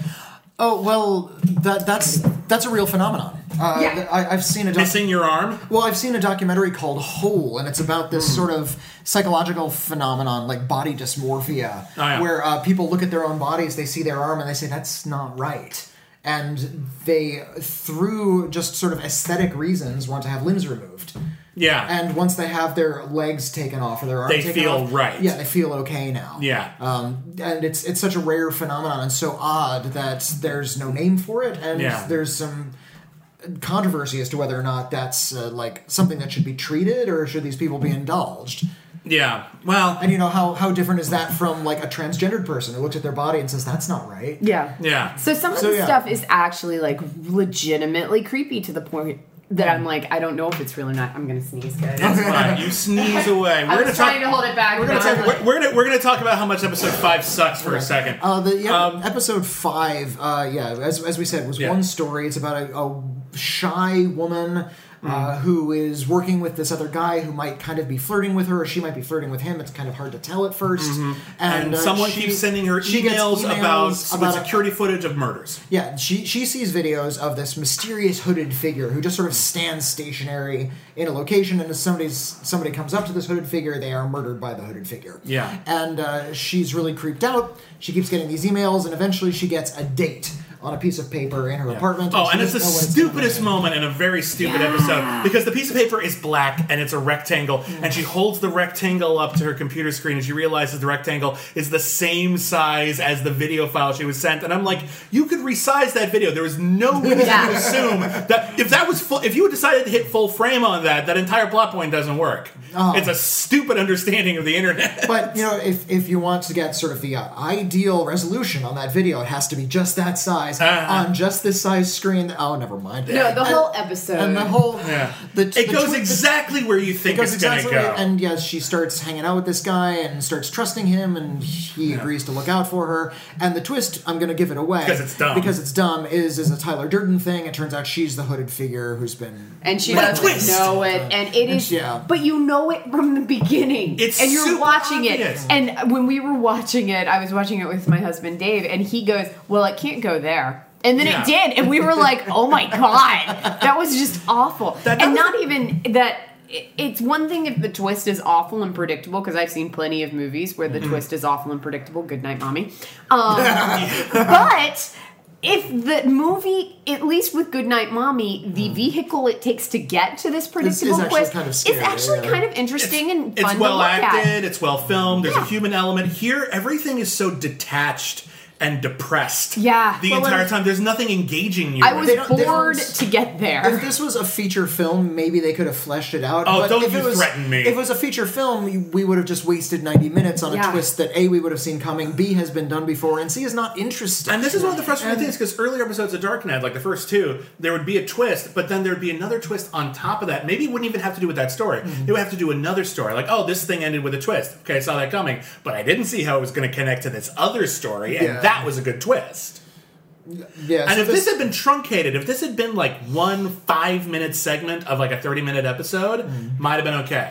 [SPEAKER 4] Oh well, that that's that's a real phenomenon. Uh,
[SPEAKER 5] Yeah.
[SPEAKER 4] th- I, I've seen a doc-
[SPEAKER 1] Missing your arm.
[SPEAKER 4] Well, I've seen a documentary called Whole, and it's about
[SPEAKER 1] Hmm.
[SPEAKER 4] this sort of psychological phenomenon, like body dysmorphia,
[SPEAKER 1] Oh, yeah.
[SPEAKER 4] where uh, people look at their own bodies, they see their arm, and they say, that's not right. and they, through just sort of aesthetic reasons, want to have limbs removed.
[SPEAKER 1] Yeah.
[SPEAKER 4] And once they have their legs taken off or their arms
[SPEAKER 1] They
[SPEAKER 4] taken
[SPEAKER 1] feel
[SPEAKER 4] off,
[SPEAKER 1] right.
[SPEAKER 4] Yeah, they feel okay now.
[SPEAKER 1] Yeah.
[SPEAKER 4] Um, and it's it's such a rare phenomenon and so odd that there's no name for it, and
[SPEAKER 1] Yeah.
[SPEAKER 4] there's some controversy as to whether or not that's uh, like something that should be treated or should these people be indulged.
[SPEAKER 1] yeah. Well,
[SPEAKER 4] And you know how how different is that from like a transgendered person who looks at their body and says that's not right.
[SPEAKER 5] Yeah.
[SPEAKER 1] yeah.
[SPEAKER 5] So some of
[SPEAKER 4] So,
[SPEAKER 5] the
[SPEAKER 4] yeah.
[SPEAKER 5] stuff is actually like legitimately creepy to the point that I'm like, I don't know if it's real or not. I'm gonna sneeze, guys.
[SPEAKER 1] That's fine. You sneeze away. We're
[SPEAKER 5] I
[SPEAKER 1] gonna
[SPEAKER 5] was trying to
[SPEAKER 1] talk.
[SPEAKER 5] hold it back.
[SPEAKER 4] gonna
[SPEAKER 5] but
[SPEAKER 4] take-
[SPEAKER 5] I'm like-
[SPEAKER 1] We're, we're gonna we're gonna talk about how much episode five sucks for a second. Um,
[SPEAKER 4] Uh, the yeah, episode five, uh, yeah, as, as we said, was
[SPEAKER 1] Yeah.
[SPEAKER 4] one story. It's about a, a shy woman
[SPEAKER 1] Mm.
[SPEAKER 4] uh, who is working with this other guy who might kind of be flirting with her, or she might be flirting with him. It's kind of hard to tell at 1st
[SPEAKER 1] Mm-hmm. and
[SPEAKER 4] uh,
[SPEAKER 1] someone
[SPEAKER 4] she-
[SPEAKER 1] keeps sending her
[SPEAKER 4] she gets
[SPEAKER 1] emails, about,
[SPEAKER 4] emails
[SPEAKER 1] with
[SPEAKER 4] about a-
[SPEAKER 1] security footage of murders.
[SPEAKER 4] yeah, she she sees videos of this mysterious hooded figure who just sort of stands stationary in a location, and as somebody's somebody comes up to this hooded figure, they are murdered by the hooded figure.
[SPEAKER 1] Yeah.
[SPEAKER 4] and uh, she's really creeped out. She keeps getting these emails, and eventually she gets a date on a piece of paper in her apartment.
[SPEAKER 1] Oh,
[SPEAKER 4] she
[SPEAKER 1] and it's the
[SPEAKER 4] doesn't know what
[SPEAKER 1] stupidest moment in a very stupid episode because the piece of paper is black and it's a rectangle, and she holds the rectangle up to her computer screen and she realizes the rectangle is the same size as the video file she was sent. And I'm like, you could resize that video. There was
[SPEAKER 4] (laughs)
[SPEAKER 1] no reason
[SPEAKER 5] Yeah.
[SPEAKER 1] to assume that if that was full, if you had decided to hit full frame on that, that entire plot point doesn't work.
[SPEAKER 4] Oh.
[SPEAKER 1] It's a stupid understanding of the internet.
[SPEAKER 4] But you know, if if you want to get sort of the uh, ideal resolution on that video, it has to be just that size
[SPEAKER 1] Uh-huh.
[SPEAKER 4] on just this size screen. Oh, never mind.
[SPEAKER 5] no, the
[SPEAKER 4] And-
[SPEAKER 5] whole episode.
[SPEAKER 4] and the whole
[SPEAKER 1] Yeah.
[SPEAKER 4] the,
[SPEAKER 1] it
[SPEAKER 4] the
[SPEAKER 1] goes
[SPEAKER 4] tweet- the-
[SPEAKER 1] exactly where you think
[SPEAKER 4] goes
[SPEAKER 1] it's
[SPEAKER 4] exactly
[SPEAKER 1] going to go.
[SPEAKER 4] right, and yes she starts hanging out with this guy and starts trusting him and he agrees to look out for her and the twist i'm going to give it away
[SPEAKER 1] Because it's dumb.
[SPEAKER 4] because it's dumb is is a tyler durden thing it turns out she's the hooded figure who's been
[SPEAKER 5] and she
[SPEAKER 1] What a
[SPEAKER 5] doesn't
[SPEAKER 1] twist!
[SPEAKER 5] know it, and it
[SPEAKER 4] Uh, And
[SPEAKER 5] is.
[SPEAKER 4] she- yeah.
[SPEAKER 5] But you know it from the beginning,
[SPEAKER 1] It's
[SPEAKER 5] and you're
[SPEAKER 1] super
[SPEAKER 5] watching
[SPEAKER 1] obvious.
[SPEAKER 5] it. And when we were watching it, I was watching it with my husband Dave, and he goes, "Well, it can't go there." And then
[SPEAKER 1] Yeah.
[SPEAKER 5] it did, and we were like, "Oh my god, that was just awful."
[SPEAKER 1] That- that
[SPEAKER 5] and
[SPEAKER 1] was-
[SPEAKER 5] not even that. it- It's one thing if the twist is awful and predictable, because I've seen plenty of movies where the
[SPEAKER 1] Mm-hmm.
[SPEAKER 5] twist is awful and predictable. Good night, mommy. Um, but if the movie, at least with Goodnight Mommy, the vehicle it takes to get to this predictable
[SPEAKER 4] Hmm. actually
[SPEAKER 5] quest
[SPEAKER 4] kind of
[SPEAKER 5] is
[SPEAKER 4] scary,
[SPEAKER 5] actually
[SPEAKER 4] yeah.
[SPEAKER 5] kind of interesting and fun
[SPEAKER 1] it's well
[SPEAKER 5] to look
[SPEAKER 1] acted,
[SPEAKER 5] at.
[SPEAKER 1] it's well filmed, there's a
[SPEAKER 5] Yeah.
[SPEAKER 1] human element. Here, everything is so detached and depressed.
[SPEAKER 5] Yeah.
[SPEAKER 1] The
[SPEAKER 5] Well,
[SPEAKER 1] entire
[SPEAKER 5] and-
[SPEAKER 1] time. There's nothing engaging you.
[SPEAKER 5] I
[SPEAKER 1] in
[SPEAKER 5] was
[SPEAKER 1] it.
[SPEAKER 4] don't- they don't-
[SPEAKER 5] bored to get
[SPEAKER 4] if
[SPEAKER 5] there.
[SPEAKER 4] this was a feature film, maybe they could have fleshed it out.
[SPEAKER 1] Oh,
[SPEAKER 4] but
[SPEAKER 1] don't
[SPEAKER 4] if
[SPEAKER 1] you
[SPEAKER 4] it was,
[SPEAKER 1] threaten me.
[SPEAKER 4] If it was a feature film, you- we would have just wasted 90 minutes on
[SPEAKER 5] Yeah.
[SPEAKER 4] a twist that A, we would have seen coming, B, has been done before, and C, is not interesting.
[SPEAKER 1] And this is one of the frustrating things because earlier episodes of Dark Knight, like the first two, there would be a twist, but then there'd be another twist on top of that. Maybe it wouldn't even have to do with that story.
[SPEAKER 5] Mm-hmm.
[SPEAKER 1] It would have to do another story. Like, oh, this thing ended with a twist. Okay, I saw that coming, but I didn't see how it was going to connect to this other story, and
[SPEAKER 4] Yeah.
[SPEAKER 1] that was a good twist.
[SPEAKER 4] Yeah,
[SPEAKER 1] And
[SPEAKER 4] so
[SPEAKER 1] if this, had been truncated, if this had been like one five minute segment of like a 30 minute episode, might have been okay.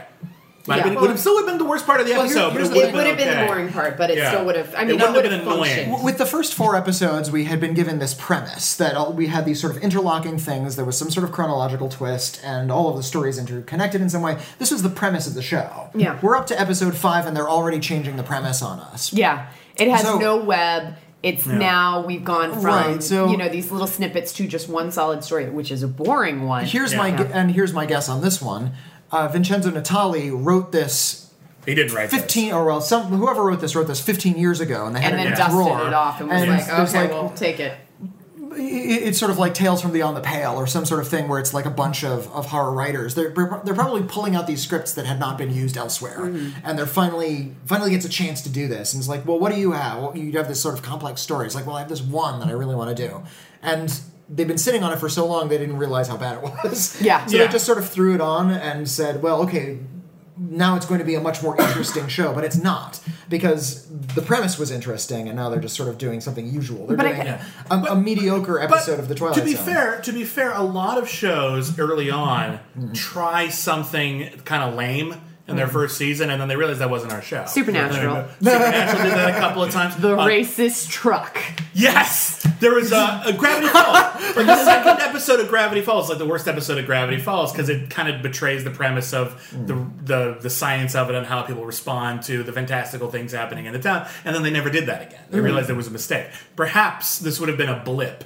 [SPEAKER 1] Might
[SPEAKER 5] Yeah.
[SPEAKER 1] have been, would have still have been the worst part of the
[SPEAKER 4] Well,
[SPEAKER 1] episode,
[SPEAKER 4] here's-
[SPEAKER 1] but it
[SPEAKER 4] here's
[SPEAKER 5] It
[SPEAKER 1] would have
[SPEAKER 5] would have
[SPEAKER 1] been,
[SPEAKER 5] been
[SPEAKER 1] okay.
[SPEAKER 5] the boring part, but it
[SPEAKER 1] Yeah.
[SPEAKER 5] still would have. I
[SPEAKER 1] It
[SPEAKER 5] mean,
[SPEAKER 1] wouldn't
[SPEAKER 5] would
[SPEAKER 1] have
[SPEAKER 5] have
[SPEAKER 1] been annoying.
[SPEAKER 5] functioned.
[SPEAKER 4] with the first four episodes, we had been given this premise that all, we had these sort of interlocking things. There was some sort of chronological twist, and all of the stories interconnected in some way. This was the premise of the show.
[SPEAKER 5] Yeah.
[SPEAKER 4] we're up to episode five, and they're already changing the premise on us.
[SPEAKER 5] Yeah, it has
[SPEAKER 4] So-
[SPEAKER 5] no web. It's now we've gone from
[SPEAKER 4] Right, so-
[SPEAKER 5] you know these little snippets to just one solid story, which is a boring one.
[SPEAKER 4] Here's my
[SPEAKER 5] Yeah.
[SPEAKER 4] gu- and here's my guess on this one. Uh, Vincenzo Natali wrote this
[SPEAKER 1] He didn't write this.
[SPEAKER 4] 15 or well, some whoever wrote this wrote this 15 years ago, and they had
[SPEAKER 5] and
[SPEAKER 4] it
[SPEAKER 5] then
[SPEAKER 4] in a
[SPEAKER 5] dusted
[SPEAKER 4] drawer.
[SPEAKER 5] it off and was
[SPEAKER 4] it's-
[SPEAKER 5] like,
[SPEAKER 4] there's
[SPEAKER 5] "Okay, we'll take it."
[SPEAKER 4] it- it's sort of like Tales from Beyond the Pale or some sort of thing where it's like a bunch of, of horror writers. They're they're probably pulling out these scripts that had not been used elsewhere, and they're finally finally gets a chance to do this. And it's like, well, what do you have? Well, you have this sort of complex story. It's like, well, I have this one that I really want to do, and they've been sitting on it for so long they didn't realize how bad it (laughs) was.
[SPEAKER 5] Yeah.
[SPEAKER 4] so
[SPEAKER 1] Yeah.
[SPEAKER 4] they just sort of threw it on and said, well, okay. Now it's going to be a much more interesting show, but it's not because the premise was interesting, and now they're just sort of doing something usual. They're
[SPEAKER 5] But I-
[SPEAKER 4] doing a, a mediocre episode of the Twilight
[SPEAKER 1] To be
[SPEAKER 4] Zone.
[SPEAKER 1] fair, to be fair, a lot of shows early on try something kind of lame in their first season, and then they realize that wasn't our show.
[SPEAKER 5] Supernatural.
[SPEAKER 1] (laughs) Supernatural did that a couple of times.
[SPEAKER 5] The
[SPEAKER 1] Uh,
[SPEAKER 5] racist truck.
[SPEAKER 1] Yes, there was a, a Gravity Falls. Like the second episode of Gravity Falls, like the worst episode of Gravity Falls, because it kind of betrays the premise of the, the the science of it and how people respond to the fantastical things happening in Mm. the town. And then they never did that again. They realized it was a mistake. Perhaps this would have been a blip.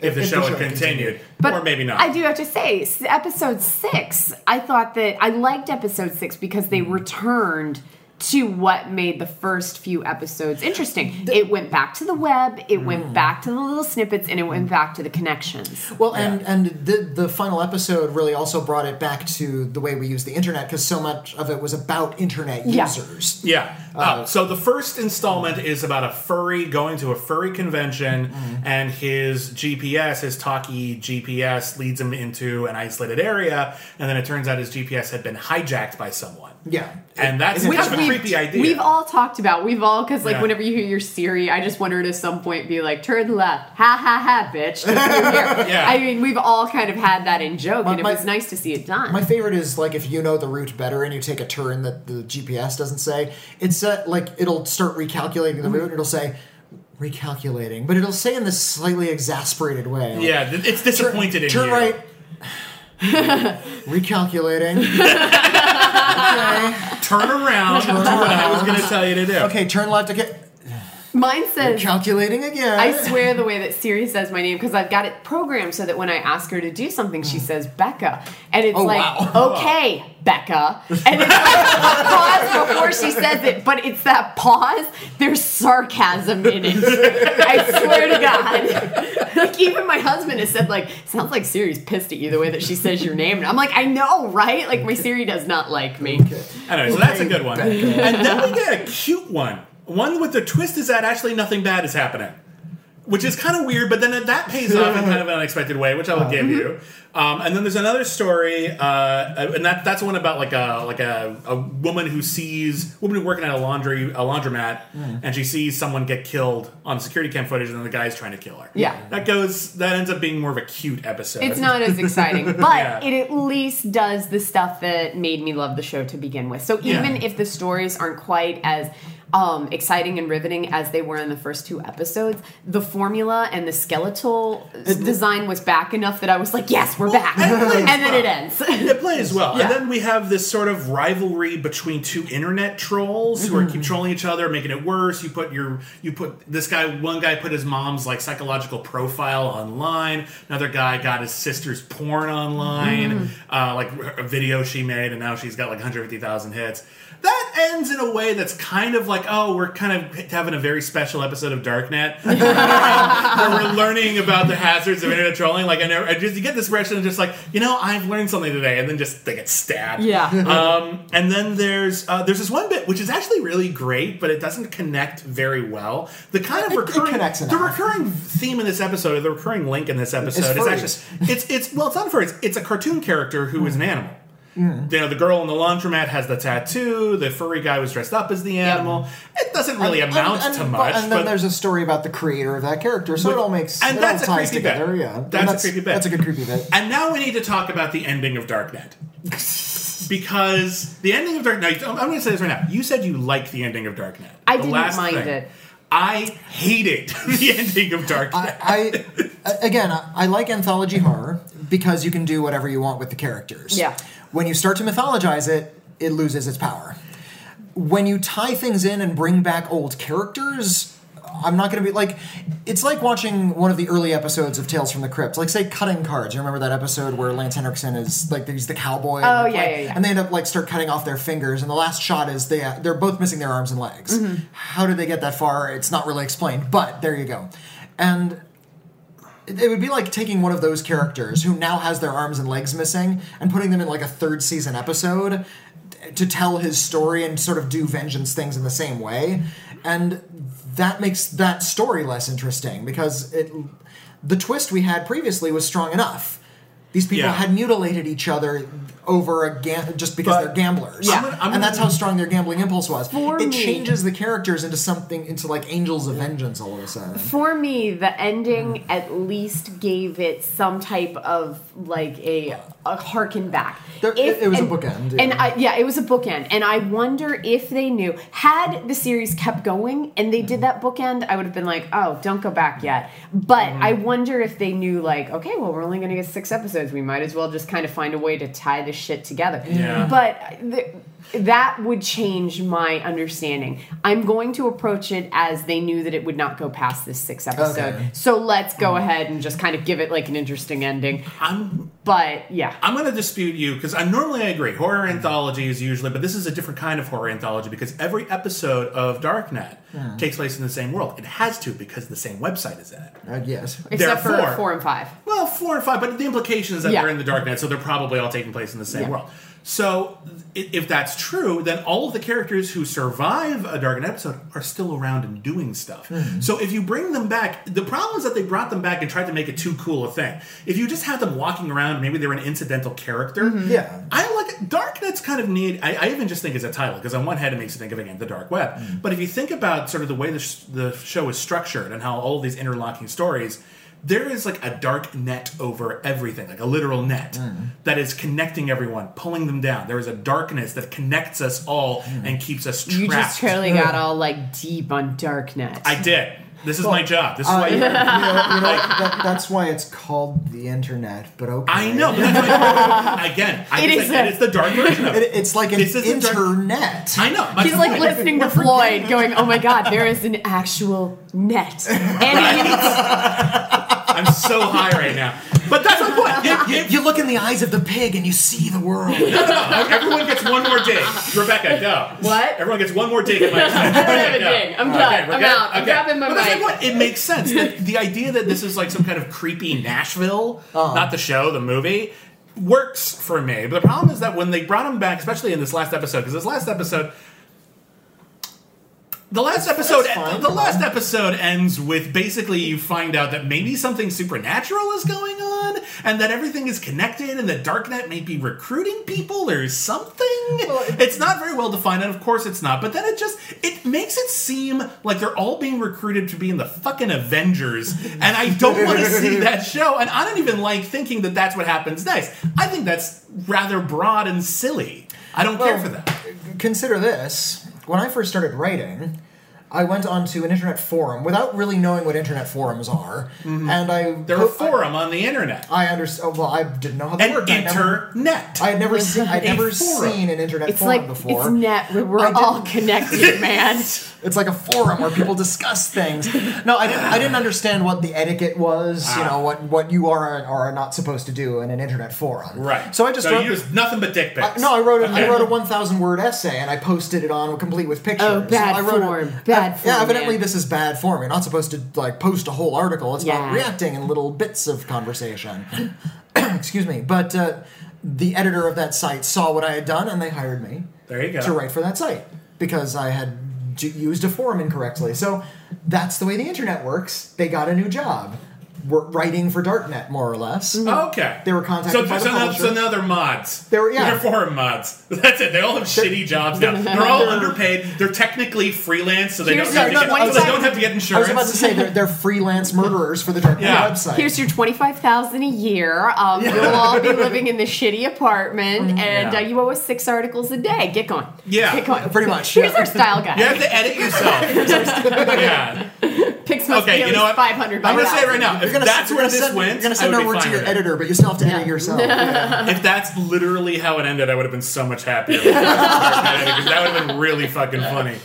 [SPEAKER 1] if the
[SPEAKER 4] If
[SPEAKER 1] show had continued, or maybe not.
[SPEAKER 5] I do have to say, s- episode six, I thought that I liked episode six because
[SPEAKER 1] Mm.
[SPEAKER 5] they returned to what made the first few episodes interesting. it went back to the web, it
[SPEAKER 1] Mm.
[SPEAKER 5] went back to the little snippets, and it went back to the connections.
[SPEAKER 4] Well, and and the the final episode really also brought it back to the way we use the internet because so much of it was about internet
[SPEAKER 5] Yeah.
[SPEAKER 4] users.
[SPEAKER 1] Yeah. Uh, so the first installment is about a furry going to a furry convention,
[SPEAKER 4] Mm-hmm.
[SPEAKER 1] and his GPS, his talkie GPS, leads him into an isolated area, and then it turns out his GPS had been hijacked by someone.
[SPEAKER 4] Yeah.
[SPEAKER 1] And that's
[SPEAKER 4] Which
[SPEAKER 1] kind of a
[SPEAKER 5] we've-
[SPEAKER 1] creepy idea.
[SPEAKER 5] We've all talked about. We've all because like
[SPEAKER 1] Yeah.
[SPEAKER 5] whenever you hear your Siri, I just wondered at some point be like, turn left, ha ha ha, bitch. 'cause you're here.
[SPEAKER 1] (laughs) Yeah.
[SPEAKER 5] I mean, we've all kind of had that in joke, and it
[SPEAKER 4] my-
[SPEAKER 5] was nice to see it done.
[SPEAKER 4] My favorite is like if you know the route better and you take a turn that the GPS doesn't say, it's uh, like it'll start recalculating
[SPEAKER 5] Mm-hmm.
[SPEAKER 4] the route and it'll say recalculating, but it'll say in this slightly exasperated way. like,
[SPEAKER 1] yeah, th- it's disappointed in
[SPEAKER 4] turn
[SPEAKER 1] you.
[SPEAKER 4] right. (sighs) recalculating.
[SPEAKER 1] Turn around.
[SPEAKER 4] (laughs)
[SPEAKER 1] do what I was going to tell you to do.
[SPEAKER 4] Okay, turn left again.
[SPEAKER 5] Mine says
[SPEAKER 4] Calculating again.
[SPEAKER 5] I swear the way that Siri says my name because I've got it programmed so that when I ask her to do something, she says Becca, and it's
[SPEAKER 4] Mm. Oh,
[SPEAKER 5] like
[SPEAKER 4] wow.
[SPEAKER 5] (laughs) okay, Becca, and it's like pause before she says it, but it's that pause. There's sarcasm in it. I swear to God. Like even my husband has said like sounds like Siri's pissed at you the way that she says your name, and I'm like I know right? Like my Siri does not like me.
[SPEAKER 1] Anyway, so that's a good one. And then we get a cute one. One with the twist is that actually nothing bad is happening. Which is kind of weird, but then that pays off in kind of an unexpected way, which I will give you. Um, and then there's another story, uh, and that that's one about like a like a, a woman who sees woman who working at a laundry a laundromat, and she sees someone get killed on security cam footage, and then the guy's trying to kill her.
[SPEAKER 5] Yeah.
[SPEAKER 1] that goes that ends up being more of a cute episode.
[SPEAKER 5] It's not
[SPEAKER 4] (laughs)
[SPEAKER 5] as exciting, but
[SPEAKER 1] Yeah.
[SPEAKER 5] it at least does the stuff that made me love the show to begin with. So even
[SPEAKER 1] Yeah.
[SPEAKER 5] if the stories aren't quite as um, exciting and riveting as they were in the first two episodes, the formula and the skeletal
[SPEAKER 4] Uh,
[SPEAKER 5] s- design was back enough that I was like, yes, we're back. (laughs)
[SPEAKER 1] and-
[SPEAKER 5] and then
[SPEAKER 1] (laughs)
[SPEAKER 5] it ends.
[SPEAKER 1] It plays well.
[SPEAKER 5] Yeah.
[SPEAKER 1] And then we have this sort of rivalry between two internet trolls who are keep trolling each other, making it worse. You put your you put this guy one guy put his mom's like psychological profile online. Another guy got his sister's porn online, uh, like a video she made, and now she's got like 150,000 hits. That ends in a way that's kind of like, oh, we're kind of having a very special episode of Darknet um, where we're learning about the hazards of internet trolling. Like I never, I just you get this impression of just like you know I've learned something today, and then just they get stabbed.
[SPEAKER 4] (laughs)
[SPEAKER 5] yeah.
[SPEAKER 1] Um, and then there's uh, there's this one bit which is actually really great, but it doesn't connect very well. The kind of
[SPEAKER 4] It- it
[SPEAKER 1] recurring
[SPEAKER 4] connects
[SPEAKER 1] the
[SPEAKER 4] enough.
[SPEAKER 1] recurring theme in this episode, or the recurring link in this episode, is
[SPEAKER 4] furries.
[SPEAKER 1] actually it's it's well it's not furries. It's a cartoon character who
[SPEAKER 4] Hmm.
[SPEAKER 1] is an animal. You know, the girl in the laundromat has the tattoo. The furry guy was dressed up as the animal. It doesn't really amount
[SPEAKER 4] and,
[SPEAKER 1] to
[SPEAKER 4] and-
[SPEAKER 1] much.
[SPEAKER 4] And then
[SPEAKER 1] but-
[SPEAKER 4] there's a story about the creator of that character, so
[SPEAKER 1] But-
[SPEAKER 4] it all makes
[SPEAKER 1] and
[SPEAKER 4] it
[SPEAKER 1] that's a
[SPEAKER 4] all ties
[SPEAKER 1] creepy bit.
[SPEAKER 4] together. Yeah, And
[SPEAKER 1] That's a creepy bit.
[SPEAKER 4] That's a good creepy bit.
[SPEAKER 1] And now we need to talk about the ending of Darknet. because the ending of Darknet, I'm going to say this right now. You said you liked the ending of Darknet.
[SPEAKER 5] I
[SPEAKER 1] The
[SPEAKER 5] didn't mind it.
[SPEAKER 1] I hated (laughs) the ending of Darknet. (laughs)
[SPEAKER 4] I, I again, I, I like anthology horror because you can do whatever you want with the characters.
[SPEAKER 5] Yeah.
[SPEAKER 4] When you start to mythologize it, it loses its power. When you tie things in and bring back old characters, I'm not going to be like. It's like watching one of the early episodes of Tales from the Crypt, like say Cutting Cards. You remember that episode where Lance Henriksen is like he's the cowboy. and
[SPEAKER 5] Oh,
[SPEAKER 4] they're
[SPEAKER 5] yeah,
[SPEAKER 4] playing-
[SPEAKER 5] yeah, yeah.
[SPEAKER 4] And they end up like start cutting off their fingers, and the last shot is they they're both missing their arms and legs.
[SPEAKER 5] Mm-hmm.
[SPEAKER 4] How did they get that far? It's not really explained, but there you go. And it would be like taking one of those characters who now has their arms and legs missing and putting them in like a third season episode to tell his story and sort of do vengeance things in the same way and that makes that story less interesting because it the twist we had previously was strong enough these people
[SPEAKER 1] Yeah.
[SPEAKER 4] had mutilated each other over a gam- just because
[SPEAKER 1] But-
[SPEAKER 4] they're gamblers
[SPEAKER 1] Yeah. I'm gonna- I'm
[SPEAKER 4] and
[SPEAKER 1] gonna-
[SPEAKER 4] that's how strong their gambling impulse was
[SPEAKER 5] For
[SPEAKER 4] it
[SPEAKER 5] me-
[SPEAKER 4] changes the characters into something into like angels of vengeance all of a sudden
[SPEAKER 5] For me, the ending at least gave it some type of like a, a harken back.
[SPEAKER 4] There- it was a bookend, yeah.
[SPEAKER 5] and I, yeah, it was a bookend. And I wonder if they knew had the series kept going and they did that bookend, I would have been like, oh, don't go back yet. But I
[SPEAKER 1] Mm.
[SPEAKER 5] wonder if they knew like, okay, well, we're only going to get six episodes. We might as well just kind of find a way to tie this shit together.
[SPEAKER 1] Yeah.
[SPEAKER 5] But the, that would change my understanding. I'm going to approach it as they knew that it would not go past this sixth episode.
[SPEAKER 4] Okay.
[SPEAKER 5] So let's
[SPEAKER 1] Mm.
[SPEAKER 5] go ahead and just kind of give it like an interesting ending.
[SPEAKER 1] I'm
[SPEAKER 5] But yeah.
[SPEAKER 1] I'm going to dispute you because I normally I agree. Horror anthology is usually, but this is a different kind of horror anthology because every episode of Darknet
[SPEAKER 5] Hmm.
[SPEAKER 1] takes place in the same world. It has to because the same website is in it.
[SPEAKER 4] Uh, yes.
[SPEAKER 5] Except
[SPEAKER 1] therefore-
[SPEAKER 5] for four and five.
[SPEAKER 1] Well, four and five, but the implication is that
[SPEAKER 5] Yeah.
[SPEAKER 1] they're in the dark net, so they're probably all taking place in the same
[SPEAKER 5] Yeah.
[SPEAKER 1] world. So, i- if that's true, then all of the characters who survive a Dark Knight episode are still around and doing stuff.
[SPEAKER 5] Mm-hmm.
[SPEAKER 1] So, if you bring them back, the problem is that they brought them back and tried to make it too cool a thing. If you just have them walking around, maybe they're an incidental character.
[SPEAKER 5] Mm-hmm.
[SPEAKER 4] Yeah.
[SPEAKER 1] I like it. Darknet's kind of neat. I, I even just think it's a title because on one hand it makes you think of again the dark web, but if you think about sort of the way the, sh- the show is structured and how all these interlocking stories, there is like a dark net over everything, like a literal net that is connecting everyone, pulling them down. There is a darkness that connects us all and keeps us trapped.
[SPEAKER 5] You just totally got all like deep on Darknet.
[SPEAKER 1] I did. This is my job.
[SPEAKER 5] uh,
[SPEAKER 1] This is why
[SPEAKER 4] Uh, you
[SPEAKER 1] you
[SPEAKER 4] know, you know,
[SPEAKER 1] (laughs)
[SPEAKER 4] that, that's why it's called the internet, but okay.
[SPEAKER 1] I know. But that's
[SPEAKER 5] (laughs)
[SPEAKER 1] why, again, I
[SPEAKER 5] It
[SPEAKER 1] just
[SPEAKER 5] is
[SPEAKER 1] think
[SPEAKER 5] a-
[SPEAKER 1] it's the dark version of
[SPEAKER 4] It,
[SPEAKER 1] it.
[SPEAKER 4] it's like an
[SPEAKER 1] This is the dark-
[SPEAKER 4] internet.
[SPEAKER 1] I know. my
[SPEAKER 5] He's like
[SPEAKER 1] point.
[SPEAKER 5] listening to Floyd, going, "Oh my God, there is an actual
[SPEAKER 1] (laughs)
[SPEAKER 5] net," and it's
[SPEAKER 1] I'm so high right now. But that's my point.
[SPEAKER 5] (laughs)
[SPEAKER 1] It- it-
[SPEAKER 4] you look in the eyes of the pig and you see the world.
[SPEAKER 1] No, everyone gets one more dig. Rebecca, go.
[SPEAKER 5] What?
[SPEAKER 1] Everyone gets one more dig at my
[SPEAKER 5] (laughs) I don't have a dig. I'm done. I'm out. I'm grabbing my
[SPEAKER 1] but that's like
[SPEAKER 5] mic.
[SPEAKER 1] what- It makes sense. The, the idea that this is like some kind of creepy Nashville,
[SPEAKER 5] Uh-huh.
[SPEAKER 1] not the show, the movie, works for me. But the problem is that when they brought him back, especially in this last episode, because this last episode. The last episode,
[SPEAKER 4] fine,
[SPEAKER 1] the
[SPEAKER 4] come
[SPEAKER 1] last episode ends with basically you find out that maybe something supernatural is going on, and that everything is connected, and that Darknet may be recruiting people or something. it's not very well defined, and of course it's not. But then it just it makes it seem like they're all being recruited to be in the fucking
[SPEAKER 4] (laughs)
[SPEAKER 1] Avengers, and I don't want to see that show. And I don't even like thinking that that's what happens next. I think that's rather broad and silly. I don't care
[SPEAKER 4] Well,
[SPEAKER 1] for that.
[SPEAKER 4] Consider this. When I first started writing, I went onto an internet forum without really knowing what internet forums are, and I
[SPEAKER 1] They're a Mm-hmm. forum on the internet.
[SPEAKER 4] I, understand. Well, I didn't know how they
[SPEAKER 1] and
[SPEAKER 4] worked. I never,
[SPEAKER 1] internet.
[SPEAKER 4] I had never seen. I'd
[SPEAKER 1] A
[SPEAKER 4] never
[SPEAKER 1] forum.
[SPEAKER 4] seen an internet
[SPEAKER 5] it's
[SPEAKER 4] forum
[SPEAKER 5] like
[SPEAKER 4] before.
[SPEAKER 5] it's net. We're, we're
[SPEAKER 1] (laughs)
[SPEAKER 5] all connected, man.
[SPEAKER 4] It's like a forum where people discuss things. No, I didn't. I didn't understand what the etiquette was.
[SPEAKER 1] Ah.
[SPEAKER 4] You know what what you are and are not supposed to do in an internet forum.
[SPEAKER 1] right.
[SPEAKER 4] So I just
[SPEAKER 1] so
[SPEAKER 4] wrote, Uh,
[SPEAKER 1] you just nothing but dick pics.
[SPEAKER 4] no, I wrote a, I
[SPEAKER 1] Okay.
[SPEAKER 4] wrote a one thousand word essay and I posted it on complete with pictures.
[SPEAKER 5] Oh, bad
[SPEAKER 4] I wrote a-
[SPEAKER 5] form. Bad
[SPEAKER 4] Yeah,
[SPEAKER 5] form,
[SPEAKER 4] evidently
[SPEAKER 5] man.
[SPEAKER 4] this is bad form. You're not supposed to like post a whole article. It's about
[SPEAKER 5] Yeah.
[SPEAKER 4] reacting in little bits of conversation. (coughs) Excuse me, but uh, the editor of that site saw what I had done and they hired me
[SPEAKER 1] There you go.
[SPEAKER 4] to write for that site because I had d- used a forum incorrectly. So that's the way the internet works. They got a new job, we writing for Darknet more or less.
[SPEAKER 5] Mm-hmm.
[SPEAKER 1] Oh, Okay.
[SPEAKER 4] They were contacted
[SPEAKER 1] so,
[SPEAKER 4] by the
[SPEAKER 1] so, now, so
[SPEAKER 4] publisher.
[SPEAKER 1] now they're mods.
[SPEAKER 4] They were- yeah.
[SPEAKER 1] They're forum mods. (laughs) That's it. They all have shitty jobs
[SPEAKER 4] (laughs)
[SPEAKER 1] now. They're all underpaid. They're technically freelance, so they, don't
[SPEAKER 5] Here's
[SPEAKER 1] have,
[SPEAKER 5] your
[SPEAKER 1] to get, so they
[SPEAKER 5] 25
[SPEAKER 1] don't have to get
[SPEAKER 4] I
[SPEAKER 1] insurance.
[SPEAKER 4] was about to say they're, they're
[SPEAKER 1] (laughs)
[SPEAKER 4] freelance murderers for the Darknet
[SPEAKER 1] Yeah.
[SPEAKER 4] website.
[SPEAKER 5] Here's your twenty five thousand a year. Um, You'll all be living in this shitty apartment, and
[SPEAKER 1] Mm-hmm. Yeah.
[SPEAKER 5] uh, you owe us six articles a day. Get going.
[SPEAKER 1] Yeah,
[SPEAKER 5] Get going.
[SPEAKER 4] pretty much,
[SPEAKER 5] Here's
[SPEAKER 4] yeah.
[SPEAKER 5] our style guide.
[SPEAKER 1] you have to edit
[SPEAKER 4] (laughs)
[SPEAKER 1] yourself. yeah.
[SPEAKER 5] Picks must
[SPEAKER 1] Okay,
[SPEAKER 5] be
[SPEAKER 1] you know what?
[SPEAKER 5] five hundred.
[SPEAKER 1] I'm going to say it right now. If that's
[SPEAKER 4] you're
[SPEAKER 1] where
[SPEAKER 4] gonna
[SPEAKER 1] this
[SPEAKER 4] send,
[SPEAKER 1] went,
[SPEAKER 4] You're gonna send
[SPEAKER 1] I would
[SPEAKER 4] over
[SPEAKER 1] be
[SPEAKER 4] to
[SPEAKER 1] fine
[SPEAKER 4] your
[SPEAKER 1] with it.
[SPEAKER 4] editor, but you still have to edit
[SPEAKER 5] Yeah.
[SPEAKER 4] yourself. Yeah.
[SPEAKER 1] If that's literally how it ended, I would have been so much happier. (laughs) Because that would have been really fucking funny.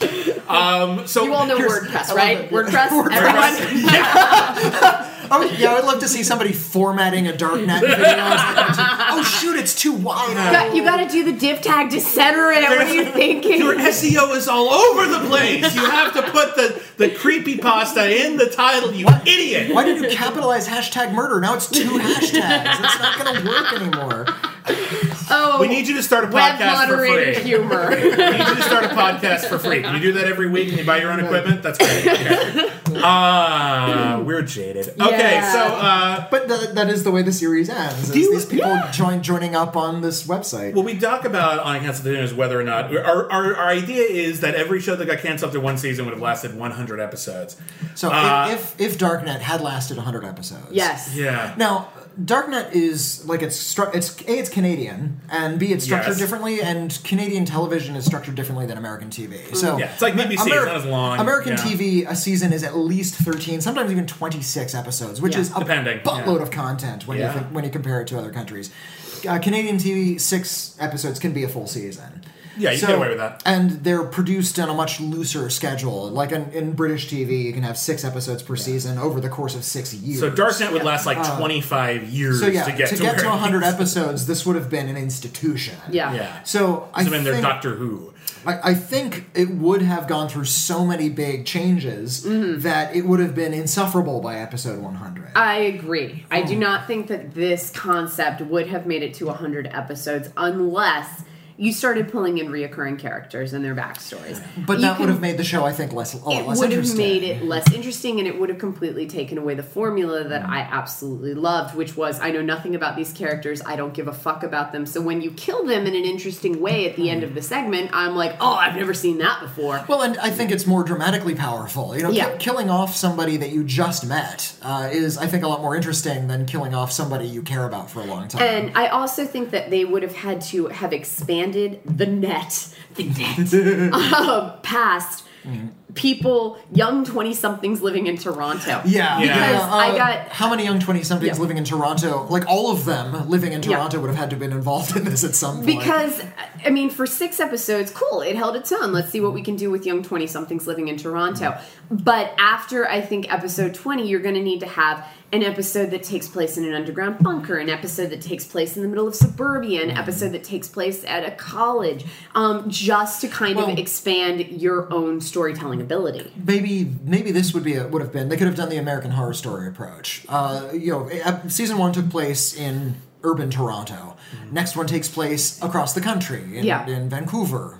[SPEAKER 1] Um, so
[SPEAKER 5] You all know
[SPEAKER 4] Here's- I
[SPEAKER 5] WordPress,
[SPEAKER 4] love
[SPEAKER 5] right?
[SPEAKER 4] it.
[SPEAKER 1] (laughs)
[SPEAKER 5] WordPress. Everyone.
[SPEAKER 4] oh yeah, I'd love to see somebody formatting a Darknet video.
[SPEAKER 1] (laughs)
[SPEAKER 4] oh shoot, it's too wide.
[SPEAKER 5] Got- you got to do the div tag to center it. What
[SPEAKER 1] (laughs)
[SPEAKER 5] are you thinking?
[SPEAKER 1] Your SEO is all over the place. You have to put the the creepy pasta in the title. You idiot.
[SPEAKER 4] Why did you capitalize hashtag murder? Now it's two hashtags. It's not gonna work anymore.
[SPEAKER 5] oh,
[SPEAKER 1] We need you to start a
[SPEAKER 5] web
[SPEAKER 1] podcast for
[SPEAKER 5] moderated
[SPEAKER 1] free. (laughs)
[SPEAKER 5] humor.
[SPEAKER 1] We need you to start a podcast for free. Can you do that every week and you buy your own equipment? That's great. Okay. Uh, we're jaded. Okay,
[SPEAKER 5] Yeah.
[SPEAKER 1] so uh,
[SPEAKER 4] But that, that is the way the series ends. Is
[SPEAKER 1] you-
[SPEAKER 4] these people join joining up on this website.
[SPEAKER 1] what we talk about on Cancel Dinner is whether or not our, our, our idea is that every show that got canceled after one season would have lasted 100 episodes.
[SPEAKER 4] so
[SPEAKER 1] uh,
[SPEAKER 4] if, if if Darknet had lasted 100 episodes,
[SPEAKER 5] yes.
[SPEAKER 1] Yeah.
[SPEAKER 4] Now, Darknet is like it's stru- it's a it's Canadian and b it's structured
[SPEAKER 1] Yes.
[SPEAKER 4] differently and Canadian television is structured differently than American TV. So
[SPEAKER 1] Yeah, it's like BBC, it's not as long,
[SPEAKER 4] American
[SPEAKER 1] yeah.
[SPEAKER 4] TV a season is at least thirteen, sometimes even twenty six episodes, which
[SPEAKER 5] Yeah.
[SPEAKER 4] is a
[SPEAKER 1] Depending,
[SPEAKER 4] buttload
[SPEAKER 1] yeah.
[SPEAKER 4] of content when
[SPEAKER 1] Yeah.
[SPEAKER 4] you think, when you compare it to other countries. Uh, Canadian TV six episodes can be a full season.
[SPEAKER 1] Yeah, you
[SPEAKER 4] So-
[SPEAKER 1] get away with that.
[SPEAKER 4] And they're produced on a much looser schedule. Like in, in British TV, you can have six episodes per season over the course of six years.
[SPEAKER 1] So Darknet would last like 25 years
[SPEAKER 4] So yeah,
[SPEAKER 1] to get to, where it
[SPEAKER 4] 100
[SPEAKER 1] is.
[SPEAKER 4] episodes, this would have been an institution.
[SPEAKER 5] Yeah.
[SPEAKER 1] Yeah.
[SPEAKER 4] So I
[SPEAKER 1] So then they're
[SPEAKER 4] think
[SPEAKER 1] Doctor Who.
[SPEAKER 4] I, I think it would have gone through so many big changes
[SPEAKER 5] Mm-hmm.
[SPEAKER 4] that it would have been insufferable by episode 100.
[SPEAKER 5] I agree. I
[SPEAKER 1] Hmm.
[SPEAKER 5] do not think that this concept would have made it to 100 episodes unless you started pulling in reoccurring characters and their backstories.
[SPEAKER 4] but
[SPEAKER 5] You
[SPEAKER 4] that would
[SPEAKER 5] can-
[SPEAKER 4] have made the show, I think, less a lot
[SPEAKER 5] It
[SPEAKER 4] less
[SPEAKER 5] would have
[SPEAKER 4] interesting.
[SPEAKER 5] made it less interesting and it would have completely taken away the formula that I absolutely loved, which was I know nothing about these characters, I don't give a fuck about them. So when you kill them in an interesting way at the end of the segment, I'm like, oh, I've never seen that before.
[SPEAKER 4] Well, and I think it's more dramatically powerful. You know, ki-
[SPEAKER 5] Yeah.
[SPEAKER 4] killing off somebody that you just met uh, is, I think, a lot more interesting than killing off somebody you care about for a long time.
[SPEAKER 5] And I also think that they would have had to have expanded the net, (laughs)
[SPEAKER 4] (laughs)
[SPEAKER 5] the net, um, past
[SPEAKER 4] Mm.
[SPEAKER 5] people, young 20 somethings living in Toronto.
[SPEAKER 4] yeah,
[SPEAKER 1] Because
[SPEAKER 4] yeah,
[SPEAKER 5] I got-
[SPEAKER 4] how many young twenty somethings
[SPEAKER 5] Yeah.
[SPEAKER 4] living in Toronto? Like all of them living in
[SPEAKER 5] Yeah.
[SPEAKER 4] Toronto would have had to have been involved in this at some point.
[SPEAKER 5] Because, I mean, for six episodes, cool, it held its own. Let's see what we can do with young 20 somethings living in Toronto. But after, I think, episode 20, you're going to need to have an episode that takes place in an underground bunker, an episode that takes place in the middle of suburbia, an episode that takes place at a college, um, just to kind
[SPEAKER 4] Well-
[SPEAKER 5] of expand your own storytelling ability.
[SPEAKER 4] maybe maybe this would be a, would have been they could have done the American Horror Story approach. Uh, you know, eh, season one took place in urban Toronto. Next one takes place across the country in,
[SPEAKER 5] Yeah.
[SPEAKER 4] in Vancouver.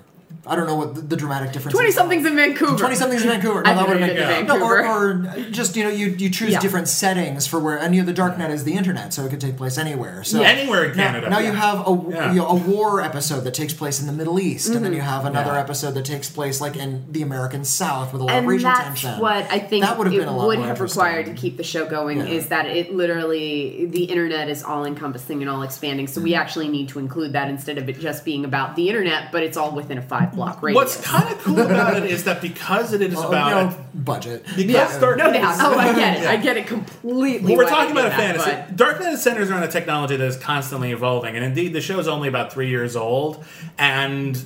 [SPEAKER 4] I don't know what the, the dramatic difference.
[SPEAKER 5] 20 somethings in Vancouver.
[SPEAKER 4] Twenty somethings in Vancouver. No,
[SPEAKER 5] I
[SPEAKER 4] that would
[SPEAKER 5] think
[SPEAKER 4] have
[SPEAKER 5] it
[SPEAKER 4] been
[SPEAKER 5] is
[SPEAKER 4] no, or,
[SPEAKER 5] Vancouver.
[SPEAKER 4] or just you know you you choose
[SPEAKER 5] Yeah.
[SPEAKER 4] different settings for where and you know the dark net is the internet, so it could take place anywhere. So
[SPEAKER 1] Anywhere in Canada.
[SPEAKER 4] Oh. now you have a
[SPEAKER 1] Yeah. Mm-hmm.
[SPEAKER 4] you know, a war episode that takes place in the Middle East, and then you have another
[SPEAKER 1] Yeah.
[SPEAKER 4] episode that takes place like in the American South with a lot
[SPEAKER 5] and
[SPEAKER 4] of regional
[SPEAKER 5] that's
[SPEAKER 4] tension.
[SPEAKER 5] what I think
[SPEAKER 4] that would have
[SPEAKER 5] it
[SPEAKER 4] been a lot
[SPEAKER 5] would
[SPEAKER 4] more
[SPEAKER 5] have
[SPEAKER 4] interesting.
[SPEAKER 5] required to keep the show going
[SPEAKER 4] Yeah.
[SPEAKER 5] is that it literally the internet is all encompassing and all expanding, so
[SPEAKER 1] Mm-hmm.
[SPEAKER 5] we actually need to include that instead of it just being about the internet, but it's all within a five block radius.
[SPEAKER 1] What's kind of
[SPEAKER 4] (laughs)
[SPEAKER 1] cool about it is that because it is
[SPEAKER 4] Oh,
[SPEAKER 1] about
[SPEAKER 4] no, budget.
[SPEAKER 1] because
[SPEAKER 5] (laughs) yeah,
[SPEAKER 1] Dark
[SPEAKER 5] no
[SPEAKER 1] Knight
[SPEAKER 5] doubt.
[SPEAKER 1] is-
[SPEAKER 5] Oh, I get it. I get it completely.
[SPEAKER 1] Well, we're
[SPEAKER 5] why
[SPEAKER 1] talking
[SPEAKER 5] they
[SPEAKER 1] about a
[SPEAKER 5] did
[SPEAKER 1] fantasy.
[SPEAKER 5] that, but-
[SPEAKER 1] Darknet centers around a technology that is constantly evolving, and indeed, the show is only about three years old, and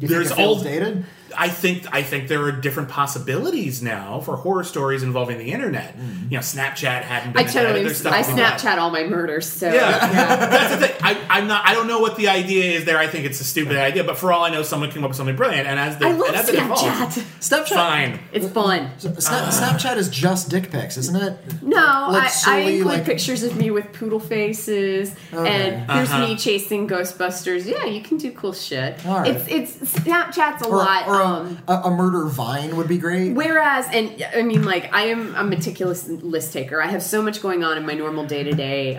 [SPEAKER 4] You
[SPEAKER 1] there's
[SPEAKER 4] think it feels
[SPEAKER 1] all
[SPEAKER 4] dated.
[SPEAKER 1] I think I think there are different possibilities now for horror stories involving the internet.
[SPEAKER 4] Mm-hmm.
[SPEAKER 1] You know, Snapchat hadn't.
[SPEAKER 5] I
[SPEAKER 1] Been invented,
[SPEAKER 5] totally.
[SPEAKER 1] there's stuff
[SPEAKER 5] I
[SPEAKER 1] like that.
[SPEAKER 5] Snapchat all my murders. So
[SPEAKER 1] Yeah. That's the thing. I, I'm not. I don't know what the idea is there. I think it's a stupid idea, but for all I know, someone came up with something brilliant. (laughs) And as the
[SPEAKER 5] I love
[SPEAKER 1] and as it evolves-
[SPEAKER 5] Snapchat. (laughs)
[SPEAKER 4] Snapchat.
[SPEAKER 1] fine. Uh.
[SPEAKER 5] It's fun.
[SPEAKER 4] Sna- Snapchat is just dick pics, isn't it?
[SPEAKER 5] No,
[SPEAKER 4] Like,
[SPEAKER 5] I, I
[SPEAKER 4] solely,
[SPEAKER 5] include
[SPEAKER 4] like-
[SPEAKER 5] pictures of me with poodle faces, and here's
[SPEAKER 1] Uh-huh.
[SPEAKER 5] me chasing Ghostbusters. Yeah, you can do cool shit.
[SPEAKER 4] All right.
[SPEAKER 5] It's it's Snapchat's a
[SPEAKER 4] Or,
[SPEAKER 5] lot.
[SPEAKER 4] or a,
[SPEAKER 5] um,
[SPEAKER 4] a, a murder vine would be great.
[SPEAKER 5] Whereas, and I mean, like, I am a meticulous list taker. I have so much going on in my normal day to day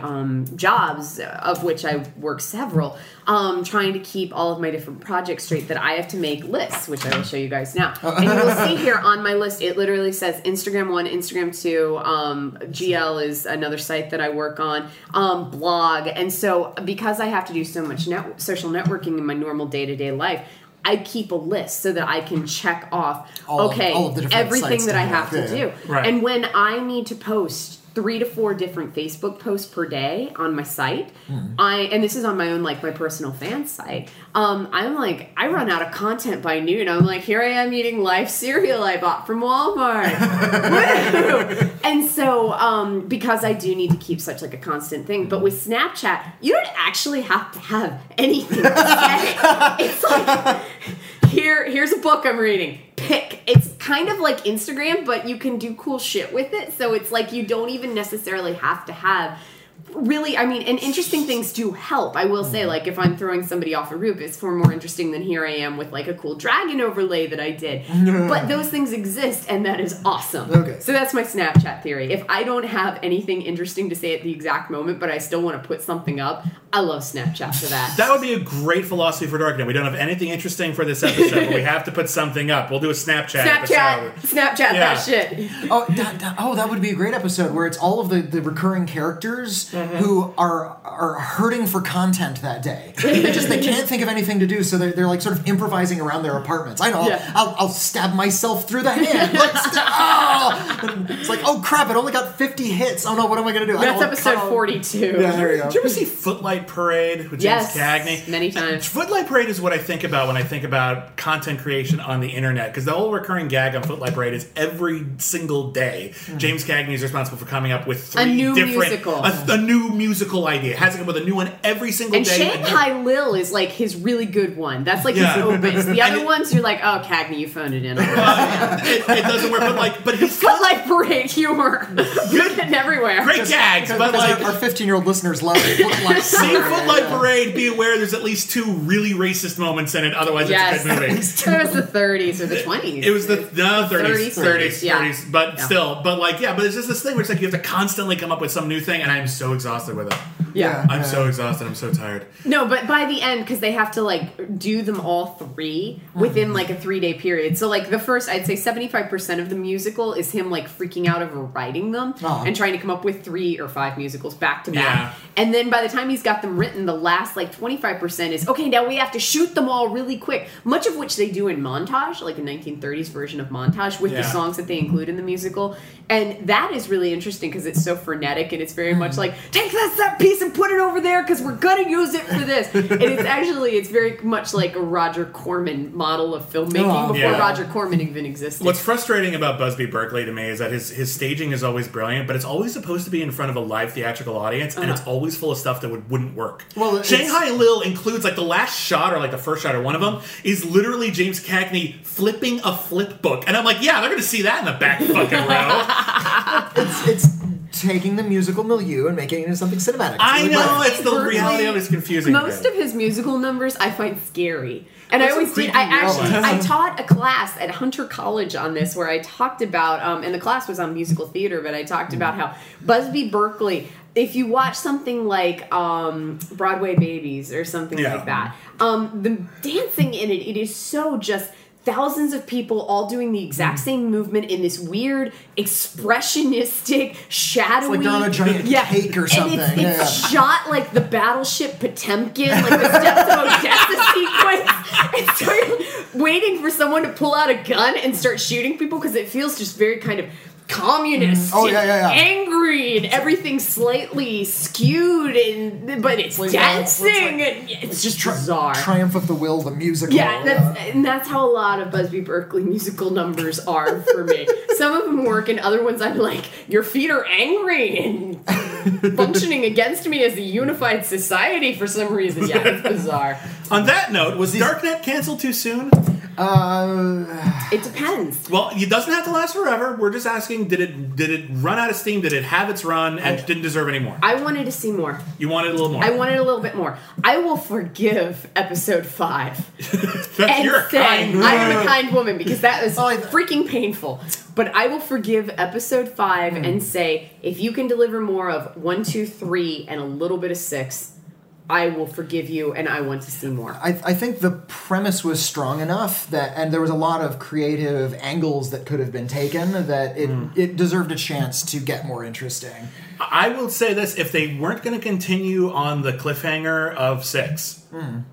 [SPEAKER 5] jobs, of which I work several, um, trying to keep all of my different projects straight that I have to make lists, which I will show you guys now. And you will see here on my list, it literally says Instagram 1, Instagram 2, um, GL is another site that I work on, um, blog. And so, because I have to do so much net- social networking in my normal day to day life, I keep a list so that I can check off
[SPEAKER 4] all of-
[SPEAKER 5] okay,
[SPEAKER 4] all of the different sites
[SPEAKER 5] everything that
[SPEAKER 4] to
[SPEAKER 5] I
[SPEAKER 4] have,
[SPEAKER 5] have to
[SPEAKER 4] yeah.
[SPEAKER 5] do.
[SPEAKER 1] Right.
[SPEAKER 5] And when I need to post three to four different Facebook posts per day on my site,
[SPEAKER 4] Hmm.
[SPEAKER 5] I and this is on my own like my personal fan site. Um, I'm like I run out of content by noon. I'm like here I am eating life cereal I bought from
[SPEAKER 4] (laughs)
[SPEAKER 5] Walmart. Woo! and so um, because I do need to keep such like a constant thing, but with Snapchat, you don't actually have to have anything. to
[SPEAKER 4] (laughs)
[SPEAKER 5] say. it's like here here's a book I'm reading. Pick. It's kind of like Instagram, but you can do cool shit with it. So it's like you don't even necessarily have to have really I mean and interesting things do help. I will
[SPEAKER 1] Mm-hmm.
[SPEAKER 5] say like if I'm throwing somebody off a roof it's far more interesting than here I am with like a cool dragon overlay that
[SPEAKER 1] (laughs)
[SPEAKER 5] I did. but those things exist and that is awesome.
[SPEAKER 4] Okay.
[SPEAKER 5] So that's my Snapchat theory. If I don't have anything interesting to say at the exact moment but I still want to put something up, I love Snapchat for that.
[SPEAKER 1] That would be a great philosophy for Darknet. We don't have anything interesting for this episode, but we have to put something up. We'll do a Snapchat.
[SPEAKER 5] Snapchat,
[SPEAKER 1] episode.
[SPEAKER 5] Snapchat
[SPEAKER 1] Yeah.
[SPEAKER 5] that shit.
[SPEAKER 4] Oh, that, that- oh, that would be a great episode where it's all of the, the recurring characters
[SPEAKER 5] Mm-hmm.
[SPEAKER 4] who are are hurting for content that day. they just they can't think of anything to do, so they're, they're like sort of improvising around their apartments. I know
[SPEAKER 5] Yeah.
[SPEAKER 4] I'll, I'll, I'll stab myself through the
[SPEAKER 5] (laughs)
[SPEAKER 4] hand. Like, st- oh! And It's like oh crap! It only got fifty hits. Oh no! What am I gonna do? I
[SPEAKER 5] That's
[SPEAKER 4] don't-
[SPEAKER 5] episode
[SPEAKER 4] oh.
[SPEAKER 5] 42.
[SPEAKER 4] Yeah, there you go.
[SPEAKER 1] Did you ever see Footlight Parade with James
[SPEAKER 5] Yes,
[SPEAKER 1] Cagney?
[SPEAKER 5] many times.
[SPEAKER 1] Footlight Parade is what I think about when I think about content creation on the internet because the whole recurring gag on Footlight Parade is every single day James Cagney is responsible for coming up with three
[SPEAKER 5] Hmm. new
[SPEAKER 1] different
[SPEAKER 5] musical.
[SPEAKER 1] A, a new musical idea has to come up with a new one every single
[SPEAKER 5] And
[SPEAKER 1] day. a new-
[SPEAKER 5] Shanghai Lil is like his really good one. That's like
[SPEAKER 1] Yeah. (laughs)
[SPEAKER 5] his opus. The other
[SPEAKER 1] it- uh,
[SPEAKER 5] ones, you're like, oh, Cagney, you
[SPEAKER 1] (laughs)
[SPEAKER 5] phoned it in. already."
[SPEAKER 1] (laughs)
[SPEAKER 5] (laughs)
[SPEAKER 1] it, it doesn't work, but like, but he's
[SPEAKER 5] But like
[SPEAKER 1] (laughs)
[SPEAKER 5] parade humor, you're getting everywhere.
[SPEAKER 1] great gags, but
[SPEAKER 4] Because
[SPEAKER 1] like
[SPEAKER 4] our- our fifteen-year-old listeners love
[SPEAKER 5] (laughs)
[SPEAKER 4] it. Look like-
[SPEAKER 1] Same Footlight Parade, be aware there's at least two really racist moments in it, otherwise it's
[SPEAKER 5] Yes, (laughs)
[SPEAKER 1] a good movie.
[SPEAKER 5] it was the 30s or the 20s.
[SPEAKER 1] It was the no, 30s, 30s,
[SPEAKER 5] 30s,
[SPEAKER 1] 30s, 30s,
[SPEAKER 5] yeah.
[SPEAKER 1] but
[SPEAKER 5] Yeah.
[SPEAKER 1] still, but like, yeah, but it's just this thing where it's like you have to constantly come up with some new thing, and I'm so exhausted with it.
[SPEAKER 5] yeah.
[SPEAKER 1] I'm so exhausted. I'm so tired.
[SPEAKER 5] No, but by the end, because they have to like do them all three within
[SPEAKER 1] Mm-hmm.
[SPEAKER 5] like a three day period. So like the first, I'd say seventy five percent of the musical is him like freaking out over writing them
[SPEAKER 4] Aw.
[SPEAKER 5] and trying to come up with three or five musicals back to
[SPEAKER 1] Yeah.
[SPEAKER 5] back. And then by the time he's got them written, the last like twenty five percent is okay. Now we have to shoot them all really quick. Much of which they do in montage, like a nineteen thirties version of montage with the
[SPEAKER 1] Yeah.
[SPEAKER 5] songs that they include in the musical. And that is really interesting because it's so frenetic and it's very
[SPEAKER 1] Hmm.
[SPEAKER 5] much like take this that piece and put it over there because we're gonna use it for
[SPEAKER 1] (laughs)
[SPEAKER 5] this. and it's actually it's very much like a Roger Corman model of filmmaking
[SPEAKER 4] Oh,
[SPEAKER 5] before
[SPEAKER 1] yeah.
[SPEAKER 5] Roger Corman even existed.
[SPEAKER 1] What's frustrating about Busby Berkeley to me is that his his staging is always brilliant, but it's always supposed to be in front of a live theatrical audience, and
[SPEAKER 5] Uh-huh.
[SPEAKER 1] it's always full of stuff that would wouldn't work.
[SPEAKER 4] Well, it's-
[SPEAKER 1] Shanghai Lil includes like the last shot or like the first shot or one of them is literally James Cagney flipping a flip book, and I'm like, yeah, they're gonna see that in the back fucking row.
[SPEAKER 5] (laughs)
[SPEAKER 4] it's it's taking the musical milieu and making it into something cinematic. It's
[SPEAKER 1] I
[SPEAKER 4] really
[SPEAKER 1] know
[SPEAKER 4] bright.
[SPEAKER 1] it's the
[SPEAKER 5] Berkeley-
[SPEAKER 1] reality of it's confusing. to me.
[SPEAKER 5] Most of his musical numbers I find scary. And I
[SPEAKER 4] Those are
[SPEAKER 5] always did.
[SPEAKER 4] creepy
[SPEAKER 5] I actually
[SPEAKER 4] real
[SPEAKER 5] I taught a class at Hunter College on this where I talked about, um, and the class was on musical theater, but I talked
[SPEAKER 1] Mm.
[SPEAKER 5] about how Busby Berkeley. If you watch something like um, Broadway Babies or something
[SPEAKER 1] Yeah.
[SPEAKER 5] like that, um, the dancing in it, it is so just thousands of people all doing the exact
[SPEAKER 1] Mm.
[SPEAKER 5] same movement in this weird expressionistic shadowy
[SPEAKER 4] like they're on a giant cake or something.
[SPEAKER 5] and it's,
[SPEAKER 4] Yeah,
[SPEAKER 5] it's shot like the battleship Potemkin, like the steps of Odessa sequence. And so you're waiting for someone to pull out a gun and start shooting people because it feels just very kind of communist,
[SPEAKER 4] Oh,
[SPEAKER 5] and
[SPEAKER 4] yeah, yeah, yeah.
[SPEAKER 5] angry, and everything slightly skewed. And but it's
[SPEAKER 4] like, yeah, it's- it's
[SPEAKER 5] dancing,
[SPEAKER 4] like-
[SPEAKER 5] and it's just
[SPEAKER 4] Tri-
[SPEAKER 5] bizarre.
[SPEAKER 4] Triumph of the Will, the musical.
[SPEAKER 5] Yeah, that's, and that's how a lot of Busby Berkeley musical numbers are for me. Some of them work, and other ones I'm like, your feet are angry and functioning against me as a unified society for some reason. Yeah, it's bizarre.
[SPEAKER 1] On that note, was Darknet canceled too soon?
[SPEAKER 4] Uh,
[SPEAKER 5] It depends.
[SPEAKER 1] Well, it doesn't have to last forever. We're just asking: did it did it run out of steam? Did it have its run and didn't deserve any more?
[SPEAKER 5] I wanted to see more.
[SPEAKER 1] You wanted a little more.
[SPEAKER 5] I wanted a little bit more. I will forgive episode five
[SPEAKER 1] That's
[SPEAKER 5] and
[SPEAKER 1] you're a
[SPEAKER 5] say
[SPEAKER 1] kind.
[SPEAKER 5] I am a kind woman because
[SPEAKER 1] (laughs)
[SPEAKER 5] that was
[SPEAKER 4] Oh, I-
[SPEAKER 5] freaking painful. But I will forgive episode five
[SPEAKER 1] Hmm.
[SPEAKER 5] and say if you can deliver more of one, two, three, and a little bit of six, I will forgive you and I want to see more.
[SPEAKER 4] I, I think the premise was strong enough that, and there was a lot of creative angles that could have been taken that it,
[SPEAKER 1] Hmm.
[SPEAKER 4] it deserved a chance to get more interesting.
[SPEAKER 1] I will say this: if they weren't going to continue on the cliffhanger of six,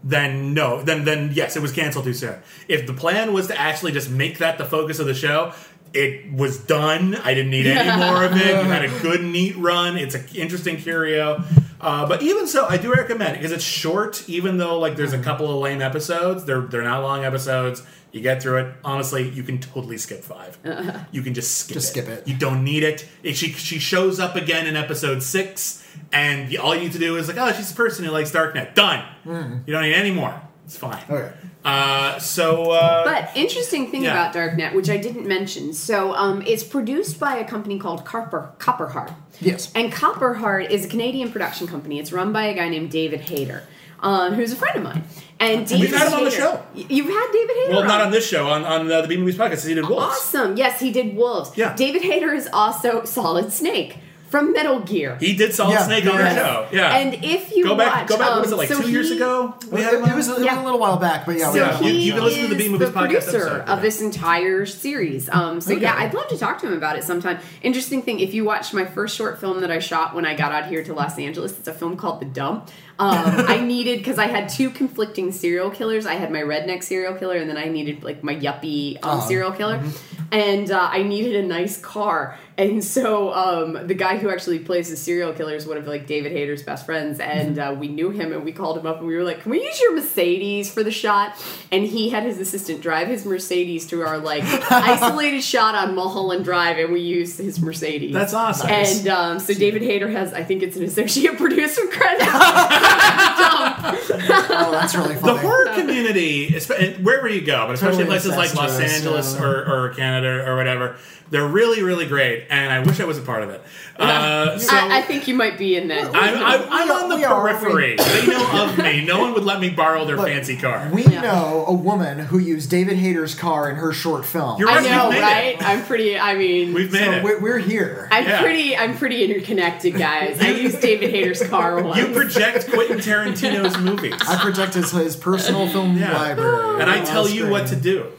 [SPEAKER 1] then no, then then yes, it was canceled too soon. If the plan was to actually just make that the focus of the show, it was done. I didn't need any more of it. You
[SPEAKER 4] (laughs)
[SPEAKER 1] had a good, neat run. It's an interesting curio. Uh, but even so, I do recommend it because it's short. Even though like there's a
[SPEAKER 4] Mm-hmm.
[SPEAKER 1] couple of lame episodes, they're they're not long episodes. You get through it. Honestly, you can totally skip
[SPEAKER 4] (laughs)
[SPEAKER 1] 5 You can just skip
[SPEAKER 4] Just
[SPEAKER 1] it.
[SPEAKER 4] skip it.
[SPEAKER 1] You don't need it. If she she shows up again in episode six, and you- all you need to do is like, oh, she's a person who likes Darknet. Done. You don't need any more. It's fine.
[SPEAKER 4] Mm-hmm. Okay.
[SPEAKER 1] Uh, so uh,
[SPEAKER 5] But interesting thing
[SPEAKER 1] Yeah.
[SPEAKER 5] about Darknet, which I didn't mention, so um, it's produced by a company called Copper Copperheart.
[SPEAKER 4] Yes.
[SPEAKER 5] And Copperheart is a Canadian production company. It's run by a guy named David Hayter, um, who's a friend of mine. And David
[SPEAKER 1] had him on the
[SPEAKER 5] Hayter-
[SPEAKER 1] show.
[SPEAKER 5] Y- You've had David Hayter.
[SPEAKER 1] well, not on this show. On on the, the B movies podcast, he did Wolves.
[SPEAKER 5] Awesome. Yes, he did Wolves.
[SPEAKER 1] Yeah.
[SPEAKER 5] David Hayter is also Solid Snake from Metal Gear.
[SPEAKER 1] He did Solid
[SPEAKER 4] Yeah,
[SPEAKER 1] Snake on the
[SPEAKER 4] yes.
[SPEAKER 1] show. Yeah.
[SPEAKER 5] And if you
[SPEAKER 1] go back,
[SPEAKER 5] watch,
[SPEAKER 1] go back.
[SPEAKER 5] um,
[SPEAKER 1] what was it like
[SPEAKER 5] so
[SPEAKER 1] two years
[SPEAKER 5] he-
[SPEAKER 1] ago? We
[SPEAKER 4] It,
[SPEAKER 1] had
[SPEAKER 4] it
[SPEAKER 1] one?
[SPEAKER 4] was, it was
[SPEAKER 5] Yeah.
[SPEAKER 4] a little while back, but yeah,
[SPEAKER 5] So
[SPEAKER 4] we
[SPEAKER 1] Yeah,
[SPEAKER 4] have
[SPEAKER 5] he
[SPEAKER 1] you- you can listen to
[SPEAKER 5] is
[SPEAKER 1] the Bean Movies podcast
[SPEAKER 5] producer
[SPEAKER 1] episode.
[SPEAKER 5] of this entire series. Um, so yeah,
[SPEAKER 1] Okay.
[SPEAKER 5] I'd love to talk to him about it sometime. Interesting thing, if you watch my first short film that I shot when I got out here to Los Angeles, it's a film called The Dump.
[SPEAKER 1] (laughs)
[SPEAKER 5] Um, I needed because I had two conflicting serial killers. I had my redneck serial killer, and then I needed like my yuppie um, serial killer,
[SPEAKER 1] Mm-hmm.
[SPEAKER 5] and uh, I needed a nice car. And so um, the guy who actually plays the serial killer is one of like David Hayter's best friends, and uh, we knew him, and we called him up, and we were like, "Can we use your Mercedes for the shot?" And he had his assistant drive his Mercedes to
[SPEAKER 1] (laughs)
[SPEAKER 5] our like isolated shot on Mulholland Drive, and we used his Mercedes.
[SPEAKER 1] That's awesome.
[SPEAKER 5] And um, so David Hayter has, I think it's an associate (laughs) producer
[SPEAKER 1] (laughs)
[SPEAKER 5] credit. Dumb.
[SPEAKER 4] Oh, that's really
[SPEAKER 1] the
[SPEAKER 4] funny.
[SPEAKER 1] horror community, espe- wherever you go, but especially
[SPEAKER 4] Totally
[SPEAKER 1] places like
[SPEAKER 4] obsessed
[SPEAKER 1] Los
[SPEAKER 4] with us,
[SPEAKER 1] Angeles
[SPEAKER 4] yeah.
[SPEAKER 1] or, or Canada or whatever, they're really, really great. And I wish I was a part of it. Uh, so
[SPEAKER 5] I, I think you might be in
[SPEAKER 1] I'm,
[SPEAKER 5] that.
[SPEAKER 1] I'm, I'm
[SPEAKER 4] We are-
[SPEAKER 1] on the
[SPEAKER 4] we are- (laughs)
[SPEAKER 1] periphery. They know of me. No one would let me borrow their
[SPEAKER 4] Look,
[SPEAKER 1] fancy car.
[SPEAKER 4] We
[SPEAKER 5] Yeah.
[SPEAKER 4] know a woman who used David Hayter's car in her short film.
[SPEAKER 1] You're
[SPEAKER 5] I
[SPEAKER 1] We've
[SPEAKER 5] know,
[SPEAKER 1] made it.
[SPEAKER 5] right? I'm pretty. I mean,
[SPEAKER 1] We've made
[SPEAKER 4] so
[SPEAKER 1] it.
[SPEAKER 4] we're, we're here.
[SPEAKER 5] I'm
[SPEAKER 1] yeah.
[SPEAKER 5] pretty. I'm pretty interconnected, guys. I used David Hayter's car once.
[SPEAKER 1] You project Quentin Tarantino's movies,
[SPEAKER 4] I protect his, his personal film
[SPEAKER 1] (laughs) Yeah.
[SPEAKER 4] library.
[SPEAKER 1] and I
[SPEAKER 4] on
[SPEAKER 1] tell you
[SPEAKER 4] screen.
[SPEAKER 1] what to do.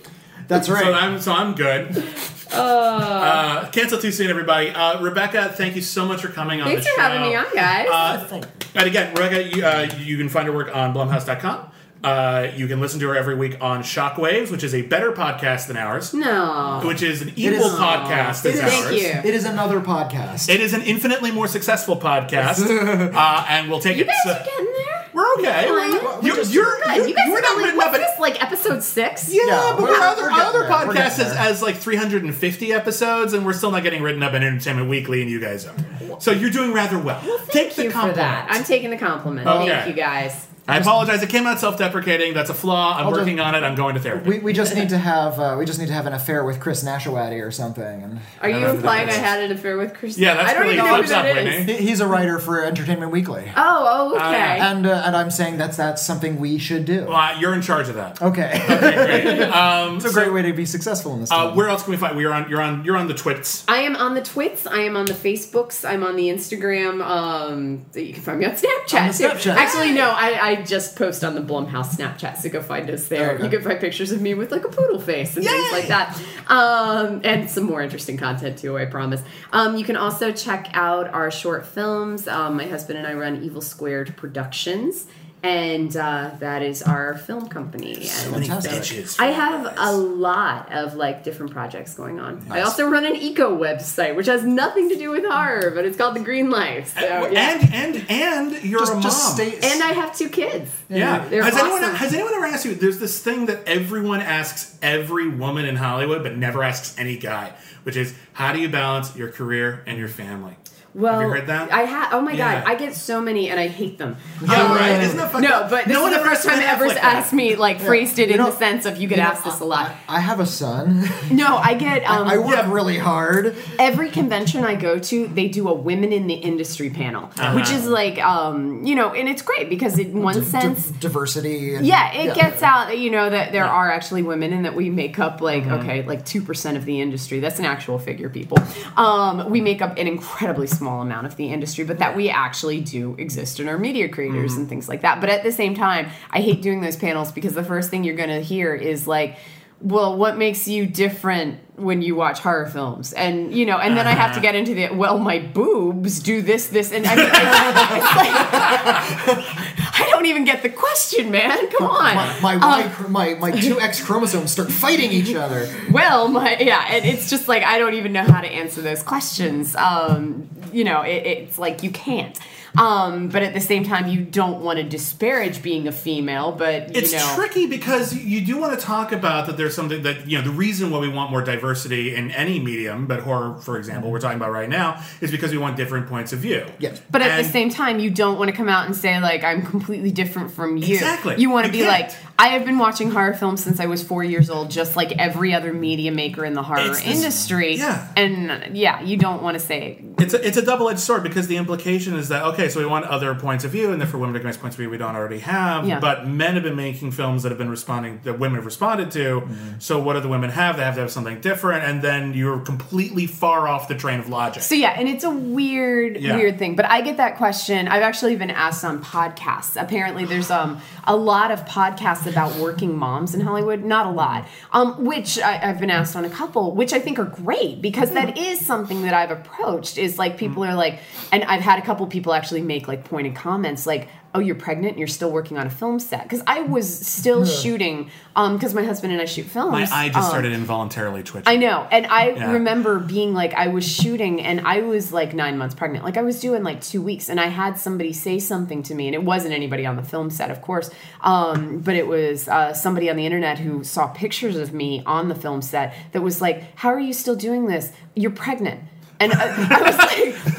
[SPEAKER 4] That's right.
[SPEAKER 1] So I'm so I'm good. Uh, cancel too soon, everybody. Uh, Rebecca, thank you so much for coming on.
[SPEAKER 5] Thanks
[SPEAKER 1] the
[SPEAKER 5] for having
[SPEAKER 1] show.
[SPEAKER 5] me on, guys.
[SPEAKER 1] Uh, and again, Rebecca, you, uh, you can find her work on Blumhouse.com. Uh, you can listen to her every week on Shockwaves, which is a better podcast than ours,
[SPEAKER 5] no.
[SPEAKER 1] which is an
[SPEAKER 4] is-
[SPEAKER 1] equal podcast as
[SPEAKER 4] It is-
[SPEAKER 1] ours.
[SPEAKER 5] Thank you.
[SPEAKER 4] It is another podcast.
[SPEAKER 1] It is an infinitely more successful podcast,
[SPEAKER 4] (laughs)
[SPEAKER 1] uh, and we'll take
[SPEAKER 5] You
[SPEAKER 1] it.
[SPEAKER 5] guys
[SPEAKER 1] so-
[SPEAKER 5] are getting there.
[SPEAKER 1] we're okay.
[SPEAKER 5] Come on.
[SPEAKER 1] We're-
[SPEAKER 4] We're
[SPEAKER 1] You're,
[SPEAKER 4] just-
[SPEAKER 1] you're,
[SPEAKER 5] Good. You guys
[SPEAKER 1] we're
[SPEAKER 5] are
[SPEAKER 1] not
[SPEAKER 5] like,
[SPEAKER 1] good enough
[SPEAKER 5] what's
[SPEAKER 1] at
[SPEAKER 5] this like episode six?
[SPEAKER 1] Yeah,
[SPEAKER 4] Yeah,
[SPEAKER 1] but
[SPEAKER 4] we're-
[SPEAKER 1] our other,
[SPEAKER 4] we're
[SPEAKER 1] our other
[SPEAKER 4] getting there. We're
[SPEAKER 1] podcast
[SPEAKER 4] getting
[SPEAKER 1] is
[SPEAKER 4] there.
[SPEAKER 1] as like 350 episodes, and we're still not getting written up in Entertainment Weekly, and you guys are. So you're doing rather well. Take
[SPEAKER 5] Thank
[SPEAKER 1] the
[SPEAKER 5] you for
[SPEAKER 1] compliment.
[SPEAKER 5] that. I'm taking the compliment.
[SPEAKER 1] Okay.
[SPEAKER 5] Thank you guys.
[SPEAKER 1] I apologize. It came out self-deprecating. That's a flaw. I'm
[SPEAKER 4] I'll
[SPEAKER 1] working
[SPEAKER 4] just-
[SPEAKER 1] on it. I'm going to therapy.
[SPEAKER 4] we, we just need to have uh, we just need to have an affair with Chris Nashawati or something. And
[SPEAKER 5] Are you
[SPEAKER 1] know who that
[SPEAKER 5] implying I
[SPEAKER 1] is.
[SPEAKER 5] had an affair with Christine?
[SPEAKER 1] yeah, that's
[SPEAKER 5] I don't
[SPEAKER 1] really
[SPEAKER 5] even know who
[SPEAKER 1] thumbs up,
[SPEAKER 5] that is.
[SPEAKER 1] Whitney.
[SPEAKER 4] he- he's a writer for Entertainment Weekly.
[SPEAKER 5] Oh, oh, okay.
[SPEAKER 4] And uh, and I'm saying that's that's something we should do.
[SPEAKER 1] Well, Uh, you're in charge of that.
[SPEAKER 4] Okay, (laughs)
[SPEAKER 1] Great. Um,
[SPEAKER 4] it's a great way to be successful in this.
[SPEAKER 1] uh,
[SPEAKER 4] time.
[SPEAKER 1] where else can we find? We're on. You're on. You're on the twits.
[SPEAKER 5] I am on the Twits. I am on the Facebooks. I'm on the Instagram. Um, you can find me on Snapchat.
[SPEAKER 4] On the
[SPEAKER 5] too.
[SPEAKER 4] Snapchat.
[SPEAKER 5] Actually, no, I, I just post on the Blumhouse Snapchat, so go find us there.
[SPEAKER 4] Okay.
[SPEAKER 5] You can find pictures of me with like a poodle face and things like that, um, and some more interesting content too. I promise. Um, you can also check out our short films. Um, my husband and I run Evil Squared Productions. And uh, that is our film company. and
[SPEAKER 4] Fantastic.
[SPEAKER 5] I have a lot of like different projects going on. I also run an eco website, which has nothing to do with horror, but it's called the Green Life. So, yeah.
[SPEAKER 1] And and and you're a
[SPEAKER 4] Just,
[SPEAKER 1] mom.
[SPEAKER 4] just stay.
[SPEAKER 5] and I have two kids.
[SPEAKER 1] Yeah.
[SPEAKER 5] They're
[SPEAKER 1] Has anyone
[SPEAKER 5] awesome.
[SPEAKER 1] has anyone ever asked you? There's this thing that everyone asks every woman in Hollywood, but never asks any guy, which is how do you balance your career and your family?
[SPEAKER 5] Well,
[SPEAKER 1] have you heard that?
[SPEAKER 5] I ha- Oh my
[SPEAKER 1] Yeah.
[SPEAKER 5] god, I get so many, and I hate them.
[SPEAKER 1] yeah,
[SPEAKER 5] Um,
[SPEAKER 1] right. Isn't that fucked
[SPEAKER 5] No,
[SPEAKER 1] up?
[SPEAKER 5] but this
[SPEAKER 1] no
[SPEAKER 5] is
[SPEAKER 1] one
[SPEAKER 5] the
[SPEAKER 1] ever
[SPEAKER 5] first
[SPEAKER 1] asked
[SPEAKER 5] time
[SPEAKER 1] Ben
[SPEAKER 5] ever
[SPEAKER 1] Affleck that.
[SPEAKER 5] asked me like phrased it
[SPEAKER 4] You
[SPEAKER 5] in
[SPEAKER 4] know-
[SPEAKER 5] the sense of you get
[SPEAKER 4] you know,
[SPEAKER 5] asked this a lot.
[SPEAKER 4] I have a son. (laughs)
[SPEAKER 5] no, I get. Um,
[SPEAKER 4] I work really hard.
[SPEAKER 5] every convention I go to, they do a women in the industry panel,
[SPEAKER 1] Uh-huh.
[SPEAKER 5] which is like, um, you know, and it's great because in one sense,
[SPEAKER 4] D- diversity. And,
[SPEAKER 5] yeah, it gets out that you know that there are actually women and that we make up like okay, like two percent of the industry. That's an actual figure, people. Um, we make up an incredibly small amount of the industry, but that we actually do exist and are media creators and things like that. But at the same time, I hate doing those panels because the first thing you're going to hear is like. Well, what makes you different when you watch horror films? And you know, and then I have to
[SPEAKER 4] Uh-huh.
[SPEAKER 5] get into the well, my boobs do this, this, and I mean, it's, it's like
[SPEAKER 4] (laughs)
[SPEAKER 5] I (laughs) don't even get the question, man. Come on.
[SPEAKER 4] My my,
[SPEAKER 5] Uh,
[SPEAKER 4] Y- my my two X chromosomes start fighting each other.
[SPEAKER 5] well, my yeah, and it's just like I don't even know how to answer those questions. Um, you know, it, it's like you can't. Um, but at the same time, you don't want to disparage being a female. But you
[SPEAKER 1] It's
[SPEAKER 5] know,
[SPEAKER 1] tricky because you do want to talk about that there's something that, you know, the reason why we want more diversity in any medium, but horror, for example, we're talking about right now, is because we want different points of view.
[SPEAKER 4] Yes.
[SPEAKER 5] But at
[SPEAKER 1] And-
[SPEAKER 5] the same time, you don't want to come out and say like I'm completely different from you.
[SPEAKER 1] Exactly.
[SPEAKER 5] You want to
[SPEAKER 1] You
[SPEAKER 5] be
[SPEAKER 1] can't.
[SPEAKER 5] like I have been watching horror films since I was four years old, just like every other media maker in the horror
[SPEAKER 1] It's this-
[SPEAKER 5] industry.
[SPEAKER 1] yeah.
[SPEAKER 5] And uh, yeah, you don't want to say
[SPEAKER 1] It's a, it's a double edged sword because the implication is that okay, so we want other points of view, and therefore women recognize points of view we don't already have.
[SPEAKER 5] Yeah.
[SPEAKER 1] But men have been making films that have been responding that women have responded to. So what do the women have? They have to have something different, and then you're completely far off the train of logic.
[SPEAKER 5] So yeah, and it's a weird,
[SPEAKER 1] Yeah.
[SPEAKER 5] weird thing. But I get that question. I've actually been asked on podcasts. Apparently, there's um a lot of podcasts about working moms in Hollywood. Not a lot, um, which I, I've been asked on a couple, which I think are great because that
[SPEAKER 1] Hmm.
[SPEAKER 5] is something that I've approached. Is like people are like, and I've had a couple people actually make like pointed comments like. Oh, you're pregnant. and You're still working on a film set because I was still shooting because my husband and I shoot films.
[SPEAKER 1] My eye just
[SPEAKER 5] um,
[SPEAKER 1] started involuntarily twitching.
[SPEAKER 5] I know. And I
[SPEAKER 1] Yeah.
[SPEAKER 5] remember being like, I was shooting and I was like nine months pregnant. Like, I was doing like two weeks and I had somebody say something to me. And it wasn't anybody on the film set, of course, um, but it was uh, somebody on the internet who saw pictures of me on the film set that was like, How are you still doing this? You're pregnant. And I, I was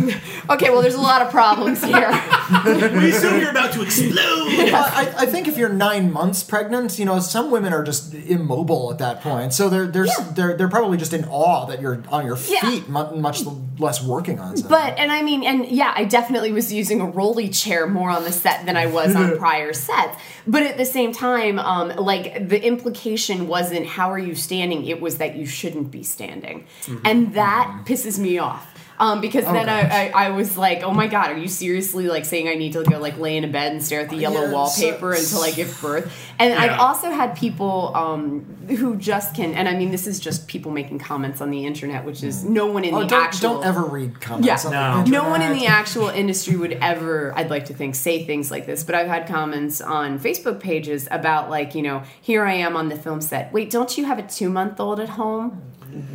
[SPEAKER 5] like, (laughs) Okay, well, there's a lot of problems here.
[SPEAKER 1] (laughs) We assume you're about to
[SPEAKER 5] (laughs)
[SPEAKER 1] explode.
[SPEAKER 4] I, I- I think if you're nine months pregnant, you know some women are just immobile at that point, so they're they're s
[SPEAKER 5] Yeah.
[SPEAKER 4] they're, they're probably just in awe that you're on your
[SPEAKER 5] Yeah.
[SPEAKER 4] feet, mu- much less working on something.
[SPEAKER 5] But and I mean and yeah, I definitely was using a rolly chair more on the set than I
[SPEAKER 4] (laughs)
[SPEAKER 5] was on prior sets. But at the same time, um, like the implication wasn't how are you standing; it was that you shouldn't be standing,
[SPEAKER 4] Mm-hmm.
[SPEAKER 5] and that pisses me off. Um, because then I, I, I was like, oh my god, are you seriously like saying I need to go like lay in a bed and stare at the yellow
[SPEAKER 4] Yeah,
[SPEAKER 5] wallpaper
[SPEAKER 4] so-
[SPEAKER 5] until I give birth? And I've
[SPEAKER 1] Yeah.
[SPEAKER 5] also had people um, who just can, and I mean, this is just people making comments on the internet, which is no one in
[SPEAKER 4] Oh,
[SPEAKER 5] the
[SPEAKER 4] don't,
[SPEAKER 5] actual
[SPEAKER 4] don't ever read comments.
[SPEAKER 5] Yeah.
[SPEAKER 4] on the
[SPEAKER 5] no one in
[SPEAKER 4] internet.
[SPEAKER 5] the actual industry would ever i'd like to think say things like this but i've had comments on facebook pages about like you know here i am on the film set wait don't you have a two month old at home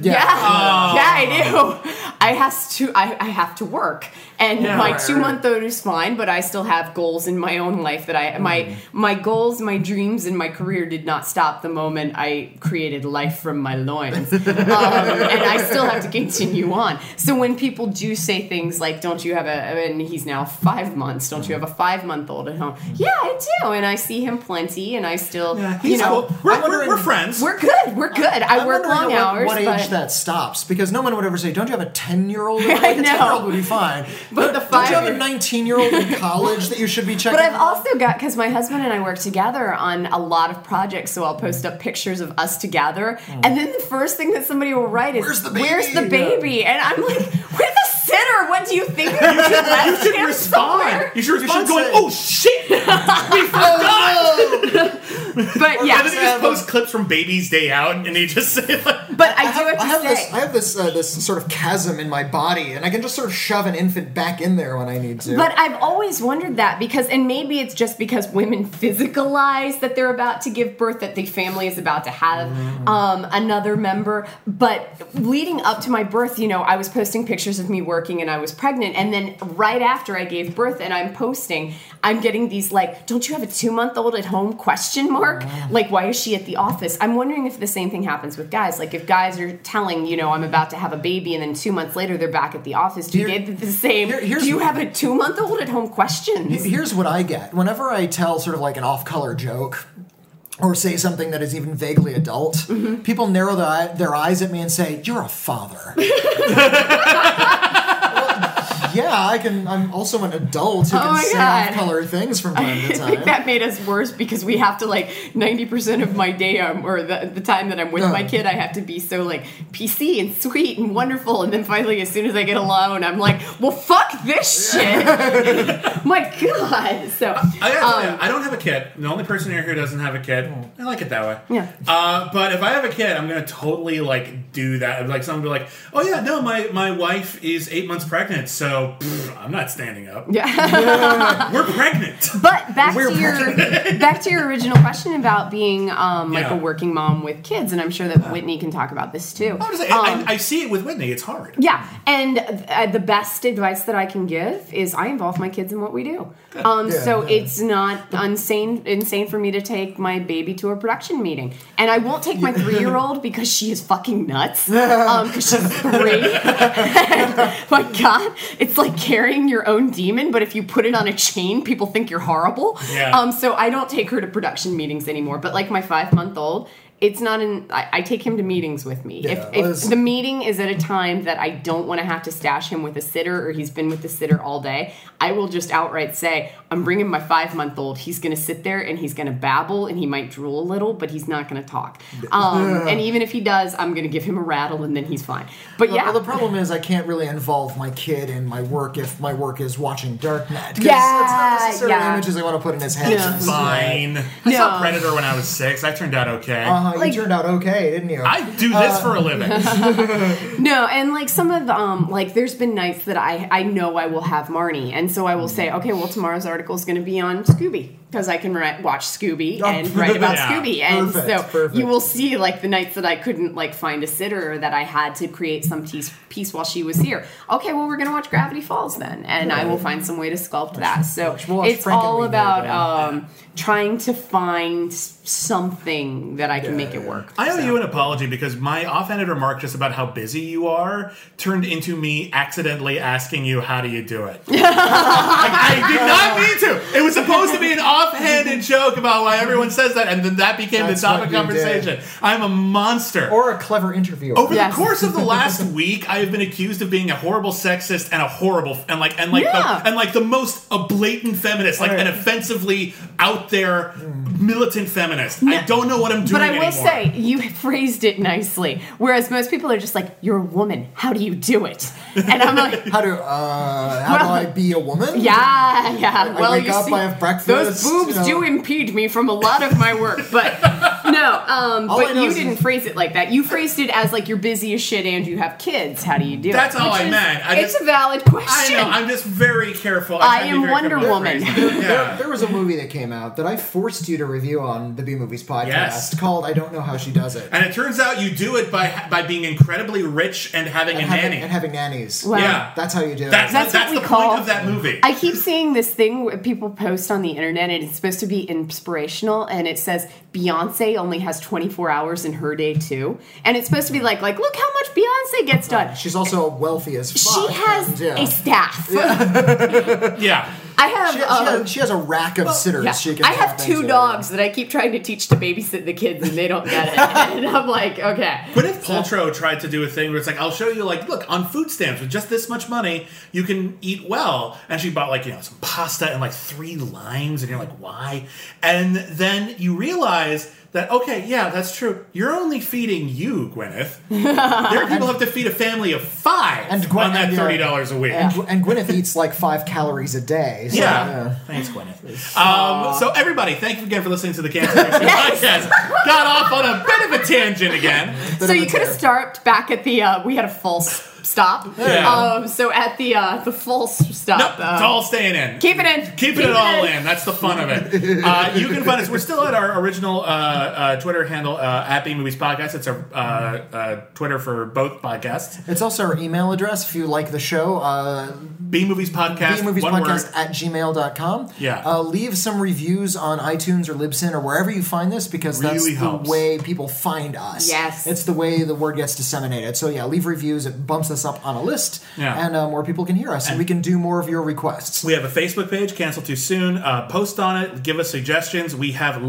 [SPEAKER 5] yeah yeah i do i has to I, I have to work and
[SPEAKER 1] Yeah.
[SPEAKER 5] my two month old is fine but i still have goals in my own life that
[SPEAKER 4] Mm.
[SPEAKER 5] i my my goals my dreams and my career did not stop the moment i created life from my
[SPEAKER 4] (laughs)
[SPEAKER 5] loins um, and i still have to continue on so when people do say things like don't you have a and he's now five months don't you have a five month old at home
[SPEAKER 4] Mm.
[SPEAKER 5] yeah i do and i see him plenty and i still
[SPEAKER 1] Yeah, he's
[SPEAKER 5] you know
[SPEAKER 1] cool. We're,
[SPEAKER 4] I'm
[SPEAKER 1] we're,
[SPEAKER 4] wondering-
[SPEAKER 1] we're friends.
[SPEAKER 5] we're good we're good i
[SPEAKER 4] I'm
[SPEAKER 5] work
[SPEAKER 4] wondering
[SPEAKER 5] long
[SPEAKER 4] at
[SPEAKER 5] hours
[SPEAKER 4] what, what
[SPEAKER 5] but,
[SPEAKER 4] age that stops because no one would ever say, "Don't you have a
[SPEAKER 5] (laughs)
[SPEAKER 4] ten-year-old?" Like,
[SPEAKER 5] I
[SPEAKER 4] a ten-year-old
[SPEAKER 5] know.
[SPEAKER 4] would be fine.
[SPEAKER 5] but the
[SPEAKER 4] Don't
[SPEAKER 5] five
[SPEAKER 4] you have a nineteen-year-old in college that you should be checking?
[SPEAKER 5] (laughs) But I've also got because my husband and I work together on a lot of projects, so I'll post up pictures of us together, and then the first thing that somebody will write is,
[SPEAKER 4] Where's the baby?
[SPEAKER 5] "Where's the baby?" And I'm like, "We're the sitter. What do you think? You left
[SPEAKER 1] you should
[SPEAKER 5] him
[SPEAKER 1] respond.
[SPEAKER 5] somewhere?"
[SPEAKER 1] You should respond
[SPEAKER 4] should
[SPEAKER 1] going,
[SPEAKER 4] say-
[SPEAKER 1] "Oh shit, we
[SPEAKER 4] Ah!
[SPEAKER 1] forgot."
[SPEAKER 5] But
[SPEAKER 1] And then they
[SPEAKER 5] yeah,
[SPEAKER 1] just post clips from Baby's Day Out, and they just say like.
[SPEAKER 5] but I do
[SPEAKER 4] have,
[SPEAKER 5] have,
[SPEAKER 4] I have
[SPEAKER 5] to
[SPEAKER 4] this.
[SPEAKER 5] say.
[SPEAKER 4] I have this uh, this sort of chasm in my body, and I can just sort of shove an infant back in there when I need to.
[SPEAKER 5] but I've always wondered that because, and maybe it's just because women physicalize that they're about to give birth, that the family is about to have
[SPEAKER 4] Mm.
[SPEAKER 5] um, another member. But leading up to my birth, you know, I was posting pictures of me working and I was pregnant. And then right after I gave birth and I'm posting, I'm getting these like, don't you have a two month old at home question mark? Like, why is she at the office? I'm wondering if the same thing happens with guys. Like, if guys are telling, you know, I'm about to have a baby and then two months later they're back at the office, do you
[SPEAKER 4] Here-
[SPEAKER 5] get the same?
[SPEAKER 4] Here- here's-
[SPEAKER 5] do you (laughs) have a two month old at home questions?
[SPEAKER 4] Here's what I get whenever I tell sort of like an off color joke or say something that is even vaguely adult,
[SPEAKER 5] Mm-hmm.
[SPEAKER 4] people narrow their, eye, their eyes at me and say, You're a
[SPEAKER 5] (laughs)
[SPEAKER 4] father. Well, yeah, I can. I'm also an adult who
[SPEAKER 5] Oh
[SPEAKER 4] can
[SPEAKER 5] my
[SPEAKER 4] say
[SPEAKER 5] God.
[SPEAKER 4] off color things from time
[SPEAKER 5] (laughs)
[SPEAKER 4] to
[SPEAKER 5] I think
[SPEAKER 4] time.
[SPEAKER 5] that made us worse because we have to like 90% of my day um, or the, the time that I'm with
[SPEAKER 4] Yeah.
[SPEAKER 5] my kid, I have to be so like PC and sweet and wonderful. And then finally, as soon as I get alone, I'm like, well, fuck this shit.
[SPEAKER 1] (laughs)
[SPEAKER 5] my God. So,
[SPEAKER 1] I gotta tell
[SPEAKER 5] um,
[SPEAKER 1] you, oh, I don't have a kid. I'm the only person here who doesn't have a kid. I like it that way.
[SPEAKER 5] Yeah.
[SPEAKER 1] Uh, but if I have a kid, I'm gonna totally like do that. Like someone will be like, "Oh yeah, no, my my wife is eight months pregnant, so pff, I'm not standing up.
[SPEAKER 5] (laughs) yeah.
[SPEAKER 1] We're pregnant." (laughs)
[SPEAKER 5] But back
[SPEAKER 4] We're
[SPEAKER 5] to your (laughs) back to your original question about being um, like
[SPEAKER 1] Yeah.
[SPEAKER 5] a working mom with kids, and I'm sure that Whitney can talk about this too.
[SPEAKER 1] I'm just like,
[SPEAKER 5] Um,
[SPEAKER 1] I, I see it with Whitney. It's hard.
[SPEAKER 5] Yeah, and uh, the best advice that I can give is I involve my kids in what we do. Um,
[SPEAKER 4] Yeah,
[SPEAKER 5] so
[SPEAKER 4] yeah.
[SPEAKER 5] it's not insane insane for me to take my baby to a production meeting, and I won't take my three year old (laughs) because
[SPEAKER 4] (laughs)
[SPEAKER 5] um, (laughs) she is fucking nuts. Because she's three. my God, it's like carrying your own demon, but if you put it on a chain, people think you're horrible.
[SPEAKER 1] Yeah.
[SPEAKER 5] Um, so I don't take her to production meetings anymore. But like my five month old, it's not an. I, I take him to meetings with me.
[SPEAKER 4] Yeah,
[SPEAKER 5] if
[SPEAKER 4] well,
[SPEAKER 5] if
[SPEAKER 4] it's-
[SPEAKER 5] the meeting is at a time that I don't want to have to stash him with a sitter or he's been with the sitter all day, I will just outright say, I'm bringing my five month old. He's going to sit there and he's going to babble and he might drool a little, but he's not going to talk. Um, and even if he does, I'm going to give him a rattle and then he's fine. But yeah.
[SPEAKER 4] Well, the problem is I can't really involve my kid in my work if my work is watching Darknet. 'cause that's
[SPEAKER 5] Yeah,
[SPEAKER 4] not necessarily
[SPEAKER 5] yeah.
[SPEAKER 4] images I want to put in his head.
[SPEAKER 5] Yeah.
[SPEAKER 4] It's-
[SPEAKER 1] Fine. I saw
[SPEAKER 5] No.
[SPEAKER 1] Predator when I was six. I turned out okay.
[SPEAKER 4] Uh,
[SPEAKER 5] Like-
[SPEAKER 4] you turned out okay, didn't you?
[SPEAKER 1] I do this for
[SPEAKER 5] Uh,
[SPEAKER 1] a living.
[SPEAKER 5] (laughs) No, and like some of um like there's been nights that I I know I will have Marnie, and so I will
[SPEAKER 4] Mm-hmm.
[SPEAKER 5] say, okay, well tomorrowow's article is going to be on Scooby because I can write, watch Scooby and
[SPEAKER 4] (laughs)
[SPEAKER 5] write about
[SPEAKER 1] Yeah.
[SPEAKER 5] Scooby, and
[SPEAKER 4] Oh, Perfect,
[SPEAKER 5] so
[SPEAKER 4] perfect.
[SPEAKER 5] you will see like the nights that I couldn't like find a sitter or that I had to create some piece piece while she was here. Okay, well we're going to watch Gravity Falls then, and I will find some way to sculpt that. So
[SPEAKER 4] we'll watch
[SPEAKER 5] it's all
[SPEAKER 4] Frankenweenie
[SPEAKER 5] about
[SPEAKER 4] again.
[SPEAKER 5] um trying to find something that I can make it work.
[SPEAKER 1] I owe you an apology because my offhanded remark just about how busy you are turned into me accidentally asking you how do you do it. (laughs) Like, I did not mean to. It was supposed to be an offhanded joke about why everyone says that, and then that became
[SPEAKER 4] That's
[SPEAKER 1] the topic of
[SPEAKER 4] what you did.
[SPEAKER 1] conversation. I'm a monster.
[SPEAKER 4] or a clever interviewer.
[SPEAKER 1] Over
[SPEAKER 5] Yes.
[SPEAKER 1] the course of
[SPEAKER 4] (laughs)
[SPEAKER 1] the last week, I have been accused of being a horrible sexist and a horrible and like and like
[SPEAKER 5] Yeah.
[SPEAKER 1] the, and like the most a blatant feminist, like
[SPEAKER 4] Right.
[SPEAKER 1] an offensively out there militant feminist. I don't know what I'm doing.
[SPEAKER 5] But I will
[SPEAKER 1] anymore.
[SPEAKER 5] say, you phrased it nicely. Whereas most people are just like, "You're a woman. How do you do it?" And
[SPEAKER 4] (laughs)
[SPEAKER 5] I'm like,
[SPEAKER 4] How do uh, how
[SPEAKER 5] Well-
[SPEAKER 4] do I be a woman?
[SPEAKER 5] "Yeah, yeah. Well,
[SPEAKER 4] wake
[SPEAKER 5] you
[SPEAKER 4] up,
[SPEAKER 5] see,
[SPEAKER 4] I have breakfast,
[SPEAKER 5] Those boobs
[SPEAKER 4] you know."
[SPEAKER 5] do impede me from a lot of my work, but." No, um,
[SPEAKER 4] All I
[SPEAKER 5] but
[SPEAKER 4] know
[SPEAKER 5] you
[SPEAKER 4] is-
[SPEAKER 5] didn't phrase it like that. You phrased it as like you're busy as shit and you have kids. How do you do
[SPEAKER 1] That's
[SPEAKER 5] it?
[SPEAKER 1] all
[SPEAKER 5] Which
[SPEAKER 1] I
[SPEAKER 5] is-
[SPEAKER 1] meant. I
[SPEAKER 5] it's
[SPEAKER 1] just-
[SPEAKER 5] a valid question.
[SPEAKER 1] I know. I'm just very careful.
[SPEAKER 5] I
[SPEAKER 1] try to be
[SPEAKER 5] am
[SPEAKER 1] very
[SPEAKER 5] Wonder
[SPEAKER 1] careful
[SPEAKER 5] Woman.
[SPEAKER 1] with phrasing.
[SPEAKER 4] There,
[SPEAKER 1] yeah.
[SPEAKER 4] there was a movie that came out that I forced you to review on the B Movies podcast
[SPEAKER 1] Yes.
[SPEAKER 4] called "I Don't Know How She Does It"
[SPEAKER 1] And it turns out you do it by by being incredibly rich and having a
[SPEAKER 4] and, having,
[SPEAKER 1] nanny.
[SPEAKER 4] and having nannies.
[SPEAKER 5] Wow.
[SPEAKER 1] yeah,
[SPEAKER 4] That's how you do
[SPEAKER 1] that's
[SPEAKER 4] it.
[SPEAKER 5] That's
[SPEAKER 1] that's,
[SPEAKER 5] what we
[SPEAKER 1] the
[SPEAKER 5] call-
[SPEAKER 1] point of that movie.
[SPEAKER 5] I keep seeing this thing where people post on the internet and it's supposed to be inspirational and it says Beyonce only has 24 hours in her day too. And it's supposed to be like like look how much Beyonce gets done.
[SPEAKER 4] She's also wealthy as Oh, fuck.
[SPEAKER 5] She has
[SPEAKER 4] and, yeah.
[SPEAKER 5] a staff.
[SPEAKER 1] yeah,
[SPEAKER 5] I have
[SPEAKER 4] She, she
[SPEAKER 5] um,
[SPEAKER 4] has, she has a rack of sitters.
[SPEAKER 5] yeah.
[SPEAKER 4] She can
[SPEAKER 5] I have
[SPEAKER 4] tap
[SPEAKER 5] two
[SPEAKER 4] into.
[SPEAKER 5] dogs that I keep trying to teach to babysit the kids and they don't get
[SPEAKER 4] (laughs)
[SPEAKER 5] it. and I'm like, okay.
[SPEAKER 1] But if Paltrow tried to do a thing where it's like, I'll show you, like, look, on food stamps with just this much money, you can eat well. And she bought, like, you know, some pasta and, like, three limes, and you're like, why? And then you realize that, okay, yeah, that's true. You're only feeding you, Gwyneth. there are people who have to feed a family of five
[SPEAKER 4] And Gwen-
[SPEAKER 1] on that
[SPEAKER 4] and, uh,
[SPEAKER 1] $30 a week.
[SPEAKER 4] And, Gw- and Gwyneth eats like five calories a day. So,
[SPEAKER 1] Yeah. Thanks, Gwyneth. Um, so, everybody, thank you again for listening to the Cancer Nation podcast. Got off on a bit of a tangent again.
[SPEAKER 5] So you could have stopped back at the uh, we had a false stop.
[SPEAKER 1] Yeah.
[SPEAKER 5] Um, so at the uh, the false stop.
[SPEAKER 1] Nope,
[SPEAKER 5] uh,
[SPEAKER 1] it's all staying in.
[SPEAKER 5] Keeping it in.
[SPEAKER 1] Keeping it all in. That's the fun of (laughs) it. Uh, you can find us. We're still at our original uh, uh, Twitter handle, uh, at B Movies Podcast. It's our uh, uh, Twitter for both podcasts.
[SPEAKER 4] It's also our email address if you like the show. Uh,
[SPEAKER 1] B Movies Podcast. one
[SPEAKER 4] bmoviespodcast
[SPEAKER 1] word.
[SPEAKER 4] at gmail.com.
[SPEAKER 1] Yeah.
[SPEAKER 4] Uh, leave some reviews on iTunes or Libsyn or wherever you find this because that's
[SPEAKER 1] Really
[SPEAKER 4] the
[SPEAKER 1] helps.
[SPEAKER 4] way people find us.
[SPEAKER 5] Yes.
[SPEAKER 4] It's the way the word gets disseminated. So, yeah, leave reviews. It bumps us up on a list
[SPEAKER 1] Yeah.
[SPEAKER 4] and uh, more people can hear us and, we can do more of your requests.
[SPEAKER 1] We have a Facebook page, Cancel Too Soon. Uh, post on it. Give us suggestions. We have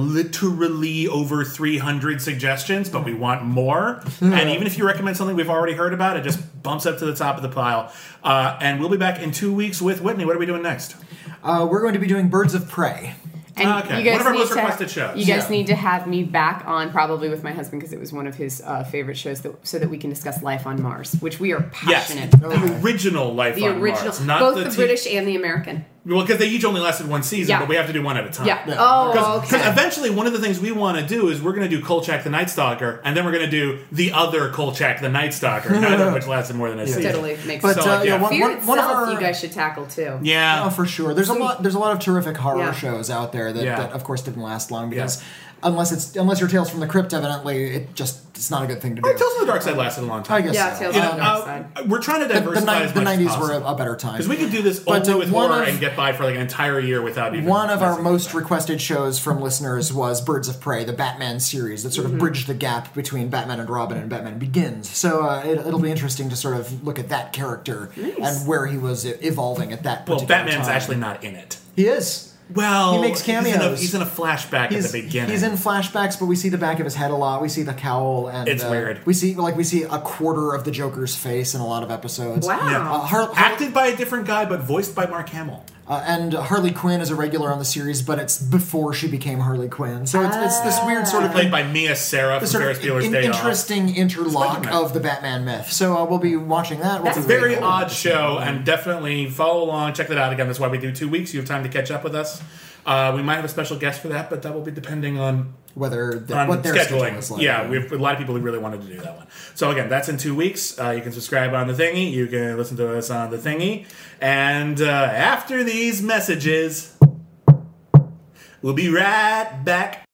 [SPEAKER 1] literally over 300 suggestions, but we want (laughs) more. and even if you recommend something we've already heard about, it just bumps up to the top of the pile. Uh, and we'll be back in two weeks with Whitney. What are we doing next?
[SPEAKER 4] Uh, we're going to be doing Birds of Prey.
[SPEAKER 5] And
[SPEAKER 1] Ah, Okay.
[SPEAKER 5] you guys
[SPEAKER 1] One of our
[SPEAKER 5] need
[SPEAKER 1] most
[SPEAKER 5] to,
[SPEAKER 1] requested shows.
[SPEAKER 5] You guys
[SPEAKER 4] Yeah.
[SPEAKER 5] need to have me back on, probably with my husband, because it was one of his uh, favorite shows, that, so that we can discuss life on Mars, which we are passionate.
[SPEAKER 1] Yes,
[SPEAKER 5] about.
[SPEAKER 1] the original Life
[SPEAKER 5] The
[SPEAKER 1] on
[SPEAKER 5] original,
[SPEAKER 1] Mars, not
[SPEAKER 5] both
[SPEAKER 1] the,
[SPEAKER 5] the,
[SPEAKER 1] T-
[SPEAKER 5] British and the American.
[SPEAKER 1] Well, because they each only lasted one season,
[SPEAKER 5] Yeah.
[SPEAKER 1] but we have to do one at a time.
[SPEAKER 5] Yeah.
[SPEAKER 4] Yeah.
[SPEAKER 5] Oh,
[SPEAKER 1] Because
[SPEAKER 5] okay.
[SPEAKER 1] eventually, one of the things we want to do is we're going to do Kolchak the Night Stalker, and then we're going to do the other Kolchak the Night Stalker, neither
[SPEAKER 4] (laughs)
[SPEAKER 1] of which lasted more than a season.
[SPEAKER 5] Totally makes
[SPEAKER 4] But
[SPEAKER 5] sense.
[SPEAKER 1] So,
[SPEAKER 4] uh, yeah,
[SPEAKER 1] yeah.
[SPEAKER 4] one,
[SPEAKER 5] Fear
[SPEAKER 4] one, one of
[SPEAKER 5] itself,
[SPEAKER 4] our.
[SPEAKER 5] you guys should tackle too.
[SPEAKER 1] Yeah.
[SPEAKER 4] Oh, for sure. There's a lot. There's a lot of terrific horror
[SPEAKER 5] Yeah.
[SPEAKER 4] shows out there that,
[SPEAKER 1] Yeah.
[SPEAKER 4] that, of course, didn't last long
[SPEAKER 1] Yeah.
[SPEAKER 4] because unless it's unless your Tales from the Crypt, evidently, it just it's not a good thing to do.
[SPEAKER 1] But Tales of the Dark Side lasted a long time.
[SPEAKER 4] I guess.
[SPEAKER 5] Yeah,
[SPEAKER 4] so.
[SPEAKER 5] Tales
[SPEAKER 1] You
[SPEAKER 5] of
[SPEAKER 1] know,
[SPEAKER 5] the Dark
[SPEAKER 1] uh,
[SPEAKER 5] Side.
[SPEAKER 1] we're trying to
[SPEAKER 4] the, the,
[SPEAKER 1] diversify
[SPEAKER 4] ni-
[SPEAKER 1] as
[SPEAKER 4] the
[SPEAKER 1] much as
[SPEAKER 4] 90s were
[SPEAKER 1] possible.
[SPEAKER 4] a, a better time.
[SPEAKER 1] Because we could do this
[SPEAKER 4] But,
[SPEAKER 1] only
[SPEAKER 4] uh,
[SPEAKER 1] with
[SPEAKER 4] one
[SPEAKER 1] horror
[SPEAKER 4] of-
[SPEAKER 1] and get by for like an entire year without even
[SPEAKER 4] One of our
[SPEAKER 1] messing
[SPEAKER 4] most
[SPEAKER 1] with it.
[SPEAKER 4] requested shows from listeners was Birds of Prey, the Batman series that sort
[SPEAKER 1] Mm-hmm.
[SPEAKER 4] of bridged the gap between Batman and Robin and Batman Begins. So uh, it, it'll be interesting to sort of look at that character and where he was e- evolving at that.
[SPEAKER 1] Well,
[SPEAKER 4] particular
[SPEAKER 1] Batman's
[SPEAKER 4] time.
[SPEAKER 1] actually not in it.
[SPEAKER 4] he is.
[SPEAKER 1] Well,
[SPEAKER 4] He makes
[SPEAKER 1] he's in a-
[SPEAKER 4] cameos.
[SPEAKER 1] He's in a, flashback
[SPEAKER 4] He's,
[SPEAKER 1] at the beginning.
[SPEAKER 4] he's in flashbacks, but we see the back of his head a lot. We see the cowl, and
[SPEAKER 1] It's
[SPEAKER 4] uh,
[SPEAKER 1] weird.
[SPEAKER 4] We see like we see a quarter of the Joker's face in a lot of episodes.
[SPEAKER 5] Wow.
[SPEAKER 1] Yeah.
[SPEAKER 4] Uh, Har- Har-
[SPEAKER 1] acted by a different guy, but voiced by Mark Hamill.
[SPEAKER 4] Uh, and Harley Quinn is a regular on the series, but it's before she became Harley Quinn. So it's, it's this weird sort of
[SPEAKER 1] Played by Mia Sarah from
[SPEAKER 4] sort
[SPEAKER 1] Ferris
[SPEAKER 4] of
[SPEAKER 1] Bueller's
[SPEAKER 4] in-
[SPEAKER 1] Ah. Day Off.
[SPEAKER 4] interesting interlock
[SPEAKER 1] Spider-Man.
[SPEAKER 4] of the Batman myth. So uh, we'll be watching that. We'll
[SPEAKER 5] That's
[SPEAKER 4] be
[SPEAKER 1] Very
[SPEAKER 4] waiting.
[SPEAKER 1] odd show, and definitely follow along. Check that out again. That's why we do two weeks. You have time to catch up with us. Uh, we might have a special guest for that, but that will be depending on
[SPEAKER 4] Whether the,
[SPEAKER 1] on
[SPEAKER 4] what their
[SPEAKER 1] scheduling.
[SPEAKER 4] scheduling is like.
[SPEAKER 1] yeah, we have a lot of people who really wanted to do that one. So again, that's in two weeks. Uh, you can subscribe on the thingy. You can listen to us on the thingy. And uh, after these messages, we'll be right back.